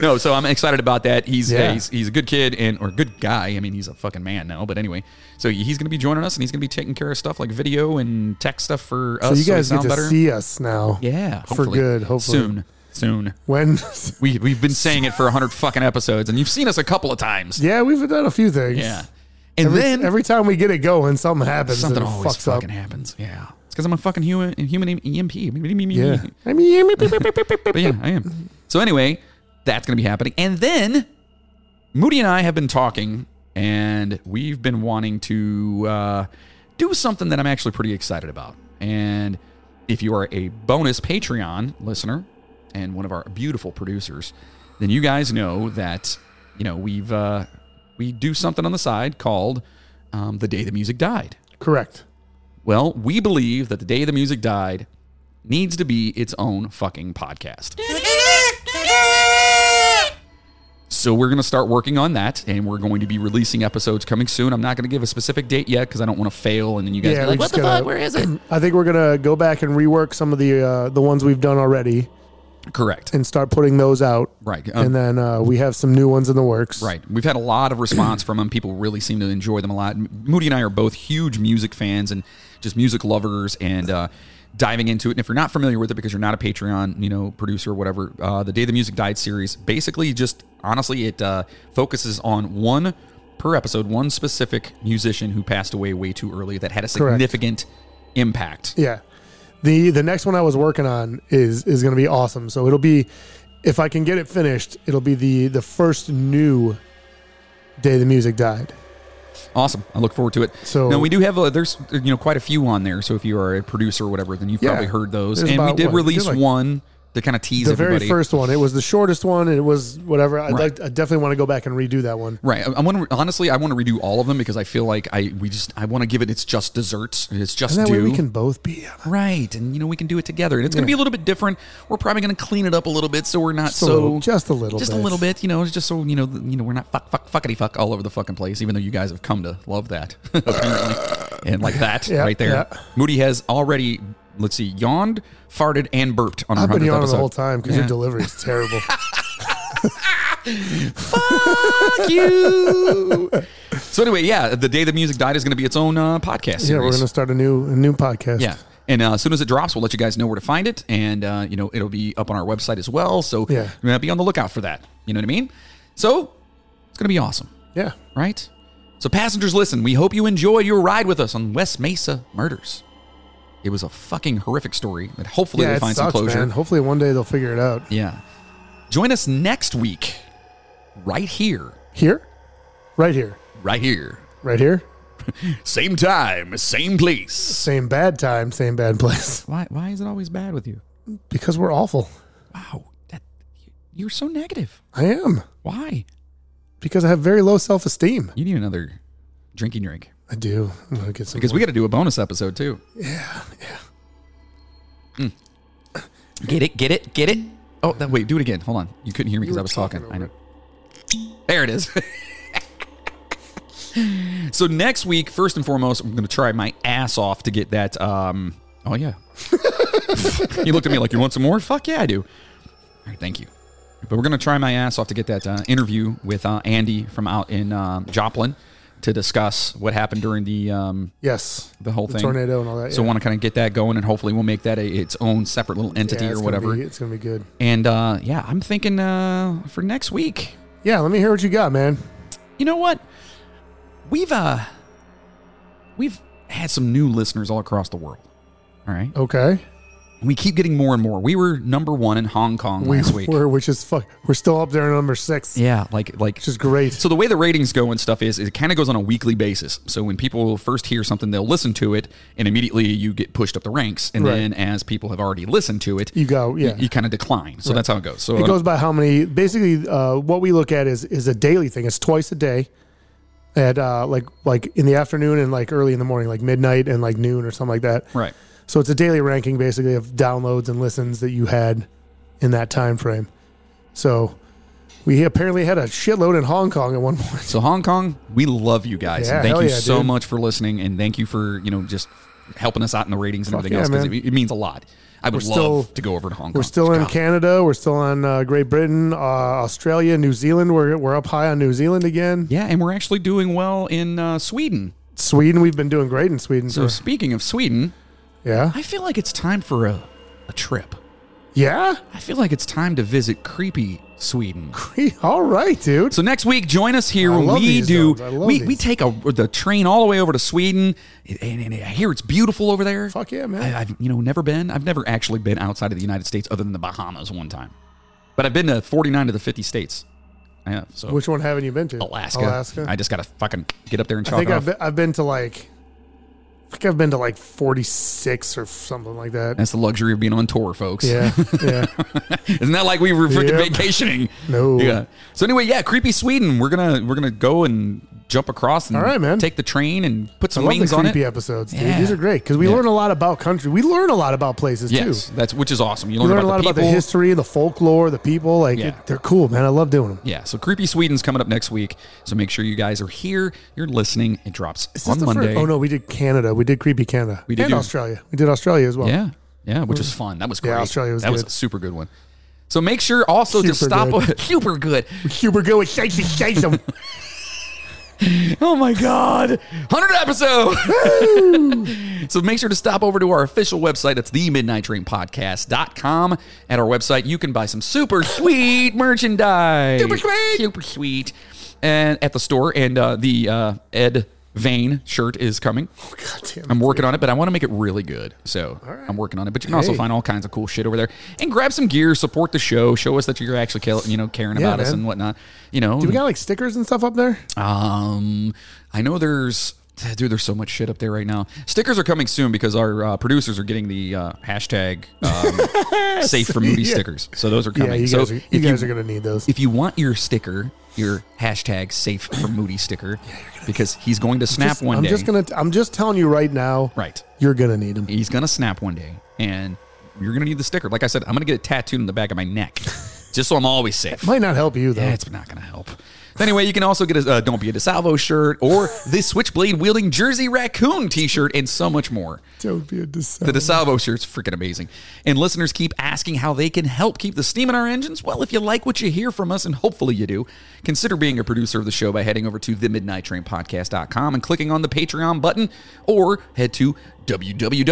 Speaker 3: No, so I'm excited about that. He's,
Speaker 4: Yeah.
Speaker 3: he's he's a good kid and or good guy. I mean, he's a fucking man now. But anyway, so he's going to be joining us and he's going to be taking care of stuff like video and tech stuff for
Speaker 4: So
Speaker 3: us.
Speaker 4: you
Speaker 3: Oh, we
Speaker 4: guys get
Speaker 3: sound
Speaker 4: to
Speaker 3: better.
Speaker 4: see us now.
Speaker 3: yeah,
Speaker 4: For
Speaker 3: hopefully.
Speaker 4: good, hopefully.
Speaker 3: soon, soon.
Speaker 4: When [laughs]
Speaker 3: We we've been saying it for hundred fucking episodes, and you've seen us a couple of times.
Speaker 4: Yeah, we've done a few things.
Speaker 3: Yeah. And
Speaker 4: Every,
Speaker 3: then
Speaker 4: every time we get it going, something happens.
Speaker 3: something
Speaker 4: and it
Speaker 3: always
Speaker 4: fucks up.
Speaker 3: fucking happens. Yeah. It's because I'm a fucking human human E EMP. [laughs]
Speaker 4: Yeah. I mean,
Speaker 3: But yeah, I am. So anyway, that's going to be happening. And then Moody and I have been talking, and we've been wanting to uh, do something that I'm actually pretty excited about. And if you are a bonus Patreon listener and one of our beautiful producers, then you guys know that you know we've uh, we do something on the side called um, the day the music died.
Speaker 4: correct.
Speaker 3: Well, we believe that the day the music died needs to be its own fucking podcast. So we're going to start working on that and we're going to be releasing episodes coming soon. I'm not going to give a specific date yet cuz I don't want to fail and then you guys
Speaker 4: Yeah,
Speaker 3: be like
Speaker 4: we
Speaker 3: what
Speaker 4: just
Speaker 3: the
Speaker 4: gotta-
Speaker 3: fuck where is it?
Speaker 4: I think we're gonna go back and rework some of the uh, the ones we've done already
Speaker 3: Correct.
Speaker 4: and start putting those out.
Speaker 3: Right. Um,
Speaker 4: And then uh, we have some new ones in the works.
Speaker 3: Right. We've had a lot of response from them. People really seem to enjoy them a lot. M- Moody and I are both huge music fans and just music lovers and uh, diving into it. And if you're not familiar with it because you're not a Patreon, you know, producer or whatever, uh, the Day the Music Died series basically just honestly it uh, focuses on one per episode, one specific musician who passed away way too early that had a
Speaker 4: Correct.
Speaker 3: significant impact.
Speaker 4: Yeah. The the next one I was working on is is gonna be awesome. So it'll be if I can get it finished, it'll be the the first new day the music died.
Speaker 3: Awesome. I look forward to it.
Speaker 4: So-
Speaker 3: now we do have a, there's you know quite a few on there. So if you are a producer or whatever, then you've
Speaker 4: Yeah.
Speaker 3: probably heard those.
Speaker 4: There's
Speaker 3: and we
Speaker 4: about,
Speaker 3: did
Speaker 4: what,
Speaker 3: release
Speaker 4: there's like-
Speaker 3: one to kind of tease
Speaker 4: The
Speaker 3: everybody.
Speaker 4: very first one. It was the shortest one. and It was whatever. I'd
Speaker 3: Right.
Speaker 4: like. I definitely want to go back and redo that one.
Speaker 3: Right. I, I want to honestly. I want to redo all of them because I feel like I we just I want to give it its just desserts. It's just
Speaker 4: And that
Speaker 3: due.
Speaker 4: way we can both be on
Speaker 3: right, and you know we can do it together, and it's going to be a little bit different. We're probably going to clean it up a little bit, so we're not
Speaker 4: a
Speaker 3: so
Speaker 4: little- just a little
Speaker 3: just a
Speaker 4: bit.
Speaker 3: little bit. You know, it's just so you know, th- you know, we're not fuck fuck fuckity fuck all over the fucking place. Even though you guys have come to love that [laughs] apparently, and like that
Speaker 4: Yeah,
Speaker 3: right there,
Speaker 4: yeah.
Speaker 3: Moody has already. Let's see, yawned, farted, and burped on our
Speaker 4: I've been
Speaker 3: 100th
Speaker 4: yawning
Speaker 3: episode.
Speaker 4: the whole time because
Speaker 3: Yeah.
Speaker 4: your delivery is
Speaker 3: [laughs]
Speaker 4: terrible.
Speaker 3: Fuck you. [laughs] so anyway, yeah, the day the music died is going to be its own uh, podcast series.
Speaker 4: yeah, we're gonna start a new a new podcast.
Speaker 3: Yeah. And uh, as soon as it drops, we'll let you guys know where to find it, and uh, you know it'll be up on our website as well. So
Speaker 4: Yeah.
Speaker 3: uh, be on the lookout for that. You know what I mean? So it's going to be awesome,
Speaker 4: yeah.
Speaker 3: right? So passengers, listen. We hope you enjoyed your ride with us on West Mesa murders. It was a fucking horrific story that hopefully
Speaker 4: Yeah,
Speaker 3: they
Speaker 4: it
Speaker 3: find
Speaker 4: sucks,
Speaker 3: some closure.
Speaker 4: man. Hopefully one day they'll figure it out.
Speaker 3: Yeah. Join us next week, right here,
Speaker 4: Here, right here,
Speaker 3: right here.
Speaker 4: right here.
Speaker 3: Same time, same place.
Speaker 4: Same bad time, same bad place. [laughs]
Speaker 3: Why? Why is it always bad with you?
Speaker 4: Because we're awful.
Speaker 3: Wow, that you're so negative.
Speaker 4: I am
Speaker 3: Why?
Speaker 4: because I have very low self esteem.
Speaker 3: You need another drinking drink
Speaker 4: I do. I'm gonna get some
Speaker 3: because we got to do a bonus episode too. Yeah, yeah. Get it? Get it? Get it?
Speaker 4: more.
Speaker 3: Oh, that, wait, do it again. Hold on. You couldn't hear me because I was talking. I know. There it is. [laughs] so next week, first and foremost, I'm going to try my ass off to get that. Um, oh yeah. [laughs] you looked at me like you want some more. Fuck yeah, I do. All right, thank you. But we're going to try my ass off to get that uh, interview with uh, Andy from out in um, Joplin to discuss what happened during the um,
Speaker 4: Yes.
Speaker 3: the whole thing,
Speaker 4: tornado and all that,
Speaker 3: So
Speaker 4: yeah.
Speaker 3: want to kind of get that going, and hopefully we'll make that a, its own separate little entity
Speaker 4: Yeah, it's
Speaker 3: or
Speaker 4: gonna
Speaker 3: whatever.
Speaker 4: be- it's gonna be good.
Speaker 3: And uh, yeah, I'm thinking uh, for next week.
Speaker 4: Yeah, let me hear what you got, man.
Speaker 3: You know what? We've uh, we've had some new listeners all across the world. All right,
Speaker 4: Okay.
Speaker 3: And we keep getting more and more. We were number one in Hong Kong
Speaker 4: We
Speaker 3: last week.
Speaker 4: were, which is fuck. We're still up there, at number six,
Speaker 3: Yeah, like like
Speaker 4: which is great.
Speaker 3: So the way the ratings go and stuff is, is it kind of goes on a weekly basis. So when people first hear something, they'll listen to it, and immediately you get pushed up the ranks. And
Speaker 4: Right.
Speaker 3: then as people have already listened to it,
Speaker 4: You go,
Speaker 3: you-
Speaker 4: yeah.
Speaker 3: you, kind of decline. So that's how it goes. So uh,
Speaker 4: It goes by how many. Basically, uh, what we look at is is a daily thing. It's twice a day, at uh, like like in the afternoon and like early in the morning, like midnight and like noon or something like that.
Speaker 3: right.
Speaker 4: So it's a daily ranking basically of downloads and listens that you had in that time frame. So we apparently had a shitload in Hong Kong at one point.
Speaker 3: So Hong Kong, we love you guys.
Speaker 4: Yeah,
Speaker 3: And thank
Speaker 4: hell
Speaker 3: you
Speaker 4: yeah,
Speaker 3: so
Speaker 4: dude.
Speaker 3: much for listening, and thank you for you know just helping us out in the ratings and
Speaker 4: Fuck
Speaker 3: everything
Speaker 4: yeah,
Speaker 3: else because
Speaker 4: man.
Speaker 3: it, it means a lot. I would
Speaker 4: We're
Speaker 3: love
Speaker 4: still-
Speaker 3: to go over to Hong Kong.
Speaker 4: We're still in
Speaker 3: God.
Speaker 4: Canada. We're still on uh, Great Britain, uh, Australia, New Zealand. We're, we're up high on New Zealand again.
Speaker 3: Yeah, and we're actually doing well in uh, Sweden.
Speaker 4: Sweden, we've been doing great in Sweden.
Speaker 3: So
Speaker 4: So,
Speaker 3: speaking of Sweden,
Speaker 4: yeah.
Speaker 3: I feel like it's time for a, a trip.
Speaker 4: Yeah. [laughs]
Speaker 3: I feel like it's time to visit creepy Sweden.
Speaker 4: All right, dude.
Speaker 3: So next week, join us here
Speaker 4: I
Speaker 3: when
Speaker 4: love
Speaker 3: we
Speaker 4: these
Speaker 3: do.
Speaker 4: zones. I love
Speaker 3: We, we
Speaker 4: these.
Speaker 3: take a the train all the way over to Sweden, and, and I hear it's beautiful over there.
Speaker 4: Fuck yeah, man.
Speaker 3: I, I've you know never been. I've never actually been outside of the United States other than the Bahamas one time, but I've been to 49 of the 50 states. I have so
Speaker 4: Which one haven't you been to?
Speaker 3: Alaska.
Speaker 4: Alaska.
Speaker 3: I just gotta fucking get up there and
Speaker 4: I
Speaker 3: chalk
Speaker 4: think
Speaker 3: it
Speaker 4: I've
Speaker 3: off.
Speaker 4: been, I've been to like, I think I've been to like 46 or something like that.
Speaker 3: That's the luxury of being on tour, folks.
Speaker 4: Yeah. Yeah.
Speaker 3: [laughs] Isn't that like we were freaking
Speaker 4: Yep.
Speaker 3: vacationing?
Speaker 4: No.
Speaker 3: Yeah. So anyway, yeah, creepy Sweden. We're gonna we're gonna go and jump across and
Speaker 4: All right, man.
Speaker 3: take the train and put
Speaker 4: I
Speaker 3: some
Speaker 4: love the
Speaker 3: wings on it.
Speaker 4: creepy episodes, dude.
Speaker 3: Yeah.
Speaker 4: These are great because we
Speaker 3: Yeah.
Speaker 4: learn a lot about country. We learn a lot about places
Speaker 3: Yes,
Speaker 4: too.
Speaker 3: that's which is awesome. You
Speaker 4: We
Speaker 3: learn,
Speaker 4: learn
Speaker 3: about
Speaker 4: a lot
Speaker 3: the
Speaker 4: about
Speaker 3: people.
Speaker 4: the history, the folklore, the people. Like,
Speaker 3: Yeah.
Speaker 4: it- they're cool, man. I love doing them.
Speaker 3: Yeah, so creepy Sweden's coming up next week. So make sure you guys are here. You're listening. It drops
Speaker 4: Is this
Speaker 3: on
Speaker 4: the first-
Speaker 3: Monday.
Speaker 4: Oh no, we did Canada. We did creepy Canada.
Speaker 3: We did
Speaker 4: and
Speaker 3: do-
Speaker 4: Australia. We did Australia as well. [laughs]
Speaker 3: Yeah, yeah, which Oh. was fun. That was great.
Speaker 4: Yeah, Australia was
Speaker 3: that was
Speaker 4: good.
Speaker 3: a super good one. So make sure also to
Speaker 4: Super
Speaker 3: stop. [laughs]
Speaker 4: good.
Speaker 3: super good.
Speaker 4: Super good with shakes and
Speaker 3: [laughs]
Speaker 4: shakes 'em.
Speaker 3: Oh my God. 100 episode. [laughs] so make sure to stop over to our official website. It's themidnighttrainpodcast.com. At our website, you can buy some super sweet merchandise. Super sweet. Super sweet. And at the store, and uh, the uh, Ed Vane shirt is coming.
Speaker 4: God damn.
Speaker 3: I'm working on it, but I want to make it really good. So I'm working on it. But you can also
Speaker 4: Hey.
Speaker 3: find all kinds of cool shit over there, and grab some gear, support the show, show us that you're actually, ca- you know, caring
Speaker 4: Yeah,
Speaker 3: about us
Speaker 4: man.
Speaker 3: and whatnot. You know,
Speaker 4: Do we got like stickers and stuff up there?
Speaker 3: um, I know there's, dude, there's so much shit up there right now. Stickers are coming soon because our uh, producers are getting the uh, hashtag
Speaker 4: [laughs]
Speaker 3: um, safe for movie stickers. So those are coming.
Speaker 4: Yeah, you
Speaker 3: so
Speaker 4: guys, are, you guys are gonna need those.
Speaker 3: if you want your sticker, your hashtag safe for Moody sticker, because he's going to snap
Speaker 4: Just-
Speaker 3: one
Speaker 4: I'm
Speaker 3: day.
Speaker 4: just gonna. I'm just telling you right now.
Speaker 3: right.
Speaker 4: You're gonna need them.
Speaker 3: He's gonna snap one day, and you're gonna need the sticker. Like I said, I'm gonna get it tattooed in the back of my neck, [laughs] just so I'm always safe.
Speaker 4: Might not help you
Speaker 3: [laughs]
Speaker 4: though.
Speaker 3: That's not gonna help. But anyway, you can also get a uh, "Don't Be a DeSalvo" shirt or the Switchblade wielding Jersey Raccoon T-shirt, and so much more.
Speaker 4: Don't be a
Speaker 3: The
Speaker 4: disciple.
Speaker 3: DeSalvo shirt's freaking amazing. And listeners keep asking how they can help keep the steam in our engines. Well, if you like what you hear from us, and hopefully you do, consider being a producer of the show by heading over to themidnighttrainpodcast.com and clicking on the Patreon button, or head to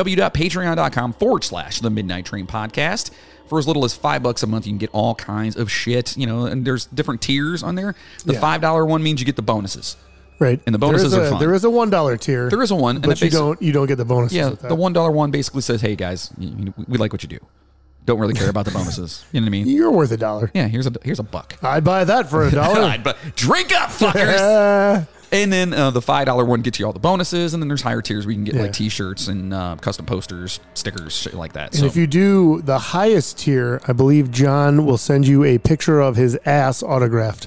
Speaker 3: www.patreon.com forward slash the Midnight Train Podcast. For as little as five bucks a month, you can get all kinds of shit, you know, and there's different tiers on there. The
Speaker 4: Yeah.
Speaker 3: $5 one means you get the bonuses.
Speaker 4: Right.
Speaker 3: And the
Speaker 4: There is
Speaker 3: bonuses are
Speaker 4: a-
Speaker 3: fun.
Speaker 4: There is a one dollar tier.
Speaker 3: There is a one, and
Speaker 4: but
Speaker 3: that
Speaker 4: you
Speaker 3: basi-
Speaker 4: don't. You don't get the bonuses.
Speaker 3: Yeah,
Speaker 4: with that.
Speaker 3: the one dollar one basically says, "Hey guys, you- you- we like what you do. Don't really care about the bonuses. You know what I
Speaker 4: [laughs]
Speaker 3: mean?
Speaker 4: You're worth a dollar.
Speaker 3: Yeah, here's a here's a buck.
Speaker 4: I'd buy that
Speaker 3: [laughs]
Speaker 4: for a dollar.
Speaker 3: But drink
Speaker 4: [laughs]
Speaker 3: up, fuckers.
Speaker 4: Uh,
Speaker 3: and then uh, the five dollar one gets you all the bonuses, and then there's higher tiers. We can get
Speaker 4: Yeah.
Speaker 3: like T-shirts and uh, custom posters, stickers, shit like that.
Speaker 4: and
Speaker 3: So
Speaker 4: if you do the highest tier, I believe John will send you a picture of his ass autographed.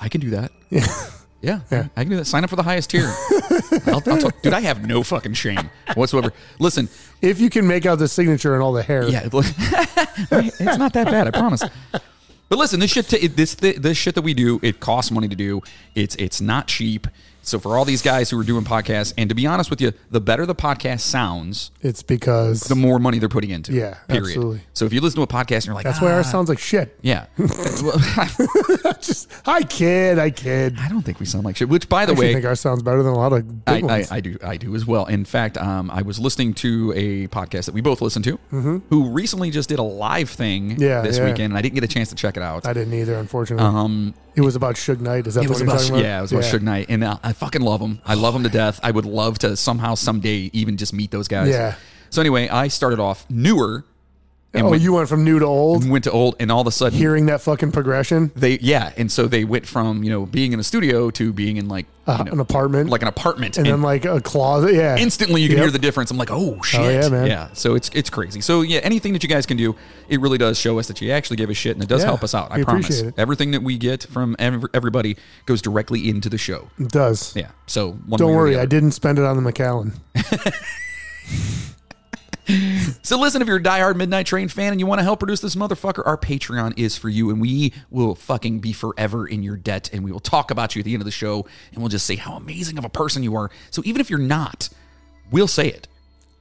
Speaker 3: I can do that.
Speaker 4: [laughs]
Speaker 3: Yeah, I can do that. Sign up for the highest tier. I'll, I'll talk, dude, I have no fucking shame whatsoever. Listen,
Speaker 4: If you can make out the signature and all the hair.
Speaker 3: yeah, look, [laughs] it's not that bad. I promise. But listen, this shit, t- this thi- this shit that we do, it costs money to do. It's it's not cheap. So for all these guys who are doing podcasts, and to be honest with you, the better the podcast sounds,
Speaker 4: It's because
Speaker 3: the more money they're putting into. it,
Speaker 4: Yeah,
Speaker 3: period.
Speaker 4: absolutely.
Speaker 3: So if you listen to a podcast and you're like,
Speaker 4: that's why
Speaker 3: "Ah,
Speaker 4: ours sounds like shit.
Speaker 3: yeah. [laughs] Well,
Speaker 4: Just, I kid, I kid.
Speaker 3: I don't think we sound like shit. Which, by the
Speaker 4: I actually
Speaker 3: way,
Speaker 4: think ours sounds better than a lot of big
Speaker 3: I, I,
Speaker 4: ones.
Speaker 3: I do. I do as well. In fact, um, I was listening to a podcast that we both listen to, who recently just did a live thing
Speaker 4: Mm-hmm. Yeah,
Speaker 3: this
Speaker 4: yeah.
Speaker 3: weekend, and I didn't get a chance to check it out.
Speaker 4: I, didn't either, unfortunately. Um, it was about Suge Knight. Is that
Speaker 3: it
Speaker 4: the
Speaker 3: was
Speaker 4: one you're
Speaker 3: about
Speaker 4: talking about?
Speaker 3: yeah, it was about Suge Knight, and uh, I fucking love him. I love him to death. I would love to somehow someday even just meet those guys.
Speaker 4: Yeah.
Speaker 3: So anyway, I started off newer and
Speaker 4: Oh,
Speaker 3: went,
Speaker 4: you went from new to old,
Speaker 3: went to old, and all of a sudden
Speaker 4: hearing that fucking progression.
Speaker 3: they yeah, and so they went from you know being in a studio to being in like you
Speaker 4: Uh,
Speaker 3: know,
Speaker 4: an apartment.
Speaker 3: like an apartment,
Speaker 4: and, then like a closet. Yeah.
Speaker 3: instantly you can
Speaker 4: Yep.
Speaker 3: hear the difference. I'm like, oh shit,
Speaker 4: yeah, man.
Speaker 3: So it's it's crazy. So yeah, anything that you guys can do, it really does show us that you actually give a shit, and it does
Speaker 4: Yeah,
Speaker 3: help us out. I
Speaker 4: we
Speaker 3: promise.
Speaker 4: appreciate it.
Speaker 3: Everything that we get from ev- everybody goes directly into the show.
Speaker 4: It does.
Speaker 3: Yeah. So one way
Speaker 4: Don't
Speaker 3: or the
Speaker 4: worry, I
Speaker 3: other.
Speaker 4: didn't spend it on
Speaker 3: [laughs]
Speaker 4: the McAllen.
Speaker 3: So listen, if you're a diehard Midnight Train fan and you want to help produce this motherfucker, our Patreon is for you, and we will fucking be forever in your debt, and we will talk about you at the end of the show, and we'll just say how amazing of a person you are. So even if you're not, we'll say it.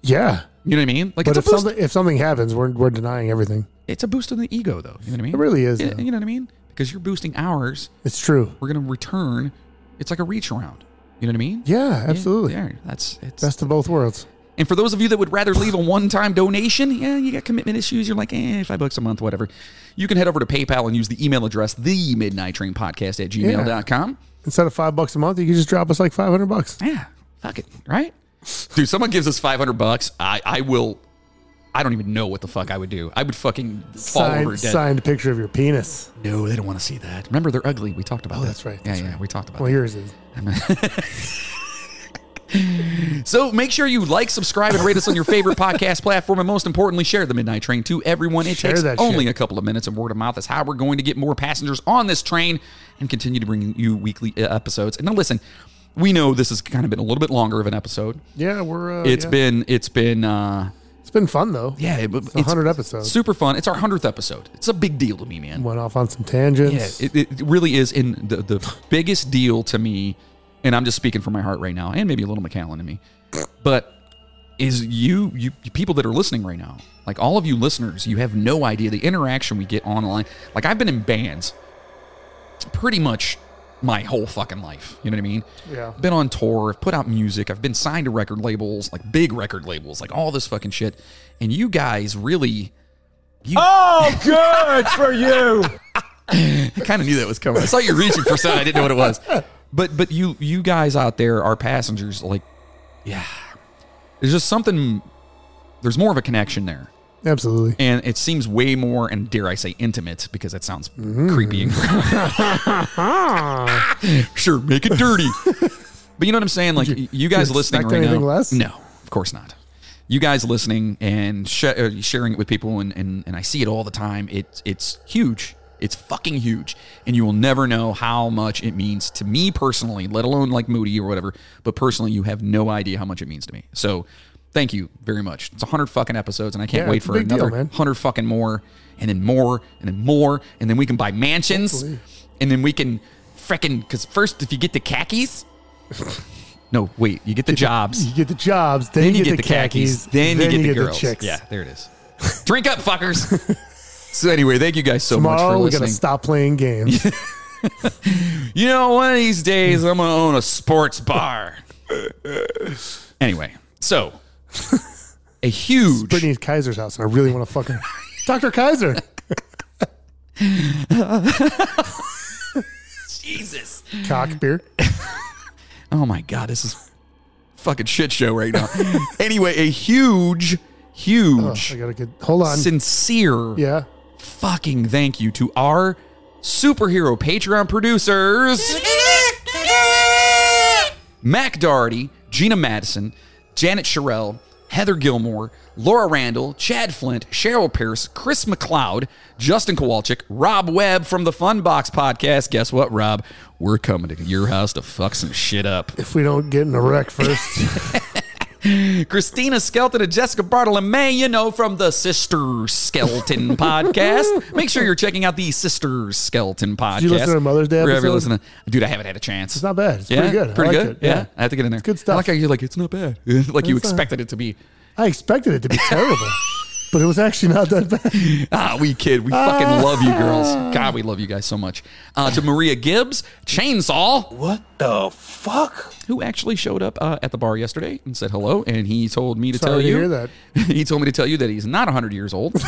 Speaker 4: Yeah.
Speaker 3: You know what I mean? Like it's
Speaker 4: But if
Speaker 3: a boost.
Speaker 4: something if something happens, we're we're denying everything.
Speaker 3: it's a boost in the ego, though. You know what I mean?
Speaker 4: It really is,
Speaker 3: Yeah,
Speaker 4: though.
Speaker 3: you know what I mean? Because you're boosting ours,
Speaker 4: It's true.
Speaker 3: we're gonna return. It's like a reach around. You know what I mean?
Speaker 4: Yeah, absolutely.
Speaker 3: Yeah, that's it's
Speaker 4: Best of both worlds.
Speaker 3: And for those of you that would rather leave a one-time donation, yeah, you got commitment issues. You're like, eh, five bucks a month, whatever. You can head over to PayPal and use the email address, the midnight train podcast at gmail.com.
Speaker 4: Instead of five bucks a month, you can just drop us like five hundred bucks.
Speaker 3: Yeah. fuck it, right? Dude, someone gives us 500 bucks, I, I will, I don't even know what the fuck I would do. I would fucking fall over
Speaker 4: Signed,
Speaker 3: dead.
Speaker 4: signed picture of your penis.
Speaker 3: No, they don't want to see that. Remember, they're ugly. We talked about that.
Speaker 4: Oh, that's right,
Speaker 3: Yeah,
Speaker 4: that's
Speaker 3: yeah, we talked about
Speaker 4: Well,
Speaker 3: that.
Speaker 4: yours is.
Speaker 3: So make sure you like, subscribe, and rate us on your favorite
Speaker 4: [laughs]
Speaker 3: podcast platform, and most importantly, share the Midnight Train to everyone. It
Speaker 4: Share
Speaker 3: takes
Speaker 4: that
Speaker 3: only
Speaker 4: shit.
Speaker 3: a couple of minutes, and word of mouth is how we're going to get more passengers on this train and continue to bring you weekly uh, episodes. And now, listen, we know this has kind of been a little bit longer of an episode.
Speaker 4: Yeah, we're. Uh,
Speaker 3: It's
Speaker 4: yeah.
Speaker 3: been, it's been, uh,
Speaker 4: it's been fun though.
Speaker 3: yeah, it,
Speaker 4: it's hundred episodes.
Speaker 3: super fun. It's our hundredth episode. It's a big deal to me, man.
Speaker 4: Went off on some tangents.
Speaker 3: Yeah, it, it really is. In the, the biggest deal to me, and I'm just speaking from my heart right now, and maybe a little McAllen in me, but is you, you people that are listening right now, like all of you listeners, you have no idea the interaction we get online. Like I've been in bands pretty much my whole fucking life. You know what I mean?
Speaker 4: Yeah.
Speaker 3: Been on tour, I've put out music, I've been signed to record labels, like big record labels, like all this fucking shit. And you guys really [laughs] I kind of knew that was coming. I saw you reaching for something. I didn't know what it was. But but you you guys out there, our passengers, like, yeah, there's just something. There's more of a connection there,
Speaker 4: Absolutely.
Speaker 3: and it seems way more and dare I say intimate because that sounds creepy. And [laughs] sure, make it dirty.
Speaker 4: [laughs]
Speaker 3: but you know what I'm saying? Like you, guys
Speaker 4: Mm. you
Speaker 3: listening
Speaker 4: expect
Speaker 3: right now.
Speaker 4: anything less?
Speaker 3: No, of course not. You guys listening and sh- uh, sharing it with people, and, and and I see it all the time. It's it's huge. It's fucking huge, and you will never know how much it means to me personally, let alone like Moody or whatever. But personally, you have no idea how much it means to me. So, thank you very much. It's hundred fucking episodes, and I can't
Speaker 4: Yeah,
Speaker 3: wait
Speaker 4: it's a
Speaker 3: for
Speaker 4: big deal,
Speaker 3: another
Speaker 4: man.
Speaker 3: hundred fucking more, and then more, and then more, and then we can buy mansions, and then we can freaking because first, if you get the
Speaker 4: [laughs]
Speaker 3: khakis, no, wait, you get the jobs,
Speaker 4: You get the jobs, then,
Speaker 3: then you get, the khakis, then, you get the girls.
Speaker 4: chicks.
Speaker 3: Yeah, there it [laughs] is. Drink up, fuckers. [laughs] so anyway, thank you guys so much for
Speaker 4: Tomorrow we
Speaker 3: listening.
Speaker 4: gotta stop playing games.
Speaker 3: [laughs] You know, one of these days I'm gonna own a sports [laughs] bar. anyway, so a huge
Speaker 4: Brittany Kaiser's house, and I really want to fucking
Speaker 3: [laughs]
Speaker 4: Dr. Kaiser.
Speaker 3: Jesus.
Speaker 4: Cock beer.
Speaker 3: Oh my god, this is fucking shit show right [laughs] now. anyway, a huge,
Speaker 4: Oh,
Speaker 3: huge,
Speaker 4: I gotta get. Hold on.
Speaker 3: sincere
Speaker 4: yeah.
Speaker 3: fucking thank you to our superhero Patreon producers Mac Doherty, Gina Madison, Janet Sherrill, Heather Gilmore, Laura Randall, Chad Flint, Cheryl Pierce, Chris McLeod, Justin Kowalczyk, Rob Webb from the Fun Box Podcast. Guess what, Rob? We're coming to your house to fuck some shit up.
Speaker 4: If we don't get in a
Speaker 3: [laughs]
Speaker 4: wreck first,
Speaker 3: Christina Skelton and Jessica Bartolome, you know, from the Sister
Speaker 4: [laughs]
Speaker 3: Skeleton podcast. Make sure you're checking out the Sister Skeleton podcast.
Speaker 4: you listen to Mother's Day
Speaker 3: Wherever you're
Speaker 4: episode?
Speaker 3: listening. Dude, I haven't had a chance.
Speaker 4: it's not bad. It's pretty good. I
Speaker 3: Pretty
Speaker 4: liked
Speaker 3: good.
Speaker 4: it.
Speaker 3: Yeah. I have to get in there.
Speaker 4: good stuff.
Speaker 3: I like how you're like, it's not bad. [laughs] like you
Speaker 4: It's not-
Speaker 3: expected it to be.
Speaker 4: I expected it to
Speaker 3: [laughs]
Speaker 4: be terrible, but it was actually not that bad.
Speaker 3: Ah, we kid. We fucking
Speaker 4: Ah.
Speaker 3: love you girls. God, we love you guys so much. Uh, to Maria Gibbs, Chainsaw. What the fuck? Who actually showed up uh, at the bar yesterday and said hello, and he told me to
Speaker 4: Sorry
Speaker 3: tell
Speaker 4: to
Speaker 3: you.
Speaker 4: hear that.
Speaker 3: [laughs] he told me to tell you that he's not 100 years old.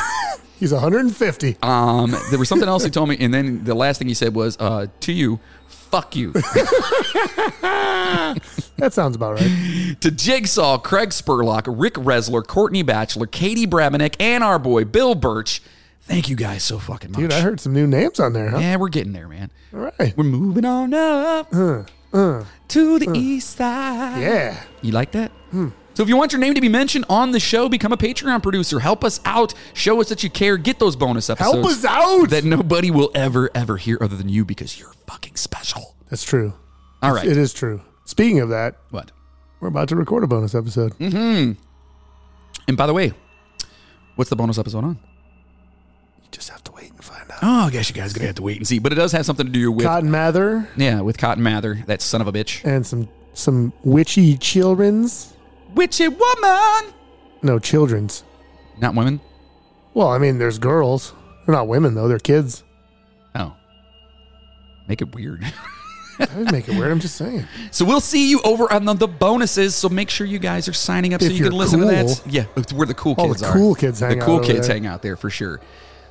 Speaker 4: He's 150.
Speaker 3: Um, there was something else he told me, and then the last thing he said was, uh, "To you, fuck you." [laughs]
Speaker 4: That sounds
Speaker 3: [laughs]
Speaker 4: about right.
Speaker 3: to Jigsaw, Craig Spurlock, Rick Resler, Courtney Batchelor, Katie Brabenick, and our boy Bill Birch. Thank you guys so fucking much.
Speaker 4: Dude, I heard some new names on there, huh?
Speaker 3: yeah, we're getting there, man.
Speaker 4: All right.
Speaker 3: We're moving on up to the east side.
Speaker 4: Uh, Yeah. Hmm.
Speaker 3: You like that? So if you want your name to be mentioned on the show, become a Patreon producer. Help us out. Show us that you care. Get those bonus episodes.
Speaker 4: Help us out.
Speaker 3: That nobody will ever, ever hear other than you because you're fucking special.
Speaker 4: That's true.
Speaker 3: All right.
Speaker 4: [laughs] It is true. Speaking of that,
Speaker 3: What?
Speaker 4: we're about to record a bonus episode.
Speaker 3: Mm-hmm. And by the way, what's the bonus episode on?
Speaker 4: You just have to wait and find out.
Speaker 3: Oh, I guess you guys are gonna have to wait and see. But it does have something to do with
Speaker 4: Cotton Mather
Speaker 3: yeah, with Cotton Mather, that son of a bitch,
Speaker 4: and some some witchy children's.
Speaker 3: witchy woman,
Speaker 4: No, children's.
Speaker 3: not women.
Speaker 4: Well, I mean, there's girls. They're not women though. They're kids.
Speaker 3: Oh, make it weird. [laughs]
Speaker 4: That didn't make it weird. I'm just saying. [laughs]
Speaker 3: so we'll see you over on the, the bonuses. So make sure you guys are signing up so
Speaker 4: If
Speaker 3: you can
Speaker 4: you're
Speaker 3: listen to that.
Speaker 4: cool.
Speaker 3: Yeah, it's where the cool
Speaker 4: All the
Speaker 3: kids are.
Speaker 4: cool kids hang
Speaker 3: The
Speaker 4: out
Speaker 3: cool
Speaker 4: over
Speaker 3: kids
Speaker 4: there.
Speaker 3: hang out there for sure.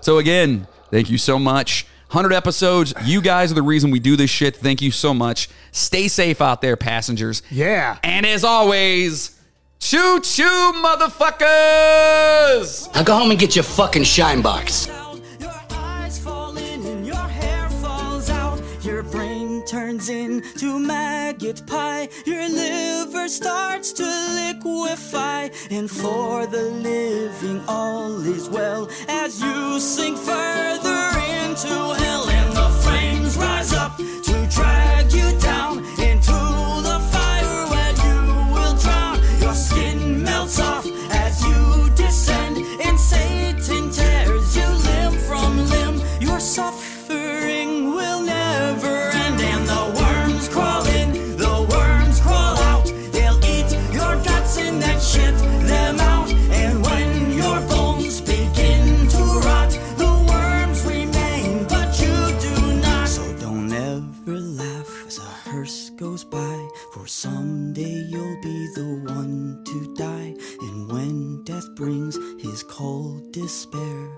Speaker 3: So again, thank you so much. 100 episodes. You guys are the reason we do this shit. Thank you so much. Stay safe out there, passengers.
Speaker 4: Yeah.
Speaker 3: And as always, choo choo, motherfuckers!
Speaker 8: Now go home and get your fucking shine box.
Speaker 1: out, your eyes fall in and your hair falls out. Your brain turns into maggot pie. Your liver starts to liquefy. And for the living, all is well as you sink further into hell. And the flames rise up to drag you down into the fire where you will drown. Your skin melts off as you descend, and Satan tears you limb from limb. Your suffering will never end, and the worms crawl in, the worms crawl out. They'll eat your guts and then shit them out. And when your bones begin to rot, the worms remain, but you do not. So don't ever laugh as a hearse goes by, for someday you'll be the one to die. And when death brings his cold despair,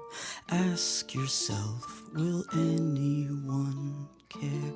Speaker 1: ask yourself, will anyone care?